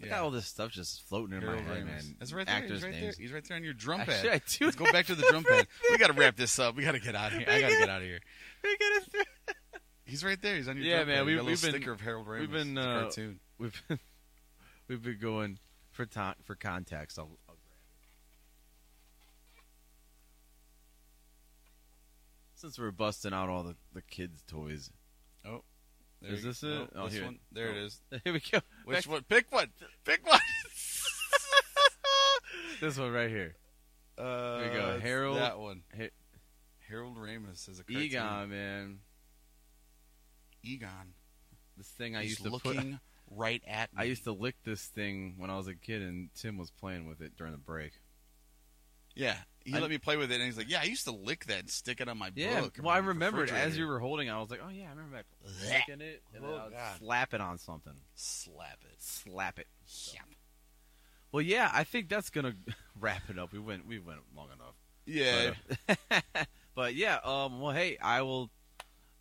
I Yeah. got all this stuff just floating in Harold my head, Ramis. man. That's right there. Actors' He's right names. there. He's right there on your drum pad. Actually, I do Let's go back to the drum pad. We got to wrap this up. We got to get out of here. I got to get out of here. He's right there. He's on your Yeah, drum man, pad. we- You got a little we've been- sticker of Harold Ramis. we've been, It's a uh, cartoon. We've been, we've been going for to- for context. I'll, I'll grab it. Since we're busting out all the, the kids' toys, There Is you- this it? nope, Oh, this here. one. There it Oh. is. Here we go. Which Back- one? Pick one. Pick one. This one right here. Uh, There you go. it's Harold- That one. Hey- Harold Ramis is a cartoon. Egon, man. Egon. This thing I He's used to put. looking right at me. I used to lick this thing when I was a kid, and Tim was playing with it during the break. Yeah. He I- let me play with it, and he's like, "Yeah, I used to lick that and stick it on my book." or well, I my remembered as refrigerator." you were holding. it, I was like, oh yeah, I remember that Blech. licking it, and Oh, then I would God. slap it on something. slap it. Slap it. Well, yeah, I think that's gonna wrap it up. We went, we went long enough. uh, Yeah. But, but yeah, um, well, hey, I will.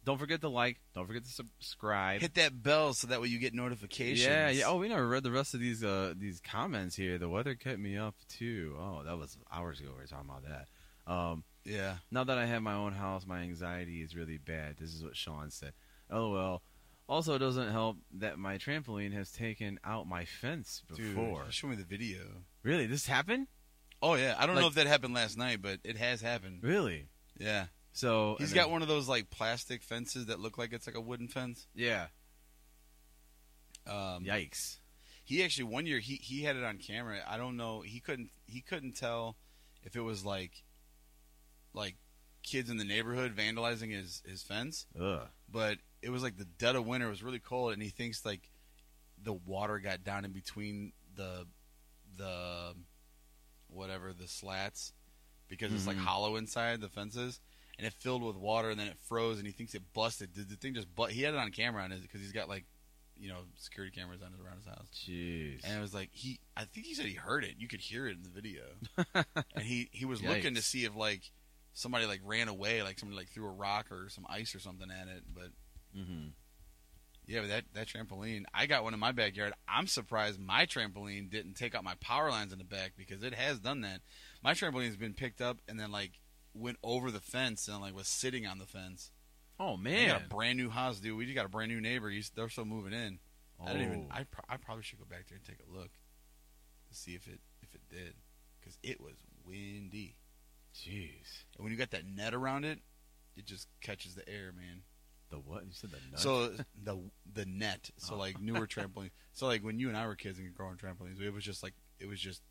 Don't forget to like. Don't forget to subscribe. Hit that bell so that way you get notifications. Yeah, yeah. Oh, we never read the rest of these uh these comments here. The weather kept me up too. Oh, that was hours ago. We were talking about that. Um, yeah. now that I have my own house, my anxiety is really bad. This is what Sean said. LOL. Also, it doesn't help that my trampoline has taken out my fence Dude, before. show me the video. Really, this happened? Oh yeah, I don't know Like- if that happened last night, but it has happened. Really? Yeah, So he's Oh, and got then- one of those like plastic fences that look like it's like a wooden fence. Yeah. Um, Yikes. he actually one year he he had it on camera. I don't know. He couldn't he couldn't tell if it was like like kids in the neighborhood vandalizing his his fence, Ugh. but it was like the dead of winter. It was really cold, and he thinks like the water got down in between the the whatever the slats because it's like hollow inside the fences, and it filled with water, and then it froze, and he thinks it busted. Did the thing just but he had it on camera on his because he's got like, you know, security cameras on around his house. Jeez. And it was like he, I think he said he heard it. You could hear it in the video, and he he was looking to Yikes. see if like somebody like ran away, like somebody like threw a rock or some ice or something at it. But Mhm. yeah, but that that trampoline, I got one in my backyard. I'm surprised my trampoline didn't take out my power lines in the back because it has done that. My trampoline's been picked up and then like went over the fence and like was sitting on the fence. Oh We man. got a brand new house, dude. We just got a brand new neighbor. He's, they're still moving in. I didn't even. Oh. I, pro- I probably should go back there and take a look, to see if it if it did, because it was windy. Jeez. And when you got that net around it, it just catches the air, man. The what? You said the nut. So the the net. So Oh. like newer trampolines. So like when you and I were kids and growing trampolines, it was just like it was just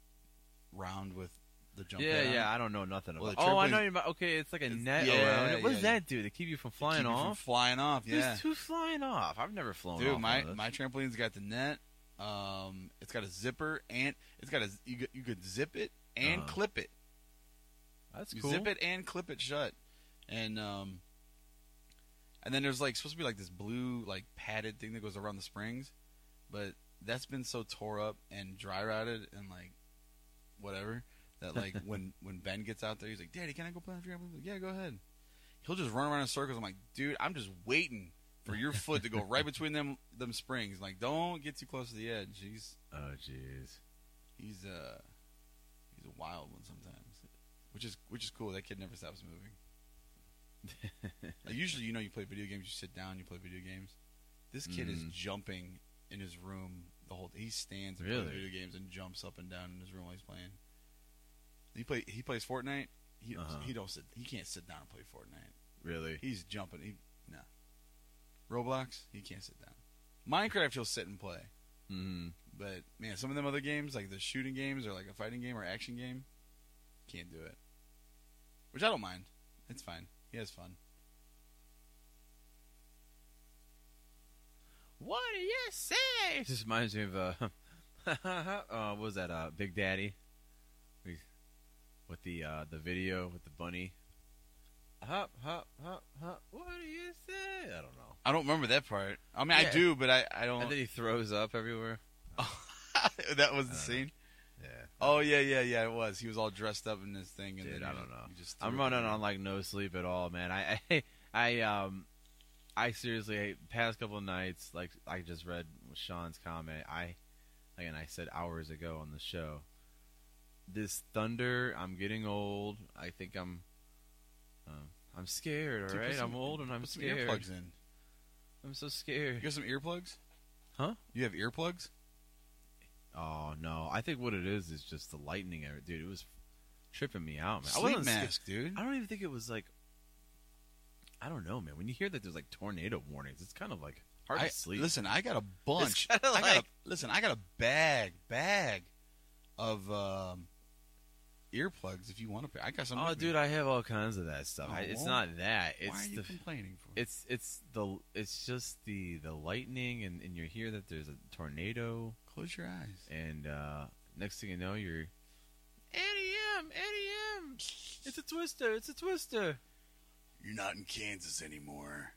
round with the jump. yeah, pad on it. yeah, I don't know nothing Well, about. the oh, I trampoline- know you about. Okay, it's like a It's- net yeah, around it. What does yeah, that do to keep you from Keep flying you from off? flying off. Yeah. Who's, who's flying off? I've never flown off. Dude, one my of those. my trampoline's got the net. Um, it's got a zipper and it's got a you could, you could zip it and Uh-huh. clip it. that's you cool. zip it and clip it shut, and um, and then there's like supposed to be like this blue like padded thing that goes around the springs, but that's been so tore up and dry rotted and like whatever that like when when Ben gets out there, he's like, "Daddy, can I go play on the trampoline?" Yeah, go ahead. He'll just run around in circles. I'm like, dude, I'm just waiting for your foot to go right between them them springs. Like, don't get too close to the edge. He's Oh, jeez. he's uh he's a wild one sometimes, which is which is cool. That kid never stops moving. like usually, you know, you play video games, you sit down, you play video games. This kid is Mhm. jumping in his room the whole. He stands and plays Really? video games and jumps up and down in his room while he's playing. He play he plays Fortnite. He Uh-huh. he don't sit he can't sit down and play Fortnite. Really? He's jumping. He nah. Roblox he can't sit down. Minecraft he'll sit and play. Mm. But man, some of them other games, like the shooting games or like a fighting game or action game, can't do it. Which I don't mind. It's fine. He has fun. What do you say? This reminds me of uh, uh what was that? Uh, Big Daddy, We- with the uh, the video with the bunny. Hop, hop, hop, hop. What do you say? I don't know. I don't remember that part. I mean, I Yeah. do, but I, I And don't. then he throws up everywhere. that was the I don't scene. Yeah. Oh yeah, yeah, yeah. It was. He was all dressed up in this thing, and Dude, then I he don't just- know. he just I'm threw it running up. on like no sleep at all, man. I I, I um I seriously past couple of nights, like I just read Sean's comment. I like, and I said hours ago on the show. This thunder, I'm getting old. I think I'm um, I'm scared, Dude, all put right? some- I'm old and I'm put some scared. Earplugs in. I'm so You scared. got some earplugs? Huh? You have earplugs? Oh no. I think what it is is just the lightning error. dude, it was tripping me out, man. I Sleep wasn't scared. mask, dude. I don't even think it was like. I don't know, man. When you hear that there's like tornado warnings, it's kind of like hard I, to sleep. Listen, I got a bunch. kinda I got a, like- listen, I got a bag, bag of um, earplugs. If you want to pay, I got some. oh, with me. dude, I have all kinds of that stuff. I, it's Oh. not that. why are It's you the. complaining for? It's it's the it's just the the lightning and and you hear that there's a tornado Close your eyes. and uh next thing you know you're. Eddie M, Eddie M, it's a twister, it's a twister. You're not in Kansas anymore.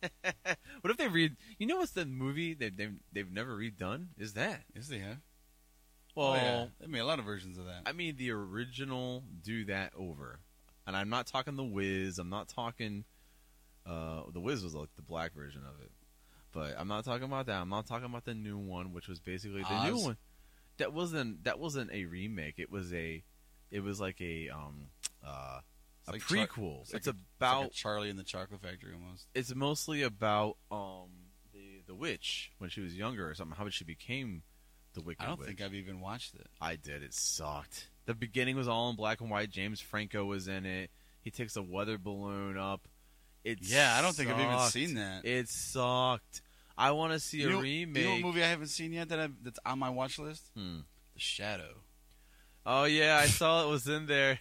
What if they read? You know what's the movie they've they've, they've never redone? Is that? Yes, they have. Well, Oh, yeah. I mean, a lot of versions of that. Oh. I mean the original do that over. And I'm not talking the Wiz. I'm not talking uh the Wiz was like the black version of it. But I'm not talking about that. I'm not talking about the new one, which was basically the new Oz? one. That wasn't that wasn't a remake. It was a it was like a um uh It's a like Char- prequel. it's it's like a- it's about like a Charlie and the Chocolate Factory almost. it's mostly about um the the witch when she was younger or something, how she became the wicked I don't witch. think I've even watched it. I did. It sucked. The beginning was all in black and white. James Franco was in it. He takes a weather balloon up. It Yeah, I don't think I've even sucked. seen that. It sucked. I want to see you a know, remake. You know what movie I haven't seen yet that I, that's on my watch list? Hmm. The Shadow. Oh yeah, I saw it was in there.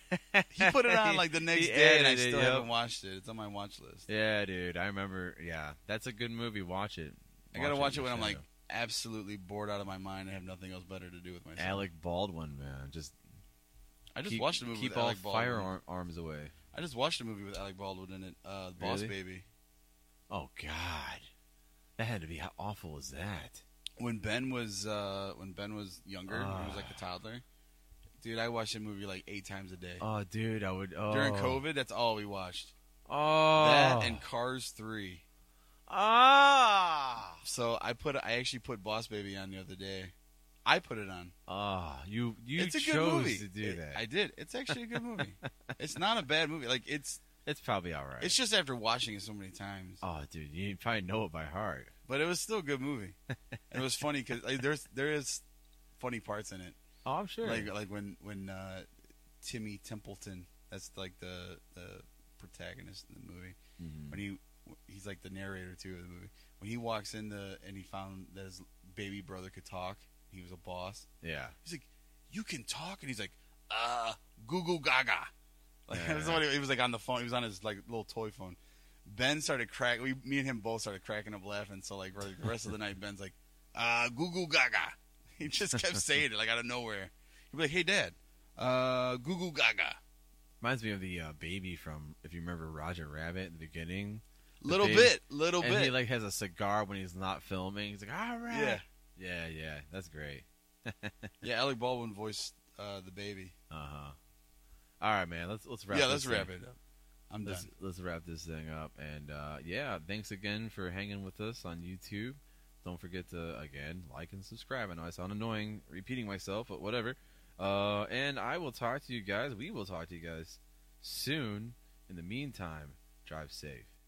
He put it on like the He next day, and I added it, still yep. haven't watched it. It's on my watch list. Yeah, dude, I remember. Yeah, that's a good movie. Watch it. I gotta watch it when I'm Shadow. like absolutely bored out of my mind and have nothing else better to do with myself. Alec Baldwin, man. Just I just keep, watched a movie Keep with all Alec Baldwin. firearms away. I just watched a movie with Alec Baldwin in it, uh, The Boss Really? Baby. Oh God, that had to be how awful was that? When Ben was uh, when Ben was younger, he was like Ah. a toddler. Dude, I watched that movie like eight times a day Oh, dude, I would. Oh. during COVID. That's all we watched. Oh, That and Cars Three. ah, So I put I actually put Boss Baby on the other day. I put it on. ah. You you it's a chose good movie. to do It- that. I did. It's actually a good movie. it's not a bad movie. Like it's it's probably all right. it's just after watching it so many times. oh, dude, you probably know it by heart. But it was still a good movie. and it was funny because like, there's there is funny parts in it. Oh, I'm sure. Like like when when uh, Timmy Templeton, that's like the the protagonist in the movie. When he he's like the narrator too of the movie. When he walks in the and he found that his baby brother could talk. He was a boss. yeah. He's like, "You can talk," and he's like, "Uh, Google Gaga." Like that's what he, he was like on the phone. He was on his like little toy phone. Ben started crack. We, me and him both started cracking up laughing. So like the rest of the night, Ben's like, "Uh, Google Gaga." He just kept saying it like out of nowhere. He'd be like, "Hey, Dad, uh, Google Gaga." Reminds me of the uh, baby from if you remember Roger Rabbit in the beginning. The Little big- bit, little and bit. he like has a cigar when he's not filming. He's like, all right. yeah, Yeah, yeah. That's great. yeah. Alec Baldwin voiced uh, the baby. Uh huh. All right, man. Let's let's wrap. yeah, let's this wrap thing. it up. I'm Let's done. let's wrap this thing up. And uh, yeah, thanks again for hanging with us on YouTube. Don't forget to again like and subscribe. I know I sound annoying repeating myself, but whatever. Uh, and I will talk to you guys. We will talk to you guys soon. In the meantime, drive safe.